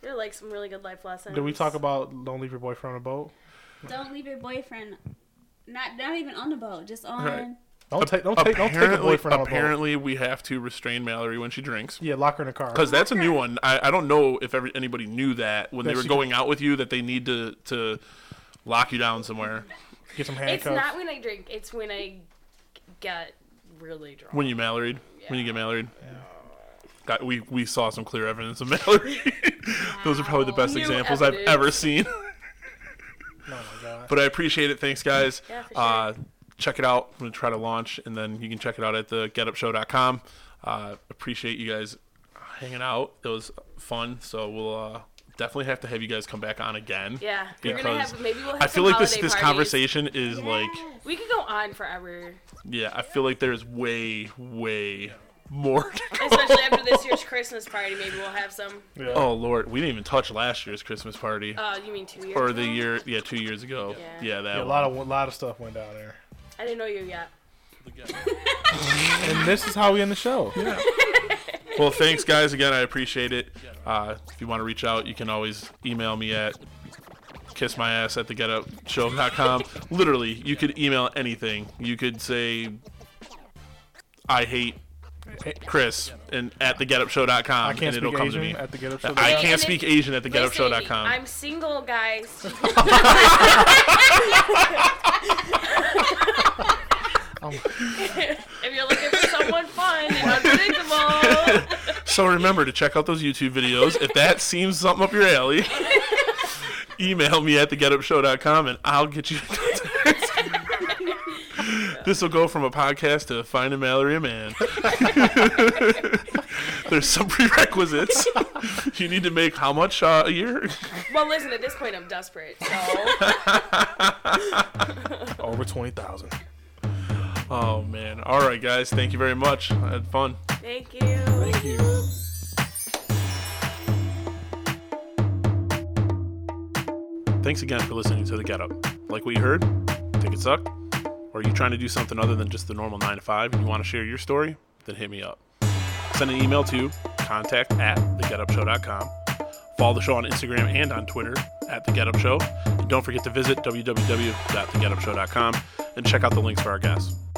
S3: They're like some really good life lessons.
S2: Did we talk about don't leave your boyfriend on a boat?
S5: Don't leave your boyfriend. Not not even on the boat. Just on.
S1: Right.
S2: Don't take don't take don't take a
S1: apparently,
S2: boyfriend on a boat.
S1: apparently we have to restrain Mallory when she drinks.
S2: Yeah, lock her in the car.
S1: Because that's a new one. I, I don't know if every, anybody knew that when
S2: That
S1: they were
S2: she-
S1: going out with you that they need to, to lock you down somewhere
S2: Get some
S3: It's
S2: handcuffs.
S3: not when I drink. It's when I get really drunk.
S1: when you married. When you get married. Got, we, we saw some clear evidence of Mallory. Those are probably the best
S3: New
S1: examples
S3: evidence.
S1: I've ever seen.
S2: oh my god.
S1: but I appreciate it. Thanks, guys.
S3: Yeah, for sure.
S1: uh, check it out. I'm going to try to launch, and then you can check it out at the getupshow.com. Uh, appreciate you guys hanging out. It was fun. So we'll uh, definitely have to have you guys come back on again.
S3: yeah, we're gonna
S1: Because
S3: have maybe we'll have
S1: I feel
S3: some
S1: like this
S3: holiday
S1: this
S3: parties.
S1: conversation is like
S3: We could go on forever,
S1: yeah I feel like there's way way more. to go.
S3: especially after this year's Christmas party. Maybe we'll have some.
S2: Yeah.
S1: Oh lord, we didn't even touch last year's Christmas party
S3: Uh, you mean two years?
S1: or the
S3: ago?
S1: year yeah two years ago.
S3: Yeah.
S1: Yeah, that
S2: Yeah, a lot of a lot of stuff went down there.
S3: I didn't know you yet.
S2: And this is how we end the show.
S1: well, thanks, guys. Again, I appreciate it. Uh, if you want to reach out, you can always email me at kissmyass at thegetupshow.com. Literally, you could email anything. You could say, I hate Chris and at thegetupshow.com,
S2: I can't
S1: and it'll
S2: speak
S1: come
S2: Asian
S1: to me.
S2: at the get up show.
S1: I
S3: And
S1: can't
S3: if-
S1: speak Asian at
S3: Listen,
S1: thegetupshow.com.
S3: I'm single, guys. if you're looking for someone fun and unpredictable,
S1: So remember to check out those YouTube videos. If that seems something up your alley, email me at thegetupshow.com and I'll get you. this will go from a podcast to Find a Mallory a Man. There's some prerequisites. You need to make how much uh, a year?
S3: well, listen. At this point, I'm desperate. So
S2: Over twenty thousand.
S1: Oh, man. All right, guys. Thank you very much. I had fun.
S3: thank you.
S2: Thank you.
S1: Thanks again for listening to The Get Up. Like what you heard? Think it sucked? Or are you trying to do something other than just the normal 9 to 5 and you want to share your story? Then hit me up. Send an email to contact at thegetupshow.com. Follow the show on Instagram and on Twitter at The Get Up Show. And don't forget to visit www.thegetupshow.com and check out the links for our guests.